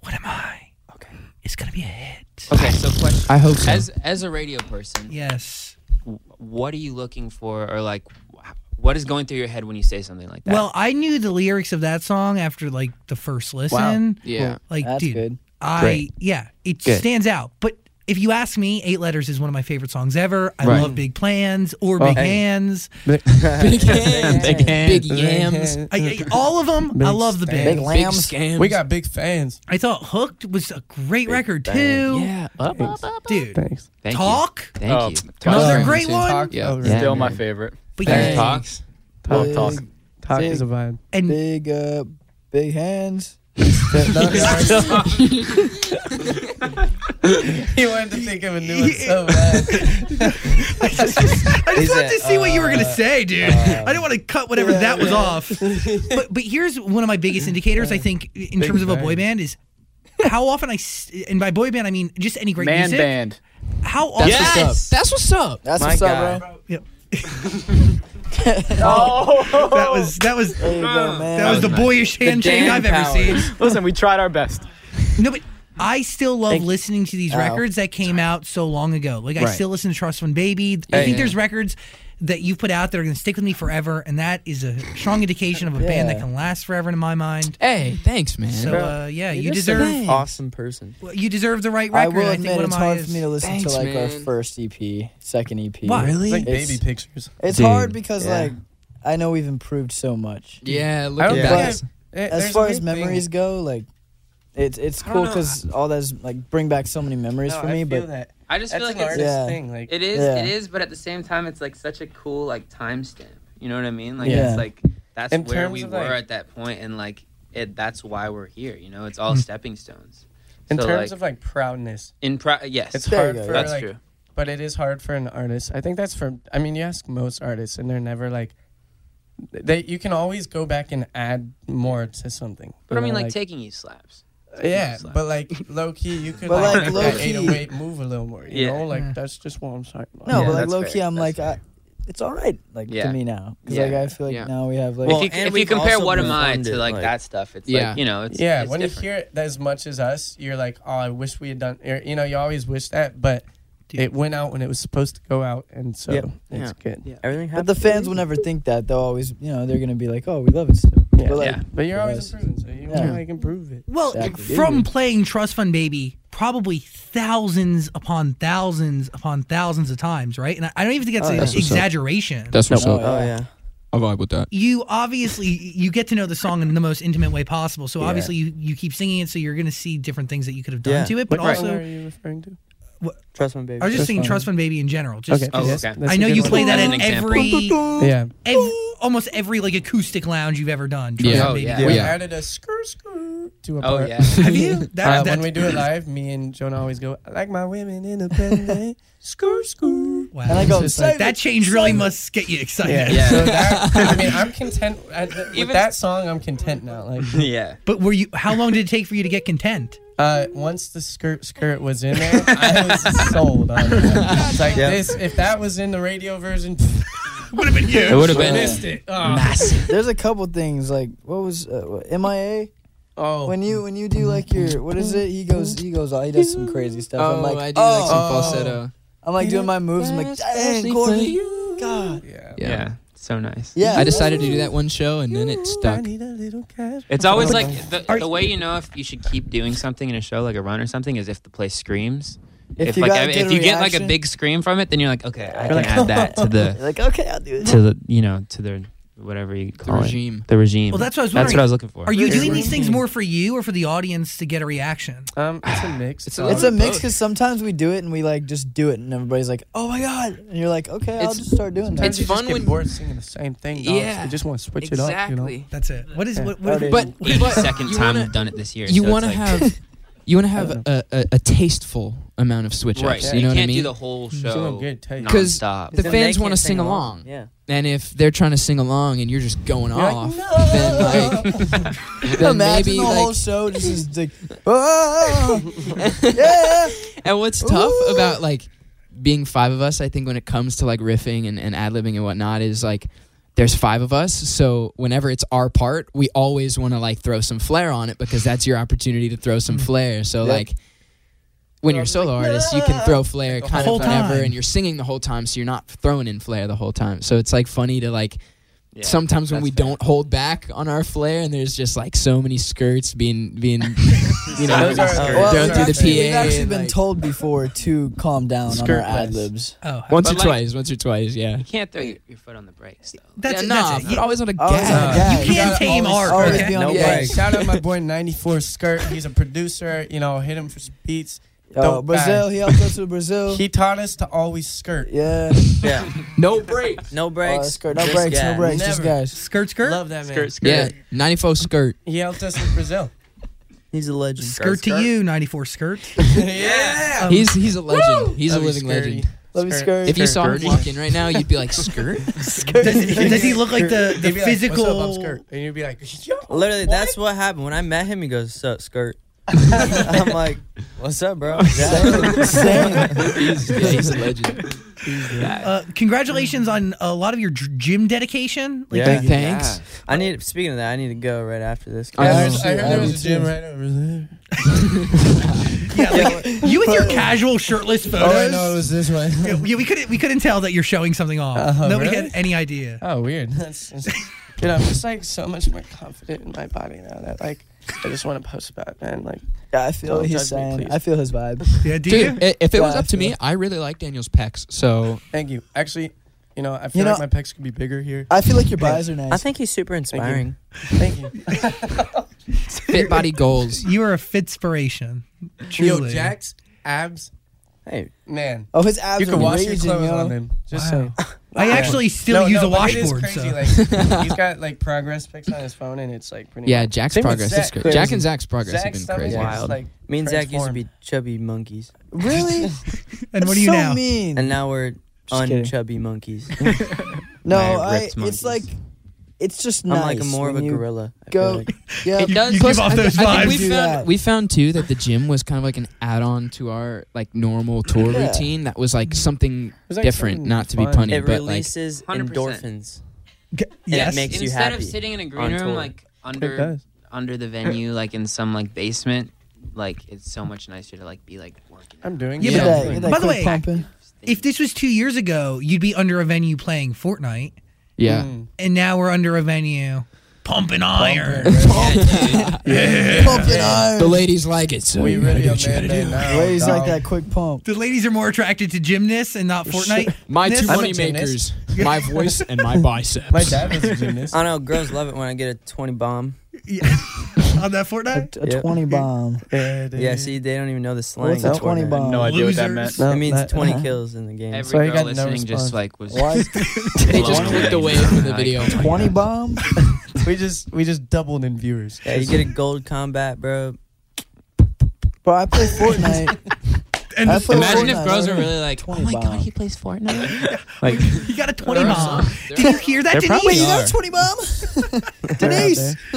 [SPEAKER 4] What Am I okay. is going to be a hit. What?
[SPEAKER 5] Oh.
[SPEAKER 10] Okay, so question.
[SPEAKER 5] I hope so.
[SPEAKER 10] As as a radio person,
[SPEAKER 4] Yes.
[SPEAKER 10] w- what are you looking for, or like, wh- what is going through your head when you say something like that?
[SPEAKER 4] Well, I knew the lyrics of that song after like the first listen.
[SPEAKER 8] Yeah.
[SPEAKER 4] Like,
[SPEAKER 7] That's
[SPEAKER 4] dude,
[SPEAKER 7] good.
[SPEAKER 4] I
[SPEAKER 8] Great.
[SPEAKER 4] yeah, it
[SPEAKER 8] Good.
[SPEAKER 4] stands out. But if you ask me, Eight Letters is one of my favorite songs ever. I
[SPEAKER 8] Right.
[SPEAKER 4] love Big Plans or Big
[SPEAKER 5] hey.
[SPEAKER 4] Hands.
[SPEAKER 8] Big hands.
[SPEAKER 5] Big
[SPEAKER 8] Big
[SPEAKER 5] hands.
[SPEAKER 8] yams.
[SPEAKER 4] I, I- all of them. I
[SPEAKER 5] Big
[SPEAKER 4] love the
[SPEAKER 5] Stan.
[SPEAKER 4] band.
[SPEAKER 7] Big
[SPEAKER 8] Big
[SPEAKER 7] lambs.
[SPEAKER 8] scams.
[SPEAKER 5] We got big fans.
[SPEAKER 4] I thought Hooked was a great record
[SPEAKER 9] band.
[SPEAKER 4] too.
[SPEAKER 8] Yeah. Up, up, up.
[SPEAKER 4] Dude,
[SPEAKER 5] Thanks.
[SPEAKER 10] Thank you.
[SPEAKER 4] Talk.
[SPEAKER 10] Thank
[SPEAKER 6] Oh,
[SPEAKER 10] you.
[SPEAKER 6] Talk's
[SPEAKER 4] Another
[SPEAKER 5] Talk.
[SPEAKER 4] great one.
[SPEAKER 5] Talk.
[SPEAKER 8] Yeah.
[SPEAKER 5] over
[SPEAKER 8] Yeah.
[SPEAKER 5] it.
[SPEAKER 6] Still my favorite.
[SPEAKER 4] But yeah,
[SPEAKER 8] Bang. Talks.
[SPEAKER 5] Talk.
[SPEAKER 7] Big-
[SPEAKER 5] Talk. Talk is a vibe.
[SPEAKER 4] and
[SPEAKER 7] Big uh, big hands.
[SPEAKER 5] he wanted to think of a new one so bad.
[SPEAKER 4] I just, I just
[SPEAKER 9] Is
[SPEAKER 4] wanted
[SPEAKER 9] it,
[SPEAKER 4] to see what you were
[SPEAKER 7] uh,
[SPEAKER 4] gonna say, dude. I didn't want to cut whatever that was off. But but here's one of my biggest indicators,
[SPEAKER 7] Uh,
[SPEAKER 4] I think, in terms of a boy
[SPEAKER 5] bang.
[SPEAKER 4] band is how often I s- and by boy band I mean just any great
[SPEAKER 6] Man
[SPEAKER 4] music.
[SPEAKER 6] band.
[SPEAKER 4] How often?
[SPEAKER 8] Yes. That's what's up.
[SPEAKER 7] That's
[SPEAKER 9] My
[SPEAKER 7] what's
[SPEAKER 9] guy.
[SPEAKER 7] up, bro.
[SPEAKER 6] Oh.
[SPEAKER 4] That was that was
[SPEAKER 7] There you go, man.
[SPEAKER 4] that was the boyish handshake
[SPEAKER 9] Dan
[SPEAKER 4] I've ever
[SPEAKER 9] Powers.
[SPEAKER 4] seen.
[SPEAKER 6] Listen, we tried our best.
[SPEAKER 4] No, but I still love listening to these
[SPEAKER 7] Ow.
[SPEAKER 4] records that came out so long ago. Like I
[SPEAKER 5] Right.
[SPEAKER 4] still listen to Trust Fund Baby. I think there's records that you've put out that are going to stick with me forever, and that is a strong indication of a band that
[SPEAKER 7] Yeah.
[SPEAKER 4] can last forever in my mind.
[SPEAKER 8] Hey, thanks, man.
[SPEAKER 4] So uh, yeah, you
[SPEAKER 9] You're just an
[SPEAKER 4] deserve
[SPEAKER 9] awesome person.
[SPEAKER 4] well, you deserve the right
[SPEAKER 7] I
[SPEAKER 4] record.
[SPEAKER 7] will
[SPEAKER 4] think
[SPEAKER 7] admit
[SPEAKER 4] one
[SPEAKER 7] it's
[SPEAKER 4] of mine
[SPEAKER 7] hard
[SPEAKER 4] is-
[SPEAKER 7] for me to listen
[SPEAKER 8] Thanks,
[SPEAKER 7] to like our
[SPEAKER 8] man.
[SPEAKER 7] first EP, second EP.
[SPEAKER 4] Why?
[SPEAKER 5] It's like
[SPEAKER 7] It's-
[SPEAKER 5] baby pictures.
[SPEAKER 7] It's
[SPEAKER 8] Dude,
[SPEAKER 7] hard because
[SPEAKER 9] yeah.
[SPEAKER 7] like I know we've improved so much.
[SPEAKER 8] yeah, look
[SPEAKER 5] I
[SPEAKER 8] at
[SPEAKER 5] don't
[SPEAKER 8] that.
[SPEAKER 5] think I've- eh,
[SPEAKER 7] As
[SPEAKER 5] there's
[SPEAKER 7] far
[SPEAKER 5] a
[SPEAKER 7] as
[SPEAKER 5] weird thing.
[SPEAKER 7] memories go, like it's it's
[SPEAKER 5] I don't
[SPEAKER 7] cool
[SPEAKER 5] know.
[SPEAKER 7] because all that's like bring back so many memories
[SPEAKER 5] No,
[SPEAKER 7] for
[SPEAKER 5] I
[SPEAKER 7] me.
[SPEAKER 5] feel
[SPEAKER 7] But
[SPEAKER 5] that.
[SPEAKER 10] I just
[SPEAKER 5] that's
[SPEAKER 10] feel like
[SPEAKER 5] an
[SPEAKER 10] it's,
[SPEAKER 5] artist
[SPEAKER 7] Yeah.
[SPEAKER 5] thing. Like
[SPEAKER 10] it is,
[SPEAKER 7] Yeah.
[SPEAKER 10] it is, but at the same time, it's like such a cool like timestamp. You know what I mean? Like
[SPEAKER 7] Yeah.
[SPEAKER 10] it's like that's
[SPEAKER 5] In
[SPEAKER 10] where
[SPEAKER 5] terms
[SPEAKER 10] we
[SPEAKER 5] of,
[SPEAKER 10] were
[SPEAKER 5] like-
[SPEAKER 10] at that point, and like it, that's why we're here. You know, it's
[SPEAKER 8] Hmm.
[SPEAKER 10] all stepping stones.
[SPEAKER 5] in
[SPEAKER 10] So,
[SPEAKER 5] terms
[SPEAKER 10] like,
[SPEAKER 5] of like proudness,
[SPEAKER 10] in pro- yes,
[SPEAKER 5] it's
[SPEAKER 7] There you
[SPEAKER 5] hard
[SPEAKER 7] go,
[SPEAKER 5] for
[SPEAKER 7] yeah.
[SPEAKER 10] that's
[SPEAKER 5] like,
[SPEAKER 10] true.
[SPEAKER 5] but it is hard for an artist. I think that's for. I mean, you ask most artists, and they're never like. They you can always go back and add more to something.
[SPEAKER 10] But
[SPEAKER 5] you
[SPEAKER 10] I mean,
[SPEAKER 5] know,
[SPEAKER 10] like, taking these slaps.
[SPEAKER 5] yeah,
[SPEAKER 10] taking
[SPEAKER 5] but like low key, you could
[SPEAKER 7] But,
[SPEAKER 5] like,
[SPEAKER 7] like,
[SPEAKER 5] make
[SPEAKER 7] low
[SPEAKER 5] that
[SPEAKER 7] key-
[SPEAKER 5] 808 move a little more. You
[SPEAKER 10] Yeah.
[SPEAKER 5] know, like
[SPEAKER 4] Yeah.
[SPEAKER 5] that's just what I'm talking about.
[SPEAKER 7] no,
[SPEAKER 10] Yeah,
[SPEAKER 7] but like
[SPEAKER 10] that's
[SPEAKER 7] low key,
[SPEAKER 10] fair,
[SPEAKER 7] I'm
[SPEAKER 10] that's
[SPEAKER 7] like I, it's all right. Like
[SPEAKER 10] Yeah.
[SPEAKER 7] to me now, because
[SPEAKER 10] Yeah.
[SPEAKER 7] like I feel like
[SPEAKER 8] Yeah.
[SPEAKER 7] now we have like
[SPEAKER 9] Well,
[SPEAKER 10] if you,
[SPEAKER 9] and
[SPEAKER 10] if you
[SPEAKER 9] we've
[SPEAKER 10] compare
[SPEAKER 9] also
[SPEAKER 10] what am I
[SPEAKER 9] performed
[SPEAKER 10] to
[SPEAKER 9] it,
[SPEAKER 10] like,
[SPEAKER 9] like-
[SPEAKER 10] that stuff, it's
[SPEAKER 8] Yeah.
[SPEAKER 10] like you know, it's
[SPEAKER 5] yeah,
[SPEAKER 10] it's
[SPEAKER 5] when
[SPEAKER 10] different.
[SPEAKER 5] you hear it as much as us, you're like, oh, I wish we had done. Or, you know, you always wish that, but
[SPEAKER 4] Dude.
[SPEAKER 5] it went out when it was supposed to go out, and so
[SPEAKER 9] Yep.
[SPEAKER 5] it's good.
[SPEAKER 10] Yeah.
[SPEAKER 9] Everything
[SPEAKER 7] But
[SPEAKER 9] happened.
[SPEAKER 7] the fans will never think that. They'll always, you know, they're gonna be like, "Oh, we love it still."
[SPEAKER 5] Yeah.
[SPEAKER 7] But like,
[SPEAKER 10] Yeah.
[SPEAKER 5] But you're
[SPEAKER 7] Yeah.
[SPEAKER 5] always improving, so you
[SPEAKER 7] Yeah.
[SPEAKER 5] can like improve it.
[SPEAKER 4] Well,
[SPEAKER 7] Exactly.
[SPEAKER 4] from playing Trust Fund Baby probably thousands upon thousands upon thousands of times, right? And I, I don't even think that's an
[SPEAKER 8] That's what's up.
[SPEAKER 4] exaggeration.
[SPEAKER 8] That's what's
[SPEAKER 7] No,
[SPEAKER 8] up.
[SPEAKER 9] Oh yeah.
[SPEAKER 8] I vibe with that.
[SPEAKER 4] you obviously you get to know the song in the most intimate way possible. So obviously you, you keep singing it, so you're gonna see different things that you could have done
[SPEAKER 9] Yeah.
[SPEAKER 4] to it. But
[SPEAKER 5] What song
[SPEAKER 4] also,
[SPEAKER 5] are you referring to?
[SPEAKER 9] Trust my baby.
[SPEAKER 4] I was just
[SPEAKER 5] Trust
[SPEAKER 4] singing
[SPEAKER 5] Fund.
[SPEAKER 4] Trust Fund Baby in general. Just
[SPEAKER 5] Okay.
[SPEAKER 10] Oh,
[SPEAKER 5] yes,
[SPEAKER 10] okay.
[SPEAKER 5] that's
[SPEAKER 4] I
[SPEAKER 5] a
[SPEAKER 4] know
[SPEAKER 5] good
[SPEAKER 4] you
[SPEAKER 5] one.
[SPEAKER 4] play that
[SPEAKER 10] As
[SPEAKER 4] in
[SPEAKER 10] an example.
[SPEAKER 4] every,
[SPEAKER 5] Yeah.
[SPEAKER 4] ev- almost every like acoustic lounge you've ever done. Trust
[SPEAKER 8] Yeah.
[SPEAKER 4] Fund
[SPEAKER 8] Oh,
[SPEAKER 4] Baby.
[SPEAKER 10] yeah.
[SPEAKER 5] We
[SPEAKER 8] Yeah.
[SPEAKER 5] added a skr skr to a
[SPEAKER 10] Oh,
[SPEAKER 5] part.
[SPEAKER 10] yeah.
[SPEAKER 4] Have you? That,
[SPEAKER 5] Uh,
[SPEAKER 4] that's-
[SPEAKER 5] when we do it live, me and Jonah always go, I like my women independent. skr skr.
[SPEAKER 4] wow.
[SPEAKER 7] and I go,
[SPEAKER 5] It's just like-
[SPEAKER 4] that change really must get you excited.
[SPEAKER 5] Yeah.
[SPEAKER 10] Yeah.
[SPEAKER 5] So that, I mean, I'm content. I, th- with
[SPEAKER 10] Even-
[SPEAKER 5] that song, I'm content now. Like,
[SPEAKER 10] yeah.
[SPEAKER 4] But were you? How long did it take for you to get content?
[SPEAKER 5] uh, once the skirt skirt was in there, I was sold on it. It's like
[SPEAKER 9] Yeah.
[SPEAKER 5] this. If that was in the radio version,
[SPEAKER 4] Would have been huge.
[SPEAKER 8] It would have
[SPEAKER 5] I
[SPEAKER 8] been.
[SPEAKER 5] missed it. Oh.
[SPEAKER 7] There's a couple things like what was uh, what- MIA
[SPEAKER 5] Oh.
[SPEAKER 7] when you when you do like your what is it? He goes he goes "Oh, he does some crazy stuff.
[SPEAKER 8] Oh,
[SPEAKER 7] I'm like
[SPEAKER 8] I do like some
[SPEAKER 5] oh.
[SPEAKER 8] falsetto.
[SPEAKER 7] I'm like doing my moves. I'm like, dang, Courtney, God,
[SPEAKER 5] yeah.
[SPEAKER 8] Yeah.
[SPEAKER 10] Yeah. So nice.
[SPEAKER 7] yeah.
[SPEAKER 8] I decided to do that one show and then it
[SPEAKER 5] I
[SPEAKER 8] stuck.
[SPEAKER 5] need a little cash.
[SPEAKER 10] It's always like the,
[SPEAKER 4] Are-
[SPEAKER 10] the way you know if you should keep doing something in a show, like a run or something, is if the place screams.
[SPEAKER 7] If you
[SPEAKER 10] like
[SPEAKER 7] got a
[SPEAKER 10] ev-
[SPEAKER 7] good
[SPEAKER 10] if you get like a
[SPEAKER 7] reaction.
[SPEAKER 10] big scream from it, then you're like, okay, I
[SPEAKER 5] You're
[SPEAKER 10] can
[SPEAKER 5] like,
[SPEAKER 10] add that to
[SPEAKER 7] You're
[SPEAKER 10] the
[SPEAKER 7] like okay, I'll do it.
[SPEAKER 10] to the you know to the whatever you call
[SPEAKER 8] regime.
[SPEAKER 10] it, the regime.
[SPEAKER 4] Well, that's what I was
[SPEAKER 10] That's
[SPEAKER 4] wondering.
[SPEAKER 10] what I was looking for.
[SPEAKER 4] Are you
[SPEAKER 5] Really?
[SPEAKER 4] doing these things more for you or for the audience to get a reaction?
[SPEAKER 5] Um, it's a mix.
[SPEAKER 8] It's a-
[SPEAKER 7] It's a mix because sometimes we do it and we like just do it and everybody's like, oh my god, and you're like, okay, I'll
[SPEAKER 8] It's-
[SPEAKER 7] just start doing that.
[SPEAKER 8] it's
[SPEAKER 5] you
[SPEAKER 8] fun
[SPEAKER 5] just get
[SPEAKER 8] when-
[SPEAKER 5] bored singing the same thing. Dogs.
[SPEAKER 8] Yeah.
[SPEAKER 5] you just want to switch it up. You know?
[SPEAKER 8] Exactly.
[SPEAKER 4] That's it. What is what? what
[SPEAKER 7] That is-
[SPEAKER 8] But,
[SPEAKER 10] Eighty
[SPEAKER 8] but
[SPEAKER 10] second
[SPEAKER 8] you
[SPEAKER 10] time
[SPEAKER 8] wanna-
[SPEAKER 10] I've done it this year.
[SPEAKER 8] you
[SPEAKER 10] so it's
[SPEAKER 8] want to
[SPEAKER 10] like-
[SPEAKER 8] have you want to have a, a, a tasteful amount of switch ups.
[SPEAKER 10] right.
[SPEAKER 8] You know
[SPEAKER 10] can't
[SPEAKER 8] what I mean?
[SPEAKER 10] do the whole
[SPEAKER 5] doing
[SPEAKER 10] show
[SPEAKER 5] good, tell you.
[SPEAKER 8] 'Cause
[SPEAKER 10] nonstop.
[SPEAKER 8] the
[SPEAKER 9] Then they
[SPEAKER 8] fans want to
[SPEAKER 9] can't
[SPEAKER 8] sing along,
[SPEAKER 9] Yeah.
[SPEAKER 8] and if they're trying to sing along and you're just going
[SPEAKER 5] like,
[SPEAKER 8] off,
[SPEAKER 5] "No."
[SPEAKER 8] then like, then
[SPEAKER 7] Imagine
[SPEAKER 8] maybe
[SPEAKER 7] the whole
[SPEAKER 8] like,
[SPEAKER 7] show just is like, oh, yeah.
[SPEAKER 8] and what's tough about like being five of us, I think when it comes to like riffing and, and ad libbing and whatnot, is like there's five of us, so whenever it's our part, we
[SPEAKER 4] Mm-hmm.
[SPEAKER 8] always want to like throw some flair on it because that's your opportunity to throw some flair. So
[SPEAKER 7] Yep.
[SPEAKER 8] like when you're a solo artist, you can throw flair kind
[SPEAKER 4] whole
[SPEAKER 8] of whenever,
[SPEAKER 4] time.
[SPEAKER 8] and you're singing the whole time, so you're not throwing in flair the whole time. So it's like funny to like.
[SPEAKER 10] Yeah,
[SPEAKER 8] sometimes when we
[SPEAKER 10] that's fair.
[SPEAKER 8] don't hold back on our flair, and there's just like so many skirts being being, you know,
[SPEAKER 6] Those are-
[SPEAKER 8] thrown
[SPEAKER 6] Well,
[SPEAKER 8] through the
[SPEAKER 7] we've actually-
[SPEAKER 8] PA.
[SPEAKER 7] Uh, We've actually
[SPEAKER 8] and,
[SPEAKER 7] been
[SPEAKER 8] like,
[SPEAKER 7] told before to calm down on our
[SPEAKER 5] Skirt less.
[SPEAKER 7] ad libs.
[SPEAKER 4] Oh, how-
[SPEAKER 8] once or
[SPEAKER 10] But, like-
[SPEAKER 8] twice, once or twice, yeah.
[SPEAKER 10] You can't throw your, your foot on the brakes though.
[SPEAKER 4] that's
[SPEAKER 8] yeah,
[SPEAKER 4] it,
[SPEAKER 8] nah,
[SPEAKER 4] that's it.
[SPEAKER 8] put always on a
[SPEAKER 7] Always on a
[SPEAKER 8] gag.
[SPEAKER 7] gag.
[SPEAKER 4] You can't tame
[SPEAKER 5] always-
[SPEAKER 4] art.
[SPEAKER 7] always
[SPEAKER 4] okay?
[SPEAKER 7] be on
[SPEAKER 4] No
[SPEAKER 7] Oh, the
[SPEAKER 5] yeah,
[SPEAKER 7] way.
[SPEAKER 5] shout out my boy 94 Skirt. He's a producer. You know, hit him for some beats.
[SPEAKER 7] Oh,
[SPEAKER 5] Dope guy.
[SPEAKER 7] Brazil, he helped us to Brazil.
[SPEAKER 5] He taught us to always skirt.
[SPEAKER 7] yeah,
[SPEAKER 9] Yeah.
[SPEAKER 8] No brakes.
[SPEAKER 9] No
[SPEAKER 7] uh,
[SPEAKER 9] breaks.
[SPEAKER 7] skirt, no
[SPEAKER 9] just
[SPEAKER 7] breaks, no
[SPEAKER 9] gas.
[SPEAKER 7] breaks, just
[SPEAKER 5] Never.
[SPEAKER 7] guys.
[SPEAKER 4] Skirt, skirt,
[SPEAKER 5] Love that man.
[SPEAKER 6] Skirt, skirt.
[SPEAKER 8] Yeah, 94 skirt.
[SPEAKER 5] He helped us in Brazil.
[SPEAKER 9] He's a legend.
[SPEAKER 4] skirt to you. Ninety four skirt.
[SPEAKER 5] yeah.
[SPEAKER 4] Um,
[SPEAKER 8] He's he's a legend. He's a living legend.
[SPEAKER 7] Love you, skirt.
[SPEAKER 8] If you saw him
[SPEAKER 6] Skirty.
[SPEAKER 8] walking right now, you'd be like, "Skirt."
[SPEAKER 4] does, he, does he look like the, the
[SPEAKER 5] He'd be like,
[SPEAKER 4] physical?
[SPEAKER 5] What's up, I'm Skirt? And you'd be like, yo.
[SPEAKER 9] Literally, that's what happened. When I met him, he goes, Sup, skirt. I'm like, What's up, bro? Yeah.
[SPEAKER 8] he's, yeah, he's a legend.
[SPEAKER 4] uh, congratulations on a lot of your dr- gym dedication. Like,
[SPEAKER 9] Yeah.
[SPEAKER 8] Thanks.
[SPEAKER 9] I need, speaking of that, I need to go right after this.
[SPEAKER 7] Oh,
[SPEAKER 8] I
[SPEAKER 5] I
[SPEAKER 8] know.
[SPEAKER 5] heard, I heard there was a gym
[SPEAKER 7] Yeah.
[SPEAKER 5] right over there.
[SPEAKER 4] yeah, like, you with your casual shirtless photos.
[SPEAKER 5] Oh, I know it was this way.
[SPEAKER 4] Yeah, we- we couldn't we couldn't tell that you're showing something off.
[SPEAKER 5] Uh,
[SPEAKER 4] Nobody
[SPEAKER 5] really?
[SPEAKER 4] had any idea.
[SPEAKER 5] Oh, weird. That's, that's, dude, I'm just like so much more confident in my body now that like I just want to post about it, man. Like,
[SPEAKER 7] Yeah, I feel
[SPEAKER 5] Don't
[SPEAKER 7] what he's
[SPEAKER 5] judge me,
[SPEAKER 7] saying.
[SPEAKER 5] please.
[SPEAKER 7] I feel his vibe.
[SPEAKER 4] Yeah, do
[SPEAKER 8] Dude,
[SPEAKER 4] you?
[SPEAKER 8] i- if it was
[SPEAKER 7] Yeah,
[SPEAKER 8] up to me, I really like Daniel's pecs. So
[SPEAKER 5] thank you. Actually, you know, I feel
[SPEAKER 7] You
[SPEAKER 5] like my
[SPEAKER 7] know-
[SPEAKER 5] pecs could be bigger here.
[SPEAKER 7] I feel like your buys are nice.
[SPEAKER 9] I think he's super inspiring.
[SPEAKER 5] Thank you.
[SPEAKER 8] fit body goals.
[SPEAKER 4] You are a fitspiration.
[SPEAKER 5] Yo,
[SPEAKER 4] Truly.
[SPEAKER 5] Jack's abs,
[SPEAKER 9] Hey,
[SPEAKER 5] man.
[SPEAKER 7] Oh, his abs
[SPEAKER 5] You
[SPEAKER 7] are
[SPEAKER 5] can wash your
[SPEAKER 7] raging,
[SPEAKER 5] clothes
[SPEAKER 7] yo.
[SPEAKER 5] on them. Just
[SPEAKER 4] Wow.
[SPEAKER 5] saying.
[SPEAKER 4] I actually still
[SPEAKER 5] No,
[SPEAKER 4] use
[SPEAKER 5] no,
[SPEAKER 4] a
[SPEAKER 5] but it is
[SPEAKER 4] washboard. So.
[SPEAKER 5] Crazy. Like, he's got like progress pics on his phone, and it's like pretty.
[SPEAKER 8] Yeah, Jack's
[SPEAKER 5] Same with
[SPEAKER 8] progress is
[SPEAKER 5] Zach.
[SPEAKER 8] great. Jack
[SPEAKER 5] Crazy.
[SPEAKER 8] and Zach's progress
[SPEAKER 5] Zach's
[SPEAKER 8] have been
[SPEAKER 5] stomach
[SPEAKER 8] crazy.
[SPEAKER 5] is, like,
[SPEAKER 9] me and Zach used to
[SPEAKER 5] transformed.
[SPEAKER 9] be chubby monkeys,
[SPEAKER 7] Really?
[SPEAKER 4] and what
[SPEAKER 7] That's
[SPEAKER 4] are you
[SPEAKER 7] so
[SPEAKER 4] now?
[SPEAKER 7] mean.
[SPEAKER 9] and now we're
[SPEAKER 7] Just kidding.
[SPEAKER 9] unchubby monkeys.
[SPEAKER 7] No,
[SPEAKER 10] My
[SPEAKER 7] I.
[SPEAKER 10] ripped
[SPEAKER 7] It's
[SPEAKER 10] monkeys.
[SPEAKER 7] like, it's just
[SPEAKER 9] I'm
[SPEAKER 7] nice.
[SPEAKER 9] like a more of a
[SPEAKER 7] when you
[SPEAKER 9] gorilla. I feel
[SPEAKER 7] Go.
[SPEAKER 9] like.
[SPEAKER 7] Yeah.
[SPEAKER 4] You- you give off
[SPEAKER 8] I-
[SPEAKER 4] those
[SPEAKER 8] I think
[SPEAKER 7] vibes.
[SPEAKER 8] we
[SPEAKER 7] Do
[SPEAKER 8] found
[SPEAKER 7] that.
[SPEAKER 8] we found too that the gym was kind of like an add-on to our like normal tour
[SPEAKER 7] Yeah.
[SPEAKER 8] routine. That was like something
[SPEAKER 5] was, like,
[SPEAKER 8] different.
[SPEAKER 5] something
[SPEAKER 8] not to be
[SPEAKER 5] fun.
[SPEAKER 8] punny,
[SPEAKER 9] It
[SPEAKER 8] but like
[SPEAKER 9] releases
[SPEAKER 10] 100%.
[SPEAKER 9] endorphins.
[SPEAKER 4] G- Yes.
[SPEAKER 9] makes- you
[SPEAKER 10] Instead of
[SPEAKER 9] happy
[SPEAKER 10] sitting in a green
[SPEAKER 9] on
[SPEAKER 10] room
[SPEAKER 9] tour.
[SPEAKER 10] like
[SPEAKER 5] It
[SPEAKER 10] under
[SPEAKER 5] does.
[SPEAKER 10] under the venue, like in some like basement, like it's so much nicer to like be like working.
[SPEAKER 5] I'm doing.
[SPEAKER 4] Yeah,
[SPEAKER 5] it.
[SPEAKER 4] but
[SPEAKER 7] Get
[SPEAKER 8] Yeah.
[SPEAKER 7] that, get that
[SPEAKER 4] By the
[SPEAKER 7] quick
[SPEAKER 4] way-
[SPEAKER 7] pumping.
[SPEAKER 4] if this was two years ago, you'd be under a venue playing Fortnite,
[SPEAKER 8] yeah.
[SPEAKER 5] Mm.
[SPEAKER 4] and now we're under a venue pumping iron.
[SPEAKER 7] Pumping iron.
[SPEAKER 8] The ladies like it, so
[SPEAKER 5] We
[SPEAKER 8] you gotta
[SPEAKER 5] really
[SPEAKER 8] do
[SPEAKER 5] a
[SPEAKER 8] what you
[SPEAKER 5] man
[SPEAKER 8] gotta
[SPEAKER 5] day
[SPEAKER 8] do.
[SPEAKER 5] now.
[SPEAKER 7] Ladies like
[SPEAKER 5] dog.
[SPEAKER 7] that quick pump.
[SPEAKER 4] The ladies are more attracted to gymnasts and not Fortnite.
[SPEAKER 8] My
[SPEAKER 4] This-
[SPEAKER 8] two
[SPEAKER 5] I'm a
[SPEAKER 8] money makers,
[SPEAKER 5] gymnast.
[SPEAKER 8] my voice and my biceps.
[SPEAKER 5] My dad was a gymnast.
[SPEAKER 9] I don't know. Girls love it when I get a 20 bomb.
[SPEAKER 4] Yeah. on that Fortnite.
[SPEAKER 7] A
[SPEAKER 9] Yeah.
[SPEAKER 7] 20 bomb.
[SPEAKER 9] Yeah, see, they don't even know the slang.
[SPEAKER 7] What's a
[SPEAKER 9] That's
[SPEAKER 7] 20
[SPEAKER 9] Fortnite.
[SPEAKER 7] bomb?
[SPEAKER 6] No idea what that
[SPEAKER 4] Losers.
[SPEAKER 6] meant.
[SPEAKER 9] It means
[SPEAKER 5] that-
[SPEAKER 9] 20
[SPEAKER 7] uh-huh.
[SPEAKER 9] kills in the game.
[SPEAKER 10] Every
[SPEAKER 5] So I
[SPEAKER 10] girl
[SPEAKER 5] got no
[SPEAKER 10] listening
[SPEAKER 5] response.
[SPEAKER 10] just like was.
[SPEAKER 7] Why is
[SPEAKER 8] They
[SPEAKER 10] blown
[SPEAKER 8] just clicked
[SPEAKER 10] away.
[SPEAKER 8] away from the
[SPEAKER 10] Like,
[SPEAKER 8] video.
[SPEAKER 7] 20 bomb?
[SPEAKER 5] we just we just doubled in viewers.
[SPEAKER 9] Yeah, you get a gold combat, bro.
[SPEAKER 7] Bro, I play Fortnite.
[SPEAKER 4] And
[SPEAKER 7] I
[SPEAKER 4] the-
[SPEAKER 7] play
[SPEAKER 8] Imagine
[SPEAKER 7] Fortnite.
[SPEAKER 8] if girls are really like,
[SPEAKER 7] Twenty bomb.
[SPEAKER 10] plays Fortnite.
[SPEAKER 8] like
[SPEAKER 4] you got a twenty
[SPEAKER 8] There are
[SPEAKER 4] bomb.
[SPEAKER 8] some. There
[SPEAKER 4] Did you hear that,
[SPEAKER 8] There
[SPEAKER 4] Denise?
[SPEAKER 8] probably
[SPEAKER 7] Wait, you got
[SPEAKER 8] are.
[SPEAKER 7] a 20 bomb? Denise!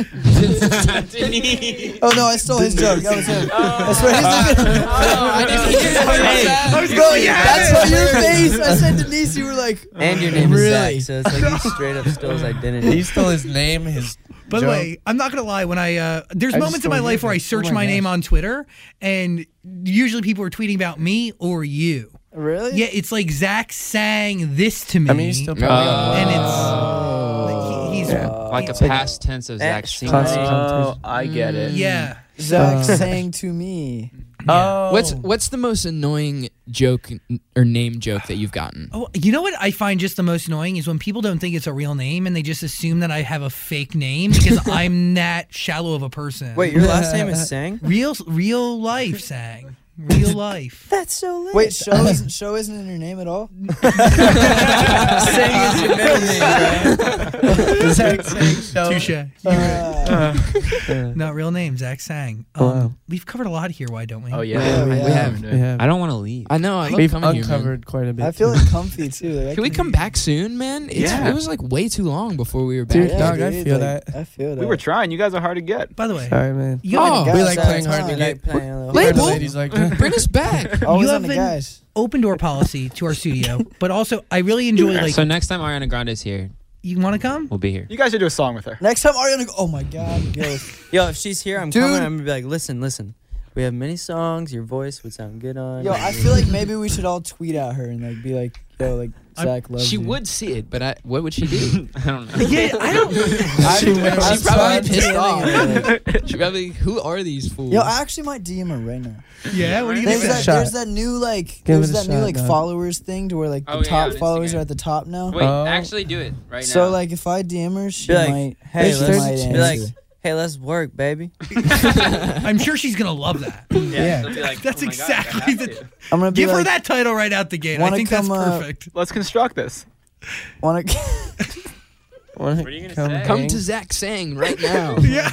[SPEAKER 8] Denise.
[SPEAKER 7] Oh no, I stole his joke. That was him. That's what he's looking
[SPEAKER 8] Oh, I didn't hear that.
[SPEAKER 4] I was
[SPEAKER 7] Bro,
[SPEAKER 4] going, yeah.
[SPEAKER 7] that's why your face. I said Denise, you were like,
[SPEAKER 9] And your name
[SPEAKER 5] Really?
[SPEAKER 9] is Zach, so it's like you straight up stole his
[SPEAKER 5] He
[SPEAKER 9] identity.
[SPEAKER 5] stole his name, his
[SPEAKER 4] By the
[SPEAKER 5] joke.
[SPEAKER 4] way, I'm not gonna lie. When I uh, there's
[SPEAKER 5] I just
[SPEAKER 4] moments in my
[SPEAKER 5] don't
[SPEAKER 4] life
[SPEAKER 5] hear
[SPEAKER 4] where I
[SPEAKER 5] that.
[SPEAKER 4] search
[SPEAKER 5] Oh
[SPEAKER 4] my
[SPEAKER 5] my
[SPEAKER 4] name on Twitter, and usually people are tweeting about me or you.
[SPEAKER 7] really?
[SPEAKER 4] Yeah, it's like Zach sang this to me.
[SPEAKER 5] I mean, he's still probably on
[SPEAKER 4] and it's
[SPEAKER 5] Oh.
[SPEAKER 4] like, he- he's
[SPEAKER 5] Yeah.
[SPEAKER 10] Like a past tense of Zach
[SPEAKER 9] Actually,
[SPEAKER 10] singing.
[SPEAKER 7] Uh,
[SPEAKER 5] Classic.
[SPEAKER 6] Oh, I get it.
[SPEAKER 4] yeah.
[SPEAKER 7] Zach sang to me.
[SPEAKER 5] Oh,
[SPEAKER 8] What's what's the most annoying joke n- or name joke that you've gotten?
[SPEAKER 4] Oh, you know what I find just the most annoying is when people don't think it's a real name and they just assume that I have a fake name because I'm that shallow of a person.
[SPEAKER 9] Wait, your last name is Sang?
[SPEAKER 4] real real life sang. Real life.
[SPEAKER 9] That's so lit.
[SPEAKER 7] Wait, show isn't show isn't in your name at all.
[SPEAKER 9] Sang is your middle name, bro.
[SPEAKER 5] Zach saying show?
[SPEAKER 4] Touche. You're
[SPEAKER 7] Uh,
[SPEAKER 4] right. Not real name, Zach Sang. Um,
[SPEAKER 7] Oh,
[SPEAKER 5] Wow.
[SPEAKER 4] We've covered a lot here, why don't we?
[SPEAKER 10] Oh yeah,
[SPEAKER 7] Yeah, we
[SPEAKER 10] I- we
[SPEAKER 7] have.
[SPEAKER 10] have.
[SPEAKER 5] We have.
[SPEAKER 10] I don't want to leave.
[SPEAKER 8] I know I love
[SPEAKER 5] We've
[SPEAKER 8] coming here, man.
[SPEAKER 5] uncovered quite a bit.
[SPEAKER 7] I feel like comfy too. Like, I
[SPEAKER 8] Can we come back soon, man? It's,
[SPEAKER 6] Yeah.
[SPEAKER 8] It was like way too long before we were back.
[SPEAKER 5] Dude, dog, I feel
[SPEAKER 7] like,
[SPEAKER 5] that.
[SPEAKER 7] I feel that.
[SPEAKER 6] We were trying. You guys are hard to get.
[SPEAKER 4] By the way,
[SPEAKER 5] Sorry, man.
[SPEAKER 4] you
[SPEAKER 8] Oh,
[SPEAKER 4] have
[SPEAKER 5] we
[SPEAKER 7] guys
[SPEAKER 5] like
[SPEAKER 7] all the
[SPEAKER 5] playing hard
[SPEAKER 7] time.
[SPEAKER 5] to
[SPEAKER 9] I
[SPEAKER 5] get.
[SPEAKER 9] like playing a little
[SPEAKER 5] Heard the
[SPEAKER 8] Label.
[SPEAKER 5] ladies like that.
[SPEAKER 8] Bring us back.
[SPEAKER 7] Always
[SPEAKER 4] you
[SPEAKER 7] on the
[SPEAKER 4] haven't-
[SPEAKER 7] guys.
[SPEAKER 4] open door policy to our studio, but also I really enjoy like
[SPEAKER 10] so next time Ariana Grande's here,
[SPEAKER 4] you want to come?
[SPEAKER 10] we'll be here.
[SPEAKER 6] You guys should do a song with her.
[SPEAKER 7] Next time Ariana, go- oh my god, yo,
[SPEAKER 9] Yo, if she's here, I'm coming. I'm gonna be like, listen, listen. We have many songs your voice would sound good on.
[SPEAKER 7] Yo, I feel like maybe we should all tweet at her and like be like, yo, like
[SPEAKER 4] I-
[SPEAKER 7] Zach loves
[SPEAKER 8] She
[SPEAKER 7] you.
[SPEAKER 8] would see it, but I, what would she do? I don't know.
[SPEAKER 4] Yeah, I don't.
[SPEAKER 7] I,
[SPEAKER 8] She
[SPEAKER 7] I
[SPEAKER 8] probably
[SPEAKER 7] tried
[SPEAKER 8] pissed off.
[SPEAKER 7] DMing her, like-
[SPEAKER 8] She'd probably, who are these fools?
[SPEAKER 7] Yo, I actually might DM her right now.
[SPEAKER 4] Yeah, what do you
[SPEAKER 7] There's
[SPEAKER 4] think?
[SPEAKER 7] that,
[SPEAKER 4] about
[SPEAKER 5] shot.
[SPEAKER 7] there's that new like
[SPEAKER 5] Give
[SPEAKER 7] there's
[SPEAKER 5] it a
[SPEAKER 7] that new
[SPEAKER 5] shot,
[SPEAKER 7] like
[SPEAKER 5] dog.
[SPEAKER 7] followers thing to where like the
[SPEAKER 10] Oh, yeah,
[SPEAKER 7] top
[SPEAKER 10] on
[SPEAKER 7] followers
[SPEAKER 10] Instagram.
[SPEAKER 7] are at the top now.
[SPEAKER 10] Wait,
[SPEAKER 5] Oh.
[SPEAKER 10] actually do it right now.
[SPEAKER 7] so like if I DM her, she
[SPEAKER 9] Be like,
[SPEAKER 7] might.
[SPEAKER 9] hey,
[SPEAKER 7] she
[SPEAKER 9] let's-
[SPEAKER 7] might
[SPEAKER 9] be
[SPEAKER 7] answer.
[SPEAKER 9] like, hey, let's work, baby.
[SPEAKER 4] that? I'm sure she's gonna love that.
[SPEAKER 5] Yeah.
[SPEAKER 10] she'll be like,
[SPEAKER 4] That's
[SPEAKER 10] "Oh my God, I have
[SPEAKER 4] exactly the-
[SPEAKER 10] to."
[SPEAKER 7] I'm gonna be
[SPEAKER 4] Give her
[SPEAKER 7] like,
[SPEAKER 4] that title right out the gate. I
[SPEAKER 7] wanna
[SPEAKER 4] think that's
[SPEAKER 7] come, uh,
[SPEAKER 4] perfect.
[SPEAKER 6] Let's construct this.
[SPEAKER 7] Wanna,
[SPEAKER 5] What
[SPEAKER 10] are you gonna
[SPEAKER 5] come
[SPEAKER 10] say?
[SPEAKER 8] Come to Zach Sang right now.
[SPEAKER 4] Yeah,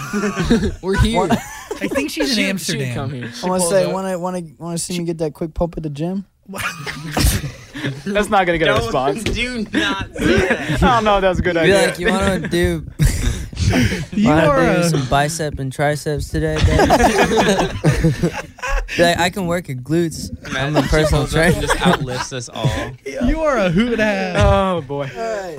[SPEAKER 8] We're here.
[SPEAKER 7] What? Oh,
[SPEAKER 4] I think she's
[SPEAKER 8] She-
[SPEAKER 4] in
[SPEAKER 8] she'd
[SPEAKER 4] Amsterdam.
[SPEAKER 8] come here.
[SPEAKER 7] I'm gonna say, wanna wanna wanna see me get that quick pump at the gym?
[SPEAKER 6] That's not gonna get a response.
[SPEAKER 10] do not say
[SPEAKER 6] I
[SPEAKER 10] that.
[SPEAKER 6] don't know. if That's a good
[SPEAKER 9] Be
[SPEAKER 6] idea.
[SPEAKER 9] like, you want to do,
[SPEAKER 4] You
[SPEAKER 9] wanna
[SPEAKER 4] are
[SPEAKER 9] do
[SPEAKER 4] a,
[SPEAKER 9] some bicep and triceps today, baby? Be like, I can work at glutes. I'm a
[SPEAKER 10] Imagine she
[SPEAKER 9] personal
[SPEAKER 10] pulls up and
[SPEAKER 9] trainer.
[SPEAKER 10] Just outlifts us all.
[SPEAKER 4] you are a hoot ass.
[SPEAKER 7] Uh,
[SPEAKER 6] oh boy.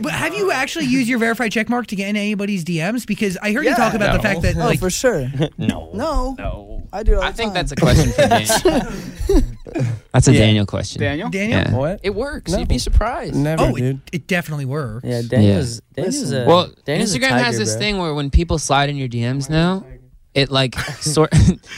[SPEAKER 4] But have you actually used your verified checkmark to get in anybody's DMs? Because I heard you talk about the
[SPEAKER 10] No.
[SPEAKER 4] fact that
[SPEAKER 7] Oh,
[SPEAKER 4] like
[SPEAKER 7] for sure.
[SPEAKER 10] No.
[SPEAKER 7] No,
[SPEAKER 10] No.
[SPEAKER 7] I do. It all
[SPEAKER 10] I
[SPEAKER 7] the
[SPEAKER 10] think
[SPEAKER 7] time.
[SPEAKER 10] that's a question for Daniel. that's a
[SPEAKER 5] Yeah.
[SPEAKER 10] Daniel question.
[SPEAKER 6] Daniel.
[SPEAKER 4] Daniel.
[SPEAKER 10] Yeah.
[SPEAKER 5] What?
[SPEAKER 8] It works.
[SPEAKER 5] No.
[SPEAKER 8] You'd be surprised.
[SPEAKER 5] Never,
[SPEAKER 4] Oh, it,
[SPEAKER 5] dude.
[SPEAKER 4] it definitely works.
[SPEAKER 9] Yeah, Daniel's, Daniel's
[SPEAKER 7] Listen.
[SPEAKER 9] a
[SPEAKER 10] Well,
[SPEAKER 9] Daniel's a
[SPEAKER 10] Instagram has
[SPEAKER 9] tiger,
[SPEAKER 10] this
[SPEAKER 9] bro.
[SPEAKER 10] thing where when people slide in your DMs now, it like sort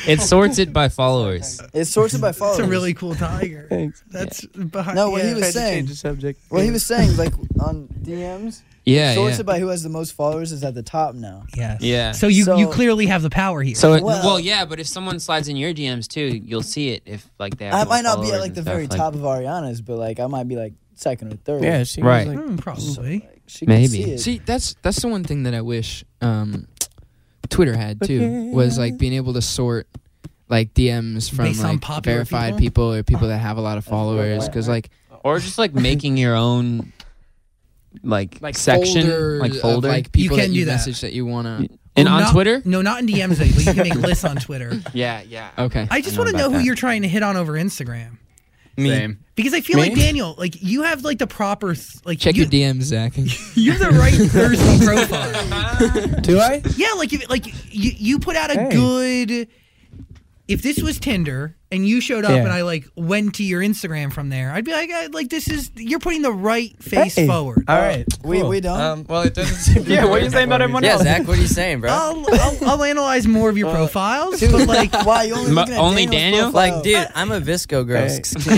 [SPEAKER 10] it sorts it by followers.
[SPEAKER 7] It's sorted by followers.
[SPEAKER 4] It's a really cool tiger.
[SPEAKER 5] Thanks.
[SPEAKER 4] That's behind.
[SPEAKER 7] No, what he
[SPEAKER 4] yeah.
[SPEAKER 7] was
[SPEAKER 5] Tried to
[SPEAKER 7] saying-
[SPEAKER 5] change the subject.
[SPEAKER 7] Well, he was saying like on DMs,
[SPEAKER 10] Yeah,
[SPEAKER 7] sorted
[SPEAKER 10] yeah.
[SPEAKER 7] by who has the most followers is at the top now.
[SPEAKER 4] Yes.
[SPEAKER 10] Yeah.
[SPEAKER 4] So you you
[SPEAKER 7] So-
[SPEAKER 4] clearly have the power here.
[SPEAKER 10] So it,
[SPEAKER 7] Well-
[SPEAKER 10] well, yeah, but if someone slides in your DMs too, you'll see it if like they. Have
[SPEAKER 7] I
[SPEAKER 10] more
[SPEAKER 7] might not be at
[SPEAKER 10] followers
[SPEAKER 7] like
[SPEAKER 10] and
[SPEAKER 7] the
[SPEAKER 10] stuff,
[SPEAKER 7] very
[SPEAKER 10] like-
[SPEAKER 7] top of Ariana's, but like I might be like second or third.
[SPEAKER 5] Yeah, she
[SPEAKER 10] Right.
[SPEAKER 5] was like,
[SPEAKER 4] Hmm, probably.
[SPEAKER 7] she can
[SPEAKER 10] Maybe.
[SPEAKER 7] see it.
[SPEAKER 8] See, that's that's the one thing that I wish um, Twitter had too was like being able to sort like DMs from
[SPEAKER 4] Based on
[SPEAKER 8] like
[SPEAKER 4] popular
[SPEAKER 8] verified
[SPEAKER 4] people?
[SPEAKER 8] people? or people that have a lot of followers because like
[SPEAKER 10] or just like making your own like
[SPEAKER 8] like
[SPEAKER 10] section
[SPEAKER 8] folder
[SPEAKER 10] like
[SPEAKER 8] of,
[SPEAKER 10] folder
[SPEAKER 8] like people
[SPEAKER 4] You
[SPEAKER 8] that
[SPEAKER 4] can
[SPEAKER 8] you
[SPEAKER 4] do that.
[SPEAKER 8] message that you wanna.
[SPEAKER 10] and
[SPEAKER 4] Well,
[SPEAKER 10] on
[SPEAKER 4] not-
[SPEAKER 10] Twitter.
[SPEAKER 4] No, not in DMs, though, but you can make lists on Twitter.
[SPEAKER 10] Yeah, yeah.
[SPEAKER 8] Okay.
[SPEAKER 4] I just want to know
[SPEAKER 10] about
[SPEAKER 4] who
[SPEAKER 10] that.
[SPEAKER 4] you're trying to hit on over Instagram
[SPEAKER 6] Same.
[SPEAKER 4] because I feel
[SPEAKER 8] Me?
[SPEAKER 4] like Daniel, like you have like the proper th- like
[SPEAKER 8] Check
[SPEAKER 4] you,
[SPEAKER 8] your DMs, Zach.
[SPEAKER 4] You're the right Thursday profile.
[SPEAKER 5] Do I?
[SPEAKER 4] Yeah, like if, like you you put out a
[SPEAKER 5] Hey.
[SPEAKER 4] good. If this was Tinder and you showed up
[SPEAKER 5] Yeah.
[SPEAKER 4] and I like went to your Instagram from there, I'd be like, I, like this is you're putting the right face
[SPEAKER 5] Hey.
[SPEAKER 4] forward.
[SPEAKER 5] All right.
[SPEAKER 7] We- we don't?
[SPEAKER 5] Um, well, it doesn't seem. to
[SPEAKER 6] Yeah, what are you
[SPEAKER 5] work
[SPEAKER 6] saying about
[SPEAKER 5] for
[SPEAKER 6] everyone
[SPEAKER 5] me.
[SPEAKER 9] Yeah,
[SPEAKER 6] else?
[SPEAKER 9] Zach, what are you saying, bro?
[SPEAKER 4] I'll, I'll, I'll analyze more of your profiles,
[SPEAKER 7] Dude,
[SPEAKER 4] but like,
[SPEAKER 7] why you only
[SPEAKER 10] Ma-
[SPEAKER 7] looking at
[SPEAKER 10] only
[SPEAKER 7] Daniel's
[SPEAKER 10] Daniel?
[SPEAKER 7] profile?
[SPEAKER 9] Like, dude, I'm a Visco girl.
[SPEAKER 5] Hey.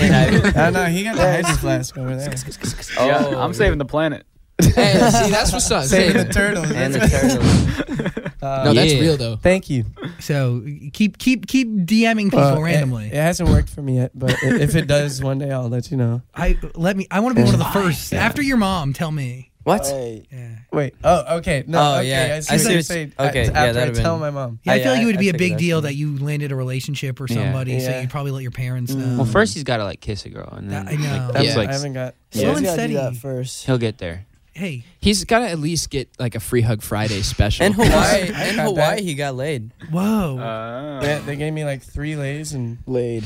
[SPEAKER 9] Can't I-
[SPEAKER 5] Oh, no, he got the hydro flask over there.
[SPEAKER 6] Yeah, Oh. I'm saving the planet.
[SPEAKER 8] hey, see, that's what's up.
[SPEAKER 5] Save the
[SPEAKER 8] Save it.
[SPEAKER 5] turtles.
[SPEAKER 9] and the
[SPEAKER 5] that's-
[SPEAKER 9] turtles.
[SPEAKER 5] Uh,
[SPEAKER 8] No, that's
[SPEAKER 10] Yeah.
[SPEAKER 8] real though.
[SPEAKER 5] Thank you.
[SPEAKER 4] so keep keep keep DMing people
[SPEAKER 5] Uh, it-
[SPEAKER 4] randomly.
[SPEAKER 5] It, hasn't worked for me yet, but i- if it does one day, I'll let you know.
[SPEAKER 4] I let me. I want to be one of the first after your mom. Tell me.
[SPEAKER 9] What?
[SPEAKER 7] Hey,
[SPEAKER 4] Yeah.
[SPEAKER 5] Wait. Oh, okay. No.
[SPEAKER 9] Oh,
[SPEAKER 5] okay,
[SPEAKER 9] yeah.
[SPEAKER 5] I see what you're saying. I-
[SPEAKER 9] okay, yeah,
[SPEAKER 5] After I
[SPEAKER 9] that'd've
[SPEAKER 5] tell
[SPEAKER 9] been-
[SPEAKER 5] my mom.
[SPEAKER 4] Yeah, I
[SPEAKER 9] I-
[SPEAKER 4] figured feel like
[SPEAKER 9] I-
[SPEAKER 4] it would be
[SPEAKER 9] I
[SPEAKER 4] a
[SPEAKER 9] figured
[SPEAKER 4] big
[SPEAKER 9] that's
[SPEAKER 4] deal
[SPEAKER 9] what-
[SPEAKER 4] that you landed a relationship or
[SPEAKER 10] Yeah.
[SPEAKER 4] somebody, so
[SPEAKER 5] Yeah.
[SPEAKER 4] you probably let your parents know.
[SPEAKER 10] Well, first he's got to like kiss a girl, and then
[SPEAKER 4] That- I know.
[SPEAKER 10] Like, that's
[SPEAKER 8] Yeah.
[SPEAKER 10] like
[SPEAKER 5] I haven't got.
[SPEAKER 4] Slow
[SPEAKER 7] yeah,
[SPEAKER 4] and
[SPEAKER 7] you gotta
[SPEAKER 4] steady.
[SPEAKER 7] do that first.
[SPEAKER 10] he'll get there.
[SPEAKER 4] Hey,
[SPEAKER 8] He's got to at least get like a free hug Friday special.
[SPEAKER 9] In Hawaii, in
[SPEAKER 5] got
[SPEAKER 9] Hawaii,
[SPEAKER 5] that.
[SPEAKER 9] he got laid.
[SPEAKER 4] whoa.
[SPEAKER 5] Yeah,
[SPEAKER 6] Uh,
[SPEAKER 5] they gave me like three lays and
[SPEAKER 7] Blade.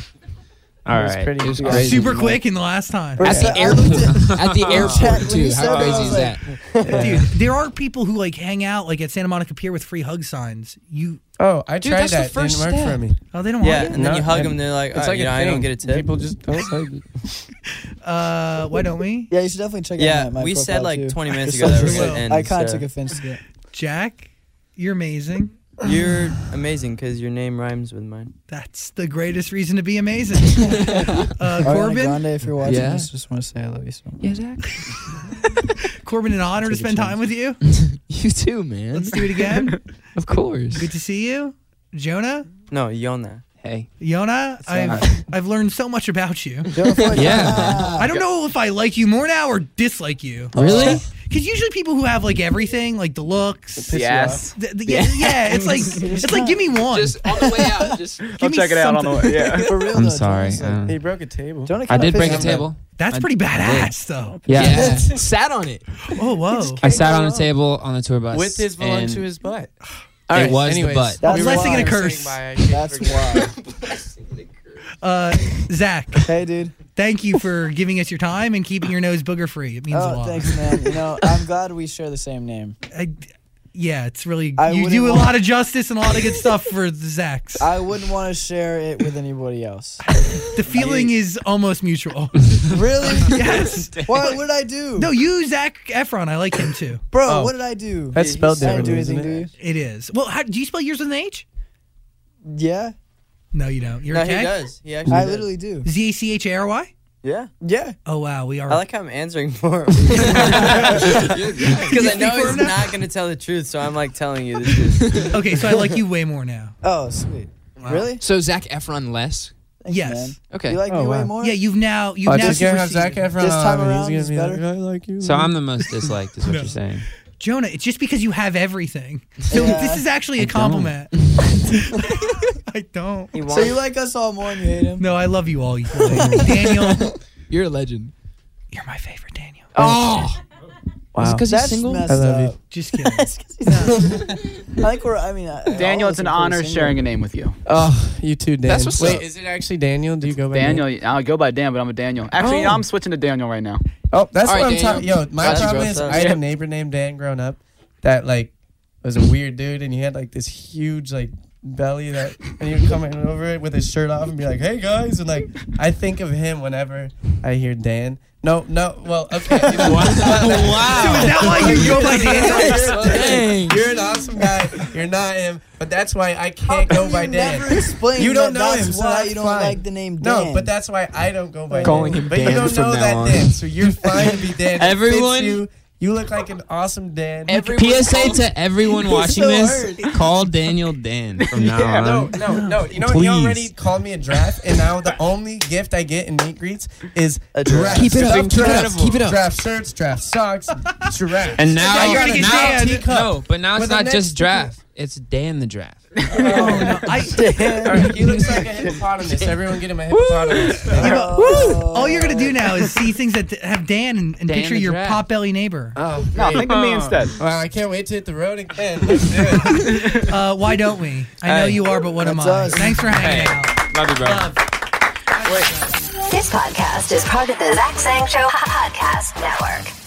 [SPEAKER 10] All
[SPEAKER 5] it was
[SPEAKER 10] right.
[SPEAKER 5] pretty.
[SPEAKER 8] It was
[SPEAKER 5] yeah.
[SPEAKER 8] crazy.
[SPEAKER 4] Super quick in the last time.
[SPEAKER 8] at the
[SPEAKER 7] I looked
[SPEAKER 8] airport. at the
[SPEAKER 7] Chad, when
[SPEAKER 8] airport
[SPEAKER 7] you
[SPEAKER 8] too.
[SPEAKER 7] said that,
[SPEAKER 8] How
[SPEAKER 7] I
[SPEAKER 8] crazy
[SPEAKER 7] was
[SPEAKER 8] is
[SPEAKER 7] like-
[SPEAKER 8] that?
[SPEAKER 4] Dude, there are people who like hang out like at Santa Monica Pier with free hug signs. You
[SPEAKER 5] Oh, I
[SPEAKER 8] Dude,
[SPEAKER 5] tried
[SPEAKER 8] that's the
[SPEAKER 5] that. Didn't
[SPEAKER 8] first
[SPEAKER 5] work for
[SPEAKER 8] step.
[SPEAKER 5] me.
[SPEAKER 4] oh they don't
[SPEAKER 9] Yeah,
[SPEAKER 4] want
[SPEAKER 9] and
[SPEAKER 4] you.
[SPEAKER 9] then
[SPEAKER 5] No,
[SPEAKER 9] you hug
[SPEAKER 5] and
[SPEAKER 9] him, and they're like,
[SPEAKER 5] It's
[SPEAKER 9] "All right,
[SPEAKER 5] like
[SPEAKER 9] you
[SPEAKER 5] a
[SPEAKER 9] know, I don't
[SPEAKER 5] thing.
[SPEAKER 9] get a tip.
[SPEAKER 5] People just don't like it.
[SPEAKER 4] Uh, why don't we?
[SPEAKER 7] Yeah, you should definitely check
[SPEAKER 9] Yeah,
[SPEAKER 7] out my, my
[SPEAKER 9] we said
[SPEAKER 7] profile,
[SPEAKER 9] like
[SPEAKER 7] too.
[SPEAKER 9] 20 minutes
[SPEAKER 7] Just
[SPEAKER 9] ago that
[SPEAKER 7] so
[SPEAKER 9] we're
[SPEAKER 7] you
[SPEAKER 9] going
[SPEAKER 7] know.
[SPEAKER 9] to end.
[SPEAKER 7] I kind of
[SPEAKER 9] so.
[SPEAKER 7] took offense to it.
[SPEAKER 4] Jack, you're amazing.
[SPEAKER 9] You're amazing because your name rhymes with mine.
[SPEAKER 4] That's the greatest reason to be amazing. uh,
[SPEAKER 7] Ariana
[SPEAKER 4] Corbin,
[SPEAKER 7] Grande, if you're watching
[SPEAKER 8] Yeah.
[SPEAKER 7] this, just want to say I love you so much.
[SPEAKER 8] Yeah, Zach.
[SPEAKER 4] Corbin, an honor to
[SPEAKER 7] Take a
[SPEAKER 4] spend
[SPEAKER 7] chance.
[SPEAKER 4] time with you.
[SPEAKER 8] You too, man.
[SPEAKER 4] Let's do it again.
[SPEAKER 8] Of course.
[SPEAKER 4] Good to see you, Jonah.
[SPEAKER 9] No, Yona.
[SPEAKER 10] Hey.
[SPEAKER 4] Yona, I've I've learned so much about you.
[SPEAKER 7] Yo, fuck
[SPEAKER 8] Yeah.
[SPEAKER 4] I don't know if I like you more now or dislike you.
[SPEAKER 8] Really?
[SPEAKER 4] Because usually people who have like everything, like the looks, the,
[SPEAKER 6] yes.
[SPEAKER 4] the, yeah, yeah, it's like it's like give me one.
[SPEAKER 8] Just on the way out. Just
[SPEAKER 6] I'll
[SPEAKER 4] me
[SPEAKER 6] check it out on the way. Yeah.
[SPEAKER 7] For real, though,
[SPEAKER 10] I'm
[SPEAKER 7] Jonah's
[SPEAKER 10] sorry.
[SPEAKER 7] like-
[SPEAKER 10] uh,
[SPEAKER 5] He broke a table.
[SPEAKER 7] Jonah
[SPEAKER 10] I
[SPEAKER 7] kinda
[SPEAKER 10] did break a
[SPEAKER 7] pissed me off.
[SPEAKER 10] table.
[SPEAKER 4] That's pretty badass, though.
[SPEAKER 8] Yeah. Sat on it.
[SPEAKER 4] Oh whoa!
[SPEAKER 10] I sat on a table on the tour bus
[SPEAKER 5] With his
[SPEAKER 10] and
[SPEAKER 5] voluptuous butt.
[SPEAKER 10] It was the butt.
[SPEAKER 7] That's
[SPEAKER 4] Blessing
[SPEAKER 7] why.
[SPEAKER 4] and a curse.
[SPEAKER 7] That's why.
[SPEAKER 4] Uh, Zach,
[SPEAKER 7] Hey, dude.
[SPEAKER 4] thank you for giving us your time and keeping your nose booger free. It means a
[SPEAKER 7] Oh,
[SPEAKER 4] lot.
[SPEAKER 7] thanks, man. You know, I'm glad we share the same name.
[SPEAKER 4] I, yeah, it's really
[SPEAKER 7] I
[SPEAKER 4] you
[SPEAKER 7] wouldn't
[SPEAKER 4] do a
[SPEAKER 7] want-
[SPEAKER 4] lot of justice and a lot of good stuff for the Zach's.
[SPEAKER 7] I wouldn't want to share it with anybody else.
[SPEAKER 4] the feeling is almost mutual.
[SPEAKER 7] really?
[SPEAKER 4] yes.
[SPEAKER 7] What, what did I do?
[SPEAKER 4] No, you Zach Efron. I like him too.
[SPEAKER 7] bro,
[SPEAKER 5] Oh.
[SPEAKER 7] what did I do?
[SPEAKER 5] That's
[SPEAKER 9] Yeah,
[SPEAKER 5] spelled
[SPEAKER 9] he's-
[SPEAKER 7] I didn't
[SPEAKER 5] differently.
[SPEAKER 7] do anything,
[SPEAKER 5] isn't
[SPEAKER 7] do you?
[SPEAKER 4] It
[SPEAKER 5] it?
[SPEAKER 4] is. Well, how, do you spell yours with an H?
[SPEAKER 7] Yeah,
[SPEAKER 4] No, you don't. You're
[SPEAKER 9] No,
[SPEAKER 4] okay.
[SPEAKER 9] he does. He actually
[SPEAKER 7] I
[SPEAKER 9] does.
[SPEAKER 7] literally do.
[SPEAKER 4] Z a c h a r y.
[SPEAKER 9] Yeah.
[SPEAKER 7] Yeah,
[SPEAKER 4] Oh wow, we are.
[SPEAKER 9] I like how I'm answering for him. Because I know
[SPEAKER 4] for
[SPEAKER 9] he's
[SPEAKER 4] him now?
[SPEAKER 9] not going to tell the truth, so I'm like telling you this is.
[SPEAKER 4] okay, so I like you way more now.
[SPEAKER 7] Oh, sweet. Really?
[SPEAKER 8] So Zach Efron less.
[SPEAKER 7] Thanks,
[SPEAKER 4] Yes.
[SPEAKER 7] man.
[SPEAKER 8] Okay.
[SPEAKER 7] You like
[SPEAKER 5] Oh,
[SPEAKER 7] me way
[SPEAKER 5] wow.
[SPEAKER 7] more?
[SPEAKER 4] Yeah, you've now you've
[SPEAKER 5] I
[SPEAKER 4] now
[SPEAKER 5] just can't Oh, have Zac
[SPEAKER 4] superseded.
[SPEAKER 5] Efron.
[SPEAKER 7] This
[SPEAKER 5] on,
[SPEAKER 7] time
[SPEAKER 5] and
[SPEAKER 7] around,
[SPEAKER 5] he's
[SPEAKER 7] he's
[SPEAKER 5] gonna be
[SPEAKER 7] better.
[SPEAKER 5] like, I like you.
[SPEAKER 10] So I'm the most disliked, is what you're saying.
[SPEAKER 4] Jonah, it's just because you have everything. So
[SPEAKER 7] Yeah.
[SPEAKER 4] this is actually a compliment. I don't.
[SPEAKER 9] He
[SPEAKER 7] So
[SPEAKER 9] wants.
[SPEAKER 7] you like us all more and you hate him?
[SPEAKER 4] No, I love you all equally. Daniel,
[SPEAKER 8] You're a legend.
[SPEAKER 4] you're my favorite, Daniel.
[SPEAKER 8] Oh,
[SPEAKER 5] wow.
[SPEAKER 8] because he's
[SPEAKER 7] That's
[SPEAKER 8] single.
[SPEAKER 7] messed
[SPEAKER 5] I love you.
[SPEAKER 7] up.
[SPEAKER 4] Just kidding.
[SPEAKER 7] I think we're. I mean, I-
[SPEAKER 6] Daniel,
[SPEAKER 7] all of us
[SPEAKER 6] it's an
[SPEAKER 7] are pretty
[SPEAKER 6] honor
[SPEAKER 7] single.
[SPEAKER 6] sharing a name with you.
[SPEAKER 5] Oh, you too, Dan.
[SPEAKER 8] That's what's
[SPEAKER 5] Wait,
[SPEAKER 8] up.
[SPEAKER 5] is it actually Daniel? Do you go by
[SPEAKER 6] Daniel, Oh.
[SPEAKER 5] Name?
[SPEAKER 6] I'll go by Dan, but I'm a Daniel. Actually, you know, I'm switching to Daniel right now.
[SPEAKER 5] Oh, that's
[SPEAKER 8] All
[SPEAKER 5] what
[SPEAKER 8] right,
[SPEAKER 5] I'm talking.
[SPEAKER 8] Daniel.
[SPEAKER 5] Yo, my
[SPEAKER 8] That's
[SPEAKER 5] problem
[SPEAKER 9] gross.
[SPEAKER 5] is I had a neighbor named Dan growing up that like was a weird dude, and he had like this huge like belly that, and he would come in over it with his shirt off and be like, "Hey guys," and like I think of him whenever I hear Dan. No, no. Well, okay. you know,
[SPEAKER 4] So is that why you go by Daniel?
[SPEAKER 8] Dang.
[SPEAKER 5] You're an awesome guy. You're not him, but that's why I can't
[SPEAKER 7] How
[SPEAKER 5] go
[SPEAKER 7] come
[SPEAKER 5] by
[SPEAKER 7] you
[SPEAKER 5] Dan.
[SPEAKER 7] never explained
[SPEAKER 5] You don't
[SPEAKER 7] that
[SPEAKER 5] know
[SPEAKER 7] that's
[SPEAKER 5] him, so
[SPEAKER 7] why
[SPEAKER 5] that's
[SPEAKER 7] you don't
[SPEAKER 5] fine.
[SPEAKER 7] like the name Dan.
[SPEAKER 5] No, but that's why I don't go by
[SPEAKER 8] Calling
[SPEAKER 5] Dan.
[SPEAKER 8] him
[SPEAKER 5] But you
[SPEAKER 8] Dan
[SPEAKER 5] don't
[SPEAKER 8] from
[SPEAKER 5] know
[SPEAKER 8] now
[SPEAKER 5] that
[SPEAKER 8] on.
[SPEAKER 5] Dan, so you're fine to be Dan. It fits
[SPEAKER 8] Everyone-
[SPEAKER 5] you. You look like an awesome Dan.
[SPEAKER 8] PSA to everyone watching
[SPEAKER 7] so
[SPEAKER 8] this: call Daniel Dan from now
[SPEAKER 5] Yeah, no,
[SPEAKER 8] on.
[SPEAKER 5] Oh, no, no. You know
[SPEAKER 8] Please.
[SPEAKER 5] he already called me a draft, and now the only gift I get in meet greets is
[SPEAKER 9] A draft.
[SPEAKER 5] draft.
[SPEAKER 8] Keep it up,
[SPEAKER 5] Stuffed
[SPEAKER 8] keep it up,
[SPEAKER 5] drafts,
[SPEAKER 8] keep it up.
[SPEAKER 5] Draft shirts, draft socks, giraffe.
[SPEAKER 8] And now,
[SPEAKER 4] Yeah, you gotta get
[SPEAKER 8] now,
[SPEAKER 4] Dan.
[SPEAKER 8] no, but now it's
[SPEAKER 5] With the
[SPEAKER 8] not
[SPEAKER 5] next
[SPEAKER 8] just draft.
[SPEAKER 5] sticker.
[SPEAKER 8] It's Dan the draft.
[SPEAKER 4] Oh, no. I,
[SPEAKER 5] All right, he looks like a hippopotamus. Everyone get him a hippopotamus.
[SPEAKER 4] all you're gonna do now is see things that have Dan and, and
[SPEAKER 8] Dan
[SPEAKER 4] picture
[SPEAKER 8] the
[SPEAKER 4] your
[SPEAKER 8] Rat.
[SPEAKER 4] pot belly neighbor.
[SPEAKER 5] Oh,
[SPEAKER 6] No,
[SPEAKER 5] great.
[SPEAKER 6] think of me instead.
[SPEAKER 5] Wow, I can't wait to hit the road again. Let's do it.
[SPEAKER 4] Uh, why don't we? I know
[SPEAKER 9] Hey.
[SPEAKER 4] you are, but what am I?
[SPEAKER 7] That's us.
[SPEAKER 4] Thanks for hanging
[SPEAKER 8] Hey.
[SPEAKER 4] out.
[SPEAKER 8] Love you, bro.
[SPEAKER 3] This podcast is part of the Zach Sang Show Podcast Network.